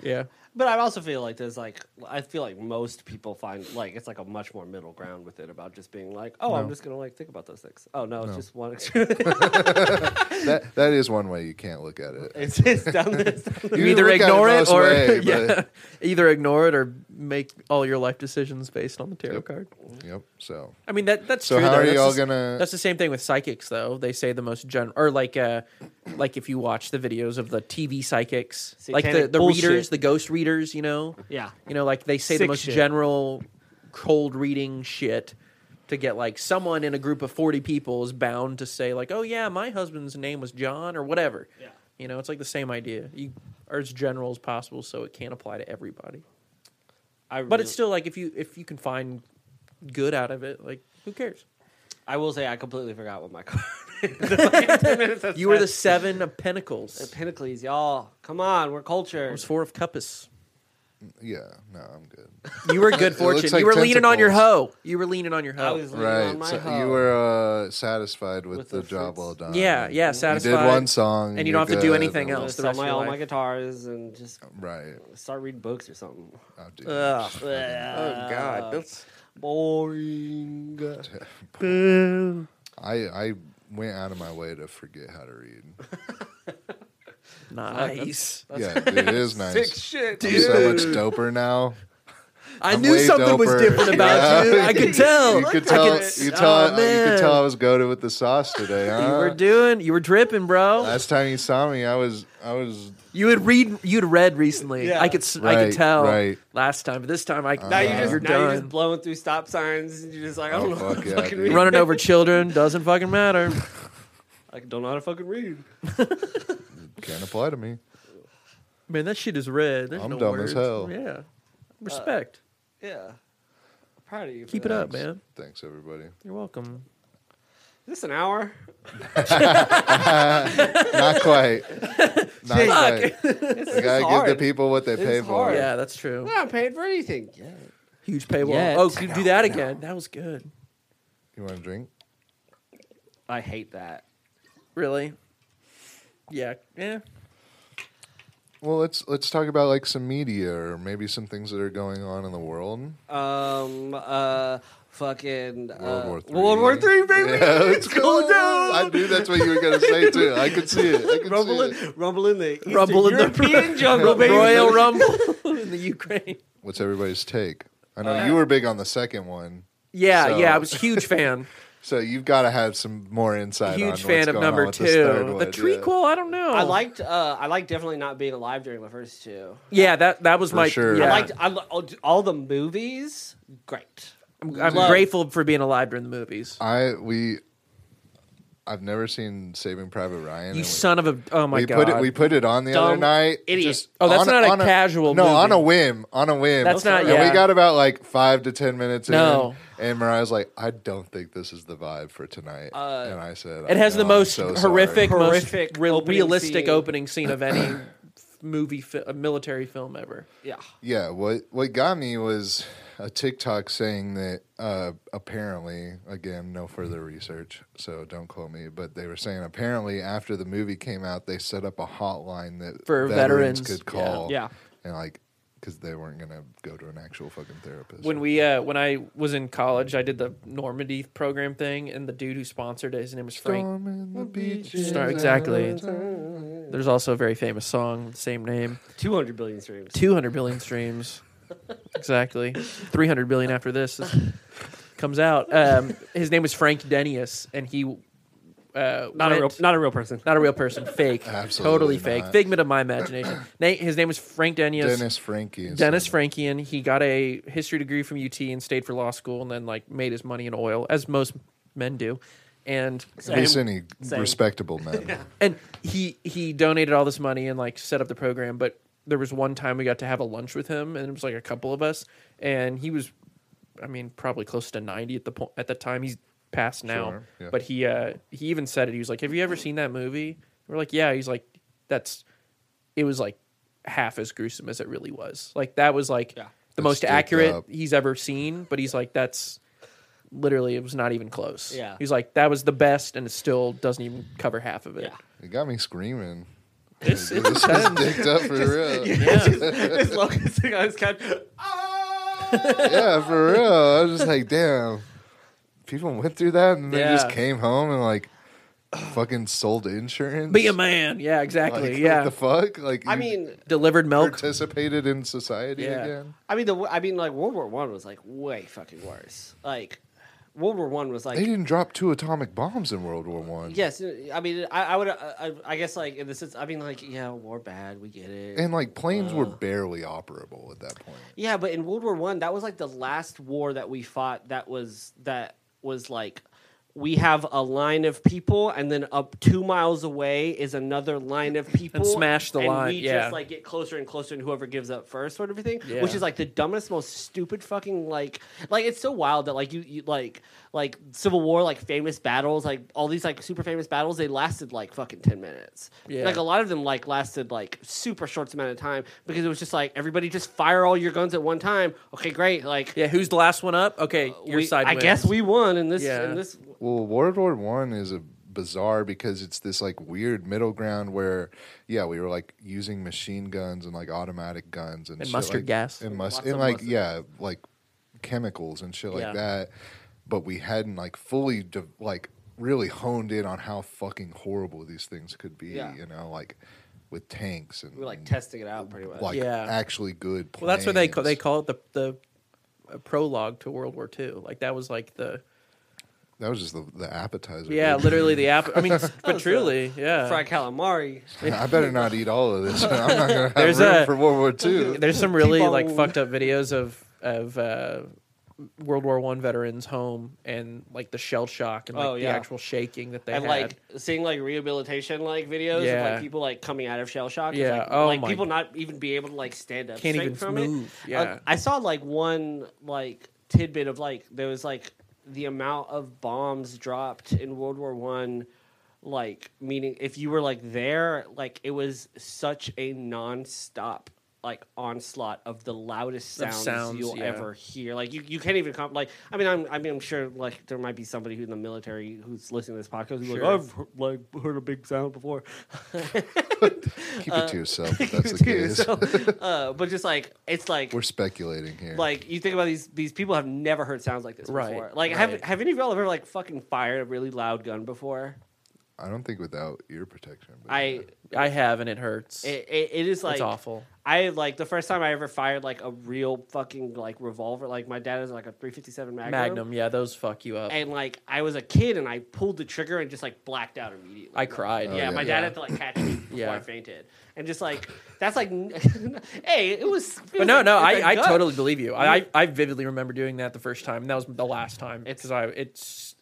[SPEAKER 3] Yeah.
[SPEAKER 2] But I also feel like there's like I feel like most people find like it's like a much more middle ground with it about just being like, oh, I'm
[SPEAKER 1] No.
[SPEAKER 2] just gonna like think about those things. Oh no, it's
[SPEAKER 1] No.
[SPEAKER 2] just one. extreme.
[SPEAKER 1] That that is one way you can't look at it.
[SPEAKER 2] it's just done this.
[SPEAKER 1] You can look at most way,
[SPEAKER 3] yeah,
[SPEAKER 1] but-
[SPEAKER 3] either ignore it or make all your life decisions based on the tarot
[SPEAKER 1] Yep.
[SPEAKER 3] card.
[SPEAKER 1] Yep. So
[SPEAKER 3] I mean that that's
[SPEAKER 1] So
[SPEAKER 3] true.
[SPEAKER 1] how
[SPEAKER 3] though.
[SPEAKER 1] are
[SPEAKER 3] that's
[SPEAKER 1] y'all
[SPEAKER 3] the s-
[SPEAKER 1] gonna-
[SPEAKER 3] That's the same thing with psychics, though. They say the most general, or like, uh, like if you watch the videos of the TV psychics, like the
[SPEAKER 2] Satanic
[SPEAKER 3] the
[SPEAKER 2] bullshit.
[SPEAKER 3] readers, the ghost readers, you know,
[SPEAKER 2] Yeah.
[SPEAKER 3] you know, like they say the
[SPEAKER 2] Sick
[SPEAKER 3] most
[SPEAKER 2] shit.
[SPEAKER 3] general cold reading shit to get like someone in a group of forty people is bound to say like, oh yeah, my husband's name was John or whatever.
[SPEAKER 2] Yeah.
[SPEAKER 3] You know, it's like the same idea. You are as general as possible, so it can't apply to everybody.
[SPEAKER 2] I
[SPEAKER 3] But it's
[SPEAKER 2] really-
[SPEAKER 3] still like if you if you can find good out of it, like who cares?
[SPEAKER 2] I will say I completely forgot what my card. is. Like, 10 minutes has
[SPEAKER 3] You were the
[SPEAKER 2] passed.
[SPEAKER 3] seven of
[SPEAKER 2] The
[SPEAKER 3] pentacles.
[SPEAKER 2] Pinnacles, y'all. Come on, we're
[SPEAKER 3] It
[SPEAKER 2] culture.
[SPEAKER 3] was four of cuppas.
[SPEAKER 1] yeah, no, I'm good.
[SPEAKER 3] You were good
[SPEAKER 1] It looks
[SPEAKER 3] fortune.
[SPEAKER 1] like
[SPEAKER 3] you were leaning on your hoe.
[SPEAKER 1] tentacles.
[SPEAKER 3] You were leaning on your
[SPEAKER 2] I
[SPEAKER 3] hoe.
[SPEAKER 2] was leaning on
[SPEAKER 1] Right.
[SPEAKER 2] my
[SPEAKER 1] So
[SPEAKER 2] hoe.
[SPEAKER 1] you were uh, satisfied with,
[SPEAKER 2] With
[SPEAKER 1] the,
[SPEAKER 2] the
[SPEAKER 1] job
[SPEAKER 2] fruits.
[SPEAKER 1] well done.
[SPEAKER 3] Yeah, yeah, satisfied.
[SPEAKER 1] You did one song,
[SPEAKER 3] And you
[SPEAKER 1] you're
[SPEAKER 3] don't have to do
[SPEAKER 1] good, and-
[SPEAKER 3] anything
[SPEAKER 2] I'm gonna
[SPEAKER 3] else the
[SPEAKER 2] sell
[SPEAKER 3] rest of
[SPEAKER 2] my
[SPEAKER 3] your
[SPEAKER 2] all my
[SPEAKER 3] life.
[SPEAKER 2] guitars and just
[SPEAKER 1] Right.
[SPEAKER 2] start reading books or something.
[SPEAKER 1] I'll do
[SPEAKER 3] Ugh.
[SPEAKER 1] that.
[SPEAKER 2] Oh
[SPEAKER 3] that's
[SPEAKER 2] boring.
[SPEAKER 1] I I went out of my way to forget how to read.
[SPEAKER 3] nice.
[SPEAKER 1] yeah, dude, it is nice.
[SPEAKER 2] Sick shit,
[SPEAKER 1] I'm
[SPEAKER 2] dude.
[SPEAKER 1] so much doper now.
[SPEAKER 3] I
[SPEAKER 1] I'm
[SPEAKER 3] knew
[SPEAKER 1] way
[SPEAKER 3] something was
[SPEAKER 1] doper.
[SPEAKER 3] different about
[SPEAKER 1] Yeah.
[SPEAKER 3] you. I could tell.
[SPEAKER 1] you could
[SPEAKER 3] I
[SPEAKER 1] tell.
[SPEAKER 3] could-
[SPEAKER 1] you, tell
[SPEAKER 3] Oh,
[SPEAKER 1] you
[SPEAKER 3] man.
[SPEAKER 1] could tell I was goaded with the sauce today. Huh?
[SPEAKER 3] You were doing. You were dripping, bro.
[SPEAKER 1] Last time you saw me, I was I was
[SPEAKER 3] you had read. You'd read recently.
[SPEAKER 2] Yeah.
[SPEAKER 3] I could. s I I could
[SPEAKER 1] Right,
[SPEAKER 3] tell.
[SPEAKER 1] right.
[SPEAKER 3] Last time, but this time I.
[SPEAKER 2] Now you just
[SPEAKER 3] are
[SPEAKER 2] now
[SPEAKER 3] done.
[SPEAKER 2] you're just blowing through stop signs and you're just like I don't
[SPEAKER 1] Oh,
[SPEAKER 2] know how
[SPEAKER 1] fuck
[SPEAKER 2] to
[SPEAKER 1] yeah,
[SPEAKER 2] fucking
[SPEAKER 1] dude.
[SPEAKER 2] read.
[SPEAKER 3] running over children doesn't fucking matter.
[SPEAKER 2] I don't know how to fucking read.
[SPEAKER 1] can't apply to me.
[SPEAKER 3] Man, that shit is red. There's
[SPEAKER 1] I'm
[SPEAKER 3] no
[SPEAKER 1] dumb
[SPEAKER 3] words.
[SPEAKER 1] as hell.
[SPEAKER 3] Yeah. Respect.
[SPEAKER 2] Yeah. I'm proud of you. for
[SPEAKER 3] Keep it
[SPEAKER 2] that.
[SPEAKER 3] up, man.
[SPEAKER 1] Thanks everybody.
[SPEAKER 3] You're welcome.
[SPEAKER 2] Is this an hour?
[SPEAKER 1] Not quite. Not quite.
[SPEAKER 2] It's,
[SPEAKER 1] You gotta
[SPEAKER 2] it's
[SPEAKER 1] give
[SPEAKER 2] hard.
[SPEAKER 1] the people what they
[SPEAKER 2] This
[SPEAKER 1] pay
[SPEAKER 2] is
[SPEAKER 1] for.
[SPEAKER 2] hard.
[SPEAKER 3] Yeah, that's true.
[SPEAKER 2] They're not paying for anything. Yeah.
[SPEAKER 3] Huge paywall.
[SPEAKER 2] Yet.
[SPEAKER 3] Oh, could you do that again. That was good.
[SPEAKER 1] You want a drink?
[SPEAKER 2] I hate that.
[SPEAKER 3] Really? Yeah. Yeah.
[SPEAKER 1] Well, let's let's talk about like some media or maybe some things that are going on in the world.
[SPEAKER 2] Um. Uh. Fucking. Uh,
[SPEAKER 1] World War Three.
[SPEAKER 2] World War Three, baby.
[SPEAKER 1] Yeah, let's
[SPEAKER 2] go down.
[SPEAKER 1] I knew that's what you were gonna say too. I could see it. I could
[SPEAKER 2] Rumble
[SPEAKER 1] see it.
[SPEAKER 2] in, rumble in the Eastern
[SPEAKER 3] Rumble in the-
[SPEAKER 2] European jungle, baby.
[SPEAKER 3] Royal Rumble in the Ukraine.
[SPEAKER 1] What's everybody's take? I know you were big on the second one,
[SPEAKER 3] Yeah,
[SPEAKER 1] So-
[SPEAKER 3] yeah, I was a huge fan.
[SPEAKER 1] so you've got to have some more insight. on
[SPEAKER 3] huge
[SPEAKER 1] what's
[SPEAKER 3] fan of
[SPEAKER 1] going on
[SPEAKER 3] number
[SPEAKER 1] with
[SPEAKER 3] two.
[SPEAKER 1] this third
[SPEAKER 3] The
[SPEAKER 1] one, yeah.
[SPEAKER 3] trequel, I don't know.
[SPEAKER 2] I liked. Uh. I liked definitely not being alive during the first two.
[SPEAKER 3] Yeah, that that was
[SPEAKER 1] For
[SPEAKER 3] my.
[SPEAKER 1] sure.
[SPEAKER 3] Yeah.
[SPEAKER 2] I liked. I, li- all the movies. Great.
[SPEAKER 3] I'm, I'm
[SPEAKER 2] Love.
[SPEAKER 3] grateful for being alive during the movies.
[SPEAKER 1] I we. I've never seen Saving Private Ryan.
[SPEAKER 3] You
[SPEAKER 1] and we-
[SPEAKER 3] son of a. Oh my
[SPEAKER 1] we
[SPEAKER 3] god.
[SPEAKER 1] put it. We put it on the other
[SPEAKER 2] Dumb
[SPEAKER 1] night.
[SPEAKER 2] idiot.
[SPEAKER 3] Oh,
[SPEAKER 1] on
[SPEAKER 3] that's not a
[SPEAKER 1] on
[SPEAKER 3] casual
[SPEAKER 1] No,
[SPEAKER 3] movie.
[SPEAKER 1] on a whim. On a whiim.
[SPEAKER 3] That's not-
[SPEAKER 1] And
[SPEAKER 3] yeah.
[SPEAKER 1] we got about like five to ten minutes
[SPEAKER 3] No.
[SPEAKER 1] in, and Mariah's like, "I don't think this is the vibe for tonight." and I said,
[SPEAKER 3] Uh, It has
[SPEAKER 1] "I
[SPEAKER 3] the
[SPEAKER 1] know, I'm
[SPEAKER 3] most
[SPEAKER 1] so sorry."
[SPEAKER 3] horrific,
[SPEAKER 2] Horrific
[SPEAKER 3] most re-
[SPEAKER 2] opening
[SPEAKER 3] realistic
[SPEAKER 2] scene.
[SPEAKER 3] opening scene of any f- movie, fi- a military film ever.
[SPEAKER 2] Yeah.
[SPEAKER 1] Yeah, what what got me was a TikTok saying that uh, apparently, again, no further research, so don't quote me, but they were saying apparently after the movie came out, they set up a hotline that
[SPEAKER 3] For veterans,
[SPEAKER 1] could
[SPEAKER 3] yeah.
[SPEAKER 1] call,
[SPEAKER 2] Yeah.
[SPEAKER 1] and like because they weren't gonna go to an actual fucking therapist.
[SPEAKER 3] When we, uh, when I was in college, I did the Normandy program thing, and the dude who sponsored it, his name was Frank.
[SPEAKER 1] Storm in the beaches
[SPEAKER 3] Star- exactly. There's also a very famous song, with the same name.
[SPEAKER 2] Two hundred billion streams.
[SPEAKER 3] 200 billion streams. exactly. 300 billion after this is- comes out. Um, his name was Frank Denius, and he. Uh,
[SPEAKER 2] Not a
[SPEAKER 3] went-
[SPEAKER 2] real. Not a real person.
[SPEAKER 3] Not a real person. Fake.
[SPEAKER 1] Absolutely
[SPEAKER 3] totally
[SPEAKER 1] not.
[SPEAKER 3] fake. Figment of my imagination. Na- his name was Frank Denius.
[SPEAKER 1] Dennis Frankie. is
[SPEAKER 3] Dennis
[SPEAKER 1] in it.
[SPEAKER 3] Frankian. He got a history degree from UT and stayed for law school and then like made his money in oil, as most men do. And
[SPEAKER 1] At least any
[SPEAKER 2] Same.
[SPEAKER 1] respectable men.
[SPEAKER 3] and he he donated all this money and like set up the program but there was one time we got to have a lunch with him and it was like a couple of us and he was i mean probably close to 90 at the point at the time he's passed now
[SPEAKER 1] Sure, yeah.
[SPEAKER 3] but he uh he even said it he was like have you ever seen that movie we're like yeah he's like that's it was like half as gruesome as it really was. Like that was like
[SPEAKER 2] Yeah.
[SPEAKER 3] the
[SPEAKER 1] That's
[SPEAKER 3] most
[SPEAKER 1] still
[SPEAKER 3] accurate
[SPEAKER 1] up.
[SPEAKER 3] he's ever seen. But he's like that's literally it was not even close.
[SPEAKER 2] Yeah.
[SPEAKER 3] he's like that was the best, and it still doesn't even cover half of it.
[SPEAKER 2] Yeah.
[SPEAKER 1] It got me screaming.
[SPEAKER 3] It's,
[SPEAKER 1] It
[SPEAKER 3] it's
[SPEAKER 1] was just
[SPEAKER 3] intense.
[SPEAKER 1] dicked up for real. Yeah.
[SPEAKER 2] As long as the guy's kept. Ah!
[SPEAKER 1] for real. I was just like, damn. People went through that and they just
[SPEAKER 3] Yeah.
[SPEAKER 1] came home and like fucking sold insurance.
[SPEAKER 3] Be a man. Yeah,
[SPEAKER 1] Like,
[SPEAKER 3] exactly.
[SPEAKER 1] what
[SPEAKER 3] yeah,
[SPEAKER 1] the fuck? Like
[SPEAKER 2] I
[SPEAKER 1] you
[SPEAKER 2] mean,
[SPEAKER 3] delivered milk.
[SPEAKER 1] participated in society
[SPEAKER 3] Yeah.
[SPEAKER 1] again.
[SPEAKER 2] I mean, the I mean, like World War One was like way fucking worse. Like World War One was like
[SPEAKER 1] They didn't drop two atomic bombs in World War One.
[SPEAKER 2] Yes, uh, I mean, I, I would, I, I guess, like in the sense, I mean, like, yeah, war bad, we get it.
[SPEAKER 1] And like planes were
[SPEAKER 2] Uh.
[SPEAKER 1] barely operable at that point.
[SPEAKER 2] yeah, but in World War One, that was like the last war that we fought. That was that was like we have a line of people, and then up two miles away is another line of people,
[SPEAKER 3] smash the
[SPEAKER 2] and
[SPEAKER 3] line,
[SPEAKER 2] We
[SPEAKER 3] yeah.
[SPEAKER 2] just like get closer and closer, and whoever gives up first, sort of a thing.
[SPEAKER 3] Yeah.
[SPEAKER 2] Which is like the dumbest, most stupid fucking like like it's so wild that like you, you like like Civil War, like famous battles, like all these like super famous battles, they lasted like fucking ten minutes.
[SPEAKER 3] Yeah.
[SPEAKER 2] Like a lot of them like lasted like super short amount of time because it was just like everybody just fire all your guns at one time. Okay, great. Like
[SPEAKER 3] Yeah, who's the last one up? Okay, your
[SPEAKER 2] Uh, we-
[SPEAKER 3] side.
[SPEAKER 2] I
[SPEAKER 3] wins.
[SPEAKER 2] guess we won in this
[SPEAKER 3] Yeah.
[SPEAKER 2] in this
[SPEAKER 1] Well, World War One is a bizarre because it's this like weird middle ground where, yeah, we were like using machine guns and like automatic guns and,
[SPEAKER 3] And
[SPEAKER 1] shit
[SPEAKER 3] mustard
[SPEAKER 1] like-
[SPEAKER 3] gas.
[SPEAKER 1] and must
[SPEAKER 2] Lots
[SPEAKER 1] and
[SPEAKER 2] of
[SPEAKER 1] like
[SPEAKER 2] mustard.
[SPEAKER 1] yeah, like chemicals and shit like
[SPEAKER 3] Yeah.
[SPEAKER 1] that. But we hadn't like fully de- like really honed in on how fucking horrible these things could be.
[SPEAKER 2] Yeah.
[SPEAKER 1] You know, like with tanks and
[SPEAKER 2] we were like testing it out pretty much.
[SPEAKER 1] like
[SPEAKER 3] Yeah.
[SPEAKER 1] actually good. Planes.
[SPEAKER 3] Well, that's what they call, they call it the the uh, prologue to World War II. Like that was like the
[SPEAKER 1] That was just the, the appetizer.
[SPEAKER 3] yeah,
[SPEAKER 1] dude.
[SPEAKER 3] literally the app. I mean, but
[SPEAKER 2] was
[SPEAKER 3] truly, yeah.
[SPEAKER 2] Fried calamari.
[SPEAKER 1] I better not eat all of this. I'm not gonna have
[SPEAKER 3] There's
[SPEAKER 1] room
[SPEAKER 3] a-
[SPEAKER 1] for World War Two.
[SPEAKER 3] There's some really like
[SPEAKER 2] T-bone.
[SPEAKER 3] fucked up videos of of uh, World War One veterans home and like the shell shock and like
[SPEAKER 2] Oh, yeah.
[SPEAKER 3] the actual shaking that they
[SPEAKER 2] and
[SPEAKER 3] had.
[SPEAKER 2] like seeing like rehabilitation like videos of
[SPEAKER 3] Yeah.
[SPEAKER 2] like people like coming out of shell shock. is,
[SPEAKER 3] Yeah.
[SPEAKER 2] like,
[SPEAKER 3] Oh
[SPEAKER 2] like
[SPEAKER 3] my-
[SPEAKER 2] people not even be able to like stand up.
[SPEAKER 3] Can't
[SPEAKER 2] straight
[SPEAKER 3] even
[SPEAKER 2] from
[SPEAKER 3] move.
[SPEAKER 2] It.
[SPEAKER 3] Yeah.
[SPEAKER 2] Like, I saw like one like tidbit of like there was like the amount of bombs dropped in World War One. Like meaning, if you were like there, like it was such a non-stop like onslaught of the loudest
[SPEAKER 3] Of
[SPEAKER 2] sounds,
[SPEAKER 3] sounds,
[SPEAKER 2] you'll
[SPEAKER 3] yeah.
[SPEAKER 2] ever here. Like you, you can't even comp- like I mean I'm I mean I'm sure like there might be somebody who in the military who's listening to this podcast who's
[SPEAKER 3] Sure.
[SPEAKER 2] like I've heard, like heard a big sound before.
[SPEAKER 1] Keep it to yourself. If that's the
[SPEAKER 2] Too,
[SPEAKER 1] case.
[SPEAKER 2] so, uh, but just like it's like
[SPEAKER 1] We're speculating here.
[SPEAKER 2] like you think about these these people have never heard sounds like this
[SPEAKER 3] Right,
[SPEAKER 2] before. Like
[SPEAKER 3] right.
[SPEAKER 2] have have any of y'all ever like fucking fired a really loud gun before?
[SPEAKER 1] I don't think without ear protection. but
[SPEAKER 2] I
[SPEAKER 1] yeah.
[SPEAKER 3] I have and it hurts.
[SPEAKER 2] it, it, it is like
[SPEAKER 3] it's awful.
[SPEAKER 2] I like the first time I ever fired like a real fucking like revolver. Like my dad is like a 357 Magnum.
[SPEAKER 3] Magnum, yeah, those fuck you up.
[SPEAKER 2] and like I was a kid and I pulled the trigger and just like blacked out immediately.
[SPEAKER 3] I cried.
[SPEAKER 1] Oh, yeah.
[SPEAKER 2] yeah, my dad had to like catch me before
[SPEAKER 3] Yeah.
[SPEAKER 2] I fainted, and just like that's like, hey, it was. it
[SPEAKER 3] But
[SPEAKER 2] was
[SPEAKER 3] no,
[SPEAKER 2] a-
[SPEAKER 3] no,
[SPEAKER 2] it's a
[SPEAKER 3] I, I
[SPEAKER 2] gun.
[SPEAKER 3] totally believe you. I, I I vividly remember doing that the first time. and That was the last time
[SPEAKER 2] It's-
[SPEAKER 3] because I it's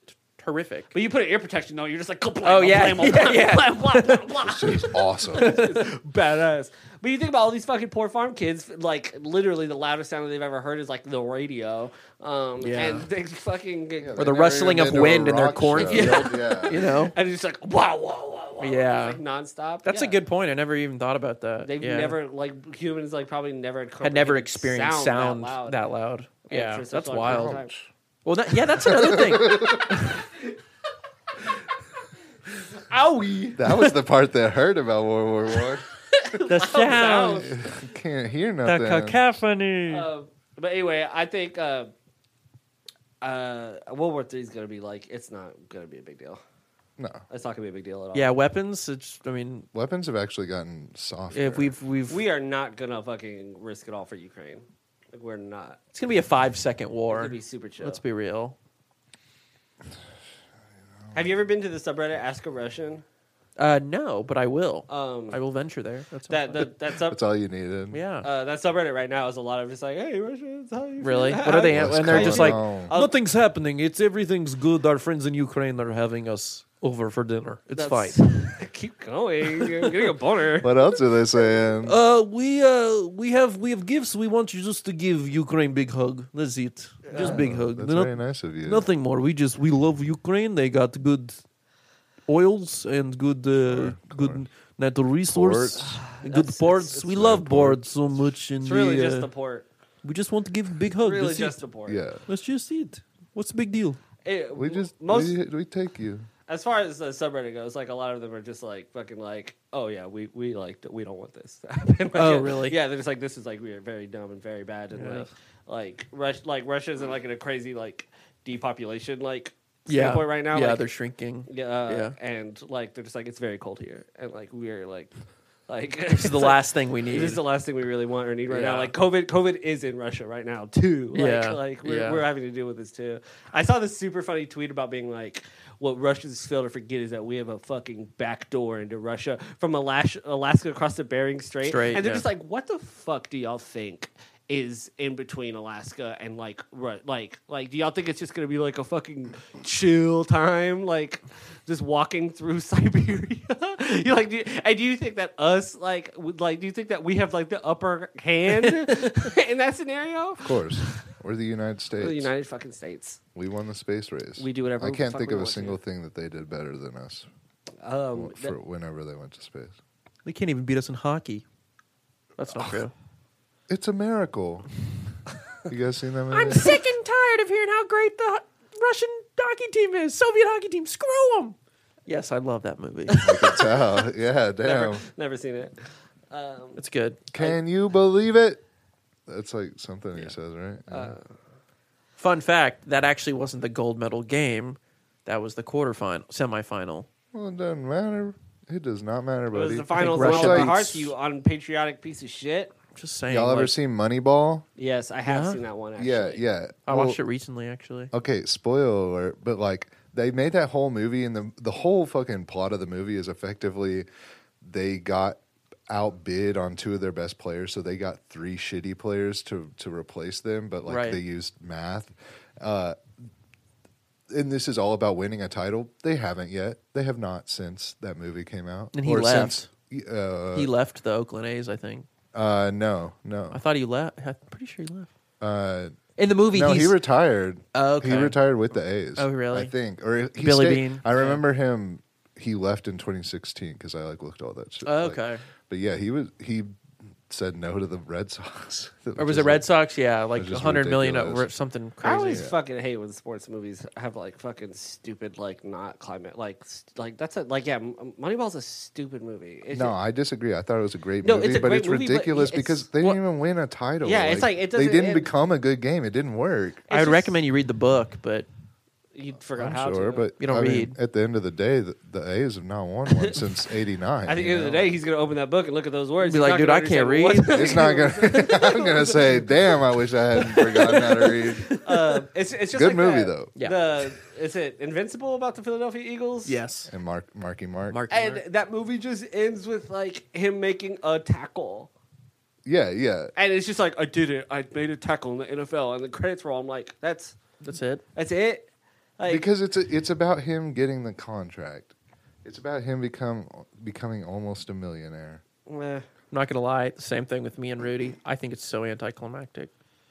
[SPEAKER 3] horrific.
[SPEAKER 2] But you put an ear protection though, you're just like,
[SPEAKER 3] Oh, yeah. Yeah,
[SPEAKER 2] blah, blah, blah, blah.
[SPEAKER 1] Shit is awesome.
[SPEAKER 2] badass. But you think about all these fucking poor farm kids, like literally the loudest sound they've ever heard is like the radio, um,
[SPEAKER 3] Yeah.
[SPEAKER 2] and they fucking
[SPEAKER 1] They
[SPEAKER 3] the
[SPEAKER 1] never
[SPEAKER 3] rustling
[SPEAKER 1] even been
[SPEAKER 3] of
[SPEAKER 1] to a
[SPEAKER 3] wind in their
[SPEAKER 1] rock show.
[SPEAKER 3] cornfield.
[SPEAKER 1] Yeah.
[SPEAKER 3] you know,
[SPEAKER 2] and it's just like wow, wow, wow, wow,
[SPEAKER 3] Yeah.
[SPEAKER 2] it's like nonstop.
[SPEAKER 3] That's a
[SPEAKER 2] Yeah.
[SPEAKER 3] good point. I never even thought about that.
[SPEAKER 2] They've
[SPEAKER 3] Yeah.
[SPEAKER 2] never like humans like probably never
[SPEAKER 3] had never
[SPEAKER 2] comprehended
[SPEAKER 3] experienced sound, that loud.
[SPEAKER 2] And
[SPEAKER 3] Yeah,
[SPEAKER 2] for such
[SPEAKER 3] that's
[SPEAKER 2] a long period
[SPEAKER 3] wild.
[SPEAKER 2] of time.
[SPEAKER 3] Well, that, yeah, that's another thing.
[SPEAKER 2] Owie!
[SPEAKER 1] That was the part that hurt about World War One.
[SPEAKER 3] The sound,
[SPEAKER 1] Can't hear
[SPEAKER 3] the
[SPEAKER 1] nothing.
[SPEAKER 3] cacophony.
[SPEAKER 2] Uh, but anyway, I think uh, uh, World War Three is gonna be like it's not gonna be a big deal.
[SPEAKER 1] no,
[SPEAKER 2] It's not gonna be a big deal at all.
[SPEAKER 3] yeah, weapons. It's, I mean,
[SPEAKER 1] weapons have actually gotten softer.
[SPEAKER 3] if we've we've
[SPEAKER 2] we are not gonna fucking risk it all for Ukraine. Like we're not.
[SPEAKER 3] it's gonna be a five second
[SPEAKER 2] It's
[SPEAKER 3] war.
[SPEAKER 2] gonna be super chill.
[SPEAKER 3] Let's be real.
[SPEAKER 2] Have you ever been to the subreddit Ask a Russian?
[SPEAKER 3] Uh, no, but I will.
[SPEAKER 2] Um,
[SPEAKER 3] I will venture there. That's
[SPEAKER 2] that, that that's up.
[SPEAKER 1] that's all you needed.
[SPEAKER 3] yeah.
[SPEAKER 2] Uh, that subreddit right now is a lot of just like, hey, Russians, how you
[SPEAKER 3] Really?
[SPEAKER 2] feel?"
[SPEAKER 3] What are they?
[SPEAKER 1] Let's
[SPEAKER 3] and they're
[SPEAKER 1] calm
[SPEAKER 3] just like, "Oh,
[SPEAKER 1] down.
[SPEAKER 3] nothing's happening. It's everything's good. Our friends in Ukraine are having us over for dinner. It's fine.
[SPEAKER 2] That's- Keep going. You're getting a boner.
[SPEAKER 1] What else are they saying?
[SPEAKER 3] Uh, we uh we have we have gifts. We want you just to give Ukraine big hug. That's it. Just big hug.
[SPEAKER 1] That's
[SPEAKER 3] No-
[SPEAKER 1] very nice of you.
[SPEAKER 3] Nothing more. We just we love Ukraine. They got good oils and good uh,
[SPEAKER 1] Sure, of
[SPEAKER 3] good Ah,
[SPEAKER 1] course.
[SPEAKER 4] natural resource, good
[SPEAKER 2] That's-
[SPEAKER 4] boards.
[SPEAKER 2] it's-
[SPEAKER 4] we
[SPEAKER 2] it's
[SPEAKER 4] love boards so much, and
[SPEAKER 2] It's really
[SPEAKER 4] we,
[SPEAKER 2] just
[SPEAKER 4] uh,
[SPEAKER 2] the port.
[SPEAKER 4] we just want to give big
[SPEAKER 3] Oh,
[SPEAKER 4] hug.
[SPEAKER 2] Really
[SPEAKER 4] That's
[SPEAKER 2] just
[SPEAKER 4] it.
[SPEAKER 2] the port.
[SPEAKER 1] Yeah.
[SPEAKER 4] Let's just see it. What's the big deal?
[SPEAKER 2] It-
[SPEAKER 1] We just
[SPEAKER 2] most
[SPEAKER 1] we, we take you.
[SPEAKER 2] as far as the subreddit goes, like a lot of them are just like fucking like, oh yeah, we we like we don't want this. to happen." Like,
[SPEAKER 3] Oh,
[SPEAKER 2] yeah,
[SPEAKER 3] really?
[SPEAKER 2] Yeah, they're just like this is like we are very dumb and very bad and
[SPEAKER 3] Yeah.
[SPEAKER 2] like like Rush like Russia's in like in a crazy like depopulation like
[SPEAKER 3] yeah.
[SPEAKER 2] standpoint right now.
[SPEAKER 3] Yeah,
[SPEAKER 2] like,
[SPEAKER 3] they're shrinking.
[SPEAKER 2] yeah, uh,
[SPEAKER 3] yeah.
[SPEAKER 2] and like they're just like it's very cold here and like we're like like
[SPEAKER 3] This is the last thing we need.
[SPEAKER 2] This is the last thing we really want or need right now.
[SPEAKER 3] Yeah.
[SPEAKER 2] Like COVID, COVID is in Russia right now too. Like,
[SPEAKER 3] Yeah,
[SPEAKER 2] like we're,
[SPEAKER 3] yeah.
[SPEAKER 2] we're having to deal with this too. I saw this super funny tweet about being like, what Russians fail to forget is that we have a fucking back door into Russia from Alaska, Alaska across the Bering Strait.
[SPEAKER 3] Strait,
[SPEAKER 2] and they're
[SPEAKER 3] yeah.
[SPEAKER 2] just like, what the fuck do y'all think? Is in between Alaska and like, Ru- like, like, do y'all think it's just gonna be like a fucking chill time, like, just walking through Siberia? you like, do you, and do you think that us, like, would like, do you think that we have like the upper hand in that scenario?
[SPEAKER 1] Of course. We're the United States.
[SPEAKER 2] The United fucking States.
[SPEAKER 1] we won the space race.
[SPEAKER 2] We do whatever
[SPEAKER 1] I
[SPEAKER 2] the
[SPEAKER 1] can't
[SPEAKER 2] fuck
[SPEAKER 1] think
[SPEAKER 2] we
[SPEAKER 1] of a
[SPEAKER 2] want to.
[SPEAKER 1] single thing that they did better than us
[SPEAKER 2] Um,
[SPEAKER 1] for whenever they went to space.
[SPEAKER 4] They can't even beat us in hockey.
[SPEAKER 3] That's not true.
[SPEAKER 1] It's a miracle. you guys seen that movie?
[SPEAKER 3] I'm sick and tired of hearing how great the ho- Russian hockey team is. Soviet hockey team, screw them. Yes, I love that movie.
[SPEAKER 1] I can tell. Yeah, damn.
[SPEAKER 2] never, never seen it. Um,
[SPEAKER 3] it's good.
[SPEAKER 1] Can you believe it? That's like something he says, right?
[SPEAKER 2] Uh,
[SPEAKER 1] Yeah.
[SPEAKER 3] Fun fact: that actually wasn't the gold medal game. That was the quarterfinal, semifinal.
[SPEAKER 1] well, it doesn't matter. It does not matter,
[SPEAKER 2] It was
[SPEAKER 1] buddy.
[SPEAKER 2] the finals
[SPEAKER 3] Russia
[SPEAKER 2] of our
[SPEAKER 3] beats-
[SPEAKER 2] hearts, you unpatriotic piece of shit.
[SPEAKER 3] Just saying.
[SPEAKER 1] Y'all ever
[SPEAKER 3] like,
[SPEAKER 1] seen Moneyball?
[SPEAKER 2] Yes, I have
[SPEAKER 3] Yeah?
[SPEAKER 2] seen that one. Actually.
[SPEAKER 1] Yeah, yeah.
[SPEAKER 3] I
[SPEAKER 1] Well,
[SPEAKER 3] watched it recently, actually.
[SPEAKER 1] Okay, spoiler alert, but like they made that whole movie and the the whole fucking plot of the movie is effectively they got outbid on two of their best players, so they got three shitty players to to replace them, but like
[SPEAKER 3] Right.
[SPEAKER 1] they used math. Uh and this is all about winning a title. They haven't yet. They have not since that movie came out.
[SPEAKER 3] And he
[SPEAKER 1] Since, uh,
[SPEAKER 3] he left the Oakland A's, I think.
[SPEAKER 1] uh, no, no.
[SPEAKER 3] I thought he left. I'm pretty sure he left.
[SPEAKER 1] Uh,
[SPEAKER 3] In the movie,
[SPEAKER 1] No,
[SPEAKER 3] he's,
[SPEAKER 1] he retired.
[SPEAKER 3] Oh, okay.
[SPEAKER 1] He retired with the A's.
[SPEAKER 3] Oh, really?
[SPEAKER 1] I think. Or he
[SPEAKER 3] Billy
[SPEAKER 1] stayed-
[SPEAKER 3] Bean,
[SPEAKER 1] I
[SPEAKER 3] yeah.
[SPEAKER 1] remember him. He left in 2016 because I like looked all that shit.
[SPEAKER 3] Oh,
[SPEAKER 1] like-
[SPEAKER 3] okay.
[SPEAKER 1] but yeah, he was. He said no to the Red Sox.
[SPEAKER 3] or was it Red Sox? Yeah, like
[SPEAKER 1] which is
[SPEAKER 3] 100 million
[SPEAKER 1] ridiculous.
[SPEAKER 3] over something
[SPEAKER 2] I
[SPEAKER 3] crazy.
[SPEAKER 2] always fucking hate when sports movies have like fucking stupid, like not climate, like st- like that's a like yeah, M- Moneyball's a stupid movie. It's
[SPEAKER 1] No,
[SPEAKER 2] just-
[SPEAKER 1] I disagree. I thought it was a great
[SPEAKER 2] No,
[SPEAKER 1] movie,
[SPEAKER 2] it's a
[SPEAKER 1] but
[SPEAKER 2] great
[SPEAKER 1] it's
[SPEAKER 2] movie, but
[SPEAKER 1] ridiculous
[SPEAKER 2] it's-
[SPEAKER 1] because they didn't even win a title.
[SPEAKER 2] Yeah, it's like, it
[SPEAKER 1] they
[SPEAKER 2] doesn't-
[SPEAKER 1] didn't
[SPEAKER 2] it-
[SPEAKER 1] become a good game. It didn't work.
[SPEAKER 3] I would
[SPEAKER 2] just-
[SPEAKER 3] recommend you read the book, but
[SPEAKER 2] you forgot
[SPEAKER 1] I'm
[SPEAKER 2] how
[SPEAKER 1] sure,
[SPEAKER 2] to.
[SPEAKER 1] but
[SPEAKER 3] You don't
[SPEAKER 1] I mean,
[SPEAKER 3] read.
[SPEAKER 1] at the end of the day, the, the A's have not won one since '89.
[SPEAKER 2] at the
[SPEAKER 1] you
[SPEAKER 2] end of the
[SPEAKER 1] know?
[SPEAKER 2] day, he's gonna open that book and look at those words.
[SPEAKER 3] Be
[SPEAKER 2] He's
[SPEAKER 3] like,
[SPEAKER 2] not
[SPEAKER 3] "Dude,
[SPEAKER 2] gonna
[SPEAKER 3] I can't
[SPEAKER 2] understand what-
[SPEAKER 1] It's not gonna. I'm gonna say, damn! I wish I hadn't forgotten how to read.
[SPEAKER 2] Uh, it's it's just
[SPEAKER 1] Good
[SPEAKER 2] like
[SPEAKER 1] movie,
[SPEAKER 2] that-
[SPEAKER 1] though.
[SPEAKER 3] Yeah.
[SPEAKER 2] The is it Invincible about the Philadelphia Eagles?
[SPEAKER 3] yes,
[SPEAKER 1] And Mark, Marky Mark.
[SPEAKER 3] Mark
[SPEAKER 2] And that movie just ends with like him making a tackle.
[SPEAKER 1] Yeah, yeah.
[SPEAKER 2] And it's just like I did it. I made a tackle in the NFL, and the credits roll. I'm like, that's
[SPEAKER 3] that's it.
[SPEAKER 2] that's it. Like,
[SPEAKER 1] Because it's a, it's about him getting the contract. It's about him become becoming almost a millionaire.
[SPEAKER 2] eh.
[SPEAKER 3] I'm not gonna lie, the same thing with me and Rudy. I think it's so anticlimactic.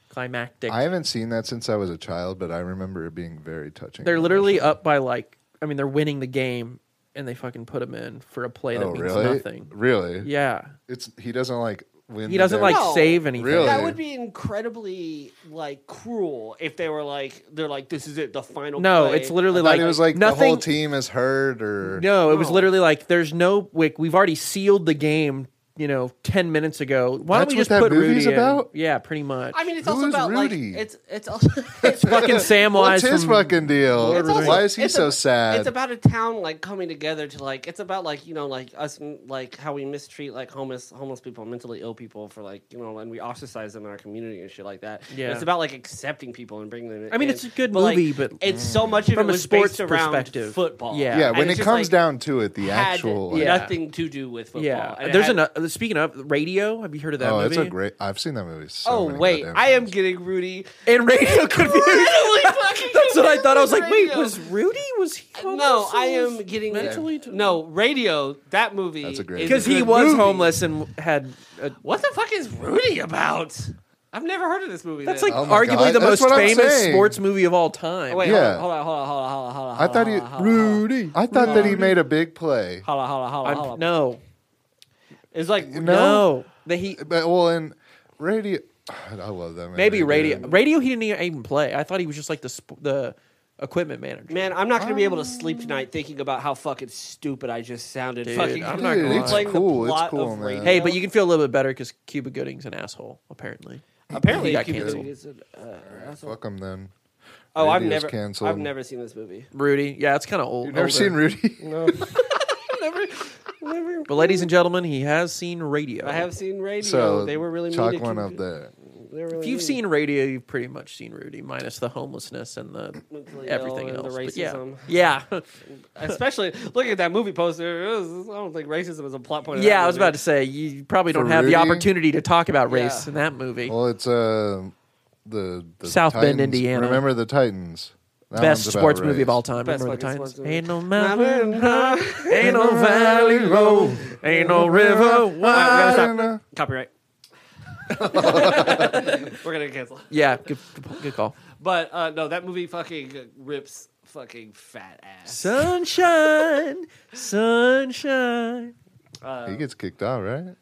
[SPEAKER 3] Climactic.
[SPEAKER 1] I haven't seen that since I was a child, but I remember it being very touching.
[SPEAKER 3] they're literally up by like I mean they're winning the game and they fucking put him in for a play that
[SPEAKER 1] oh
[SPEAKER 3] means
[SPEAKER 1] really?
[SPEAKER 3] nothing.
[SPEAKER 1] Really?
[SPEAKER 3] Yeah.
[SPEAKER 1] It's he doesn't like win.
[SPEAKER 3] He doesn't
[SPEAKER 1] the-
[SPEAKER 3] like
[SPEAKER 2] No.
[SPEAKER 3] save anything.
[SPEAKER 1] Really?
[SPEAKER 2] That would be incredibly like cruel if they were like they're like this is it the final.
[SPEAKER 3] No,
[SPEAKER 2] play.
[SPEAKER 3] it's literally
[SPEAKER 1] I thought
[SPEAKER 3] like,
[SPEAKER 1] it was like
[SPEAKER 3] nothing.
[SPEAKER 1] the whole team is hurt or
[SPEAKER 3] No, it was
[SPEAKER 2] No.
[SPEAKER 3] literally like there's no like we've already sealed the game, you know, 10 minutes ago. Why
[SPEAKER 1] That's
[SPEAKER 3] don't we
[SPEAKER 1] what
[SPEAKER 3] just
[SPEAKER 1] that
[SPEAKER 3] put
[SPEAKER 1] movie's
[SPEAKER 3] Rudy in?
[SPEAKER 1] about?
[SPEAKER 3] Yeah, pretty much.
[SPEAKER 2] I mean, it's
[SPEAKER 1] Who
[SPEAKER 2] also
[SPEAKER 1] is
[SPEAKER 2] about
[SPEAKER 1] Rudy?
[SPEAKER 2] like it's it's also it's,
[SPEAKER 3] fucking Samwise
[SPEAKER 1] What's his
[SPEAKER 3] from-
[SPEAKER 1] fucking deal?
[SPEAKER 2] It's also-
[SPEAKER 1] Why is he
[SPEAKER 2] it's
[SPEAKER 1] so
[SPEAKER 2] ab-
[SPEAKER 1] sad?
[SPEAKER 2] It's about a town like coming together to like. It's about like you know like us m- like how we mistreat like homeless homeless people, mentally ill people for like you know, and we ostracize them in our community and shit like that. And
[SPEAKER 3] Yeah.
[SPEAKER 2] it's about like accepting people and bringing them. in.
[SPEAKER 3] I mean, it's a good
[SPEAKER 2] like,
[SPEAKER 3] movie, but-
[SPEAKER 2] it's so much of
[SPEAKER 3] From
[SPEAKER 2] it
[SPEAKER 3] a
[SPEAKER 2] was
[SPEAKER 3] sports
[SPEAKER 2] based around
[SPEAKER 3] perspective.
[SPEAKER 2] football.
[SPEAKER 3] Yeah.
[SPEAKER 1] yeah,
[SPEAKER 2] And
[SPEAKER 1] when
[SPEAKER 2] it's
[SPEAKER 1] it
[SPEAKER 2] just,
[SPEAKER 1] comes
[SPEAKER 2] like,
[SPEAKER 1] down to it, the
[SPEAKER 2] had
[SPEAKER 1] actual like,
[SPEAKER 3] Yeah.
[SPEAKER 2] nothing to do with football.
[SPEAKER 3] yeah.
[SPEAKER 2] And it
[SPEAKER 3] there's
[SPEAKER 2] had-
[SPEAKER 3] another speaking of radio, have you heard of that
[SPEAKER 1] oh,
[SPEAKER 3] movie?
[SPEAKER 1] it's a great. I've seen that movie. So
[SPEAKER 2] Oh
[SPEAKER 1] many
[SPEAKER 2] wait,
[SPEAKER 1] goddamn
[SPEAKER 2] I am
[SPEAKER 1] times.
[SPEAKER 2] getting Rudy.
[SPEAKER 3] and radio confused.
[SPEAKER 2] Really fucking
[SPEAKER 3] That's what I thought. I was like, wait,
[SPEAKER 2] Radio.
[SPEAKER 3] was Rudy? Was he?
[SPEAKER 2] No, I am getting
[SPEAKER 3] mentally. to-
[SPEAKER 2] No, radio. That movie.
[SPEAKER 1] That's a great movie.
[SPEAKER 2] is
[SPEAKER 3] because he
[SPEAKER 2] good
[SPEAKER 3] was
[SPEAKER 2] movie.
[SPEAKER 3] homeless and had. A,
[SPEAKER 2] What the fuck is Rudy about? I've never heard of this movie.
[SPEAKER 3] that's
[SPEAKER 2] then.
[SPEAKER 3] like
[SPEAKER 1] Oh my
[SPEAKER 3] arguably
[SPEAKER 1] God,
[SPEAKER 3] the
[SPEAKER 1] that's
[SPEAKER 3] most
[SPEAKER 1] what I'm
[SPEAKER 3] famous
[SPEAKER 1] saying.
[SPEAKER 3] sports movie of all time.
[SPEAKER 2] Oh, wait,
[SPEAKER 1] Yeah.
[SPEAKER 2] hold on, hold on, hold on, hold on, hold on, hold on.
[SPEAKER 1] I thought
[SPEAKER 2] hold
[SPEAKER 1] he
[SPEAKER 2] on,
[SPEAKER 1] Rudy. I thought that he made a big play.
[SPEAKER 2] Hold on, hold on, hold on,
[SPEAKER 3] I'm-
[SPEAKER 2] hold on.
[SPEAKER 3] no,
[SPEAKER 2] It's like
[SPEAKER 1] No.
[SPEAKER 3] No, that he
[SPEAKER 1] But well, and radio. I love that man.
[SPEAKER 3] maybe radio
[SPEAKER 1] dude.
[SPEAKER 3] radio he didn't even play. I thought he was just like the sp- the equipment manager.
[SPEAKER 2] Man, I'm not going to be able to
[SPEAKER 1] Um.
[SPEAKER 2] sleep tonight thinking about how fucking stupid I just sounded.
[SPEAKER 3] Dude,
[SPEAKER 2] fucking,
[SPEAKER 3] I'm not
[SPEAKER 1] Dude,
[SPEAKER 3] gonna
[SPEAKER 1] it's
[SPEAKER 3] lie.
[SPEAKER 2] playing
[SPEAKER 1] cool.
[SPEAKER 2] the
[SPEAKER 1] It's
[SPEAKER 2] plot
[SPEAKER 1] cool,
[SPEAKER 2] of
[SPEAKER 1] man.
[SPEAKER 2] radio.
[SPEAKER 3] Hey, but you can feel a little bit better because Cuba Gooding's an asshole. Apparently,
[SPEAKER 2] apparently
[SPEAKER 3] he got
[SPEAKER 2] Cuba
[SPEAKER 3] canceled.
[SPEAKER 2] Gooding is an, uh, asshole.
[SPEAKER 1] Fuck them then.
[SPEAKER 2] Oh, I've
[SPEAKER 1] Radio's
[SPEAKER 2] never,
[SPEAKER 1] canceled.
[SPEAKER 2] I've never seen this movie.
[SPEAKER 3] Rudy. Yeah, it's kind of old.
[SPEAKER 1] You've never
[SPEAKER 3] older.
[SPEAKER 1] seen Rudy?
[SPEAKER 2] No, never, never.
[SPEAKER 3] But ladies and gentlemen, he has seen Radio.
[SPEAKER 2] I have seen Radio.
[SPEAKER 1] so
[SPEAKER 2] they were really mean
[SPEAKER 1] chalk
[SPEAKER 2] to
[SPEAKER 1] one
[SPEAKER 2] Cuba-
[SPEAKER 1] up there.
[SPEAKER 2] they were really
[SPEAKER 3] If you've
[SPEAKER 2] mean.
[SPEAKER 3] seen Radio, you've pretty much seen Rudy, minus the homelessness and the
[SPEAKER 2] Mentally
[SPEAKER 3] everything
[SPEAKER 2] ill and
[SPEAKER 3] else.
[SPEAKER 2] the
[SPEAKER 3] But yeah,
[SPEAKER 2] racism.
[SPEAKER 3] yeah,
[SPEAKER 2] especially look at that movie poster. It was- I don't think racism is a plot point. of that
[SPEAKER 3] yeah. I was
[SPEAKER 2] movie.
[SPEAKER 3] about to say you probably don't
[SPEAKER 1] For
[SPEAKER 3] have
[SPEAKER 1] Rudy?
[SPEAKER 3] the opportunity to talk about race
[SPEAKER 2] Yeah.
[SPEAKER 3] in that movie.
[SPEAKER 1] Well, it's uh, the, the
[SPEAKER 3] South Bend,
[SPEAKER 1] Titans.
[SPEAKER 3] Indiana.
[SPEAKER 1] Remember the Titans? That
[SPEAKER 3] Best
[SPEAKER 1] one's about
[SPEAKER 3] sports movie
[SPEAKER 1] race.
[SPEAKER 3] of all time.
[SPEAKER 2] Best
[SPEAKER 3] Remember the
[SPEAKER 2] fucking
[SPEAKER 3] Titans?
[SPEAKER 2] sports movie.
[SPEAKER 3] Ain't no
[SPEAKER 2] Mountain
[SPEAKER 3] mountain high, ain't no valley low, ain't no river
[SPEAKER 2] gotta
[SPEAKER 3] wide.
[SPEAKER 2] stop.
[SPEAKER 1] Indiana.
[SPEAKER 2] Copyright. We're gonna cancel.
[SPEAKER 3] Yeah, good, good- good call.
[SPEAKER 2] But uh, no, that movie fucking rips fucking fat ass.
[SPEAKER 3] Sunshine, sunshine.
[SPEAKER 2] Uh,
[SPEAKER 1] He gets kicked out, right?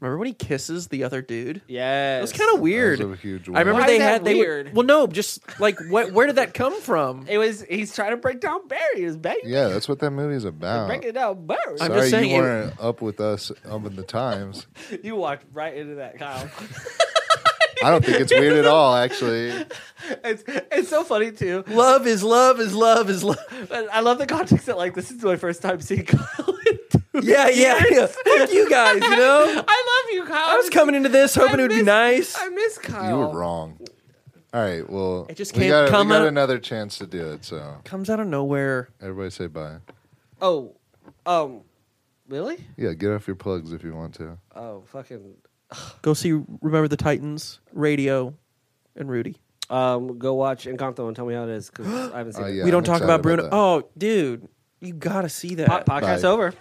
[SPEAKER 3] Remember when he kisses the other dude?
[SPEAKER 2] yes,
[SPEAKER 3] It was kind of weird.
[SPEAKER 1] That was a huge
[SPEAKER 3] I remember
[SPEAKER 2] Why
[SPEAKER 1] win.
[SPEAKER 3] they
[SPEAKER 2] is that
[SPEAKER 3] had they were-
[SPEAKER 2] weird?
[SPEAKER 3] well, no, just like what? Where did that come from?
[SPEAKER 2] It was. He's trying to break down barriers, baby.
[SPEAKER 1] Yeah, that's what that movie's about.
[SPEAKER 2] Breaking down barriers.
[SPEAKER 3] I'm
[SPEAKER 1] Sorry,
[SPEAKER 3] just saying
[SPEAKER 1] you
[SPEAKER 3] it-
[SPEAKER 1] weren't up with us up in the times.
[SPEAKER 2] You walked right into that, Kyle.
[SPEAKER 1] I don't think it's weird at all, actually.
[SPEAKER 2] it's it's so funny too.
[SPEAKER 3] Love is love is love is love.
[SPEAKER 2] But I love the context that like this is my first time seeing Kyle. in two
[SPEAKER 3] Yeah, yeah, yeah. Fuck you guys. You know,
[SPEAKER 2] I love you, Kyle.
[SPEAKER 3] I was coming into this hoping it would be
[SPEAKER 2] miss-
[SPEAKER 3] nice.
[SPEAKER 2] I miss Kyle.
[SPEAKER 1] You were wrong. All right, well,
[SPEAKER 3] Oh. It just
[SPEAKER 1] we
[SPEAKER 3] can't
[SPEAKER 1] got,
[SPEAKER 3] come
[SPEAKER 1] we got
[SPEAKER 3] out-
[SPEAKER 1] another chance to do it, so
[SPEAKER 3] Comes out of nowhere.
[SPEAKER 1] everybody say bye.
[SPEAKER 2] Oh, um, really?
[SPEAKER 1] Yeah, get off your plugs if you want to.
[SPEAKER 2] Oh, fucking.
[SPEAKER 4] Go see Remember the Titans, Radio.
[SPEAKER 3] And Rudy.
[SPEAKER 2] Um, go watch Encanto and tell me how it is because I haven't seen
[SPEAKER 1] Oh,
[SPEAKER 2] it.
[SPEAKER 1] yeah,
[SPEAKER 4] we don't
[SPEAKER 1] I'm
[SPEAKER 4] talk
[SPEAKER 1] excited
[SPEAKER 4] about Bruno.
[SPEAKER 1] that.
[SPEAKER 4] oh, dude, you gotta see that.
[SPEAKER 2] Po- podcast
[SPEAKER 1] Bye.
[SPEAKER 2] over.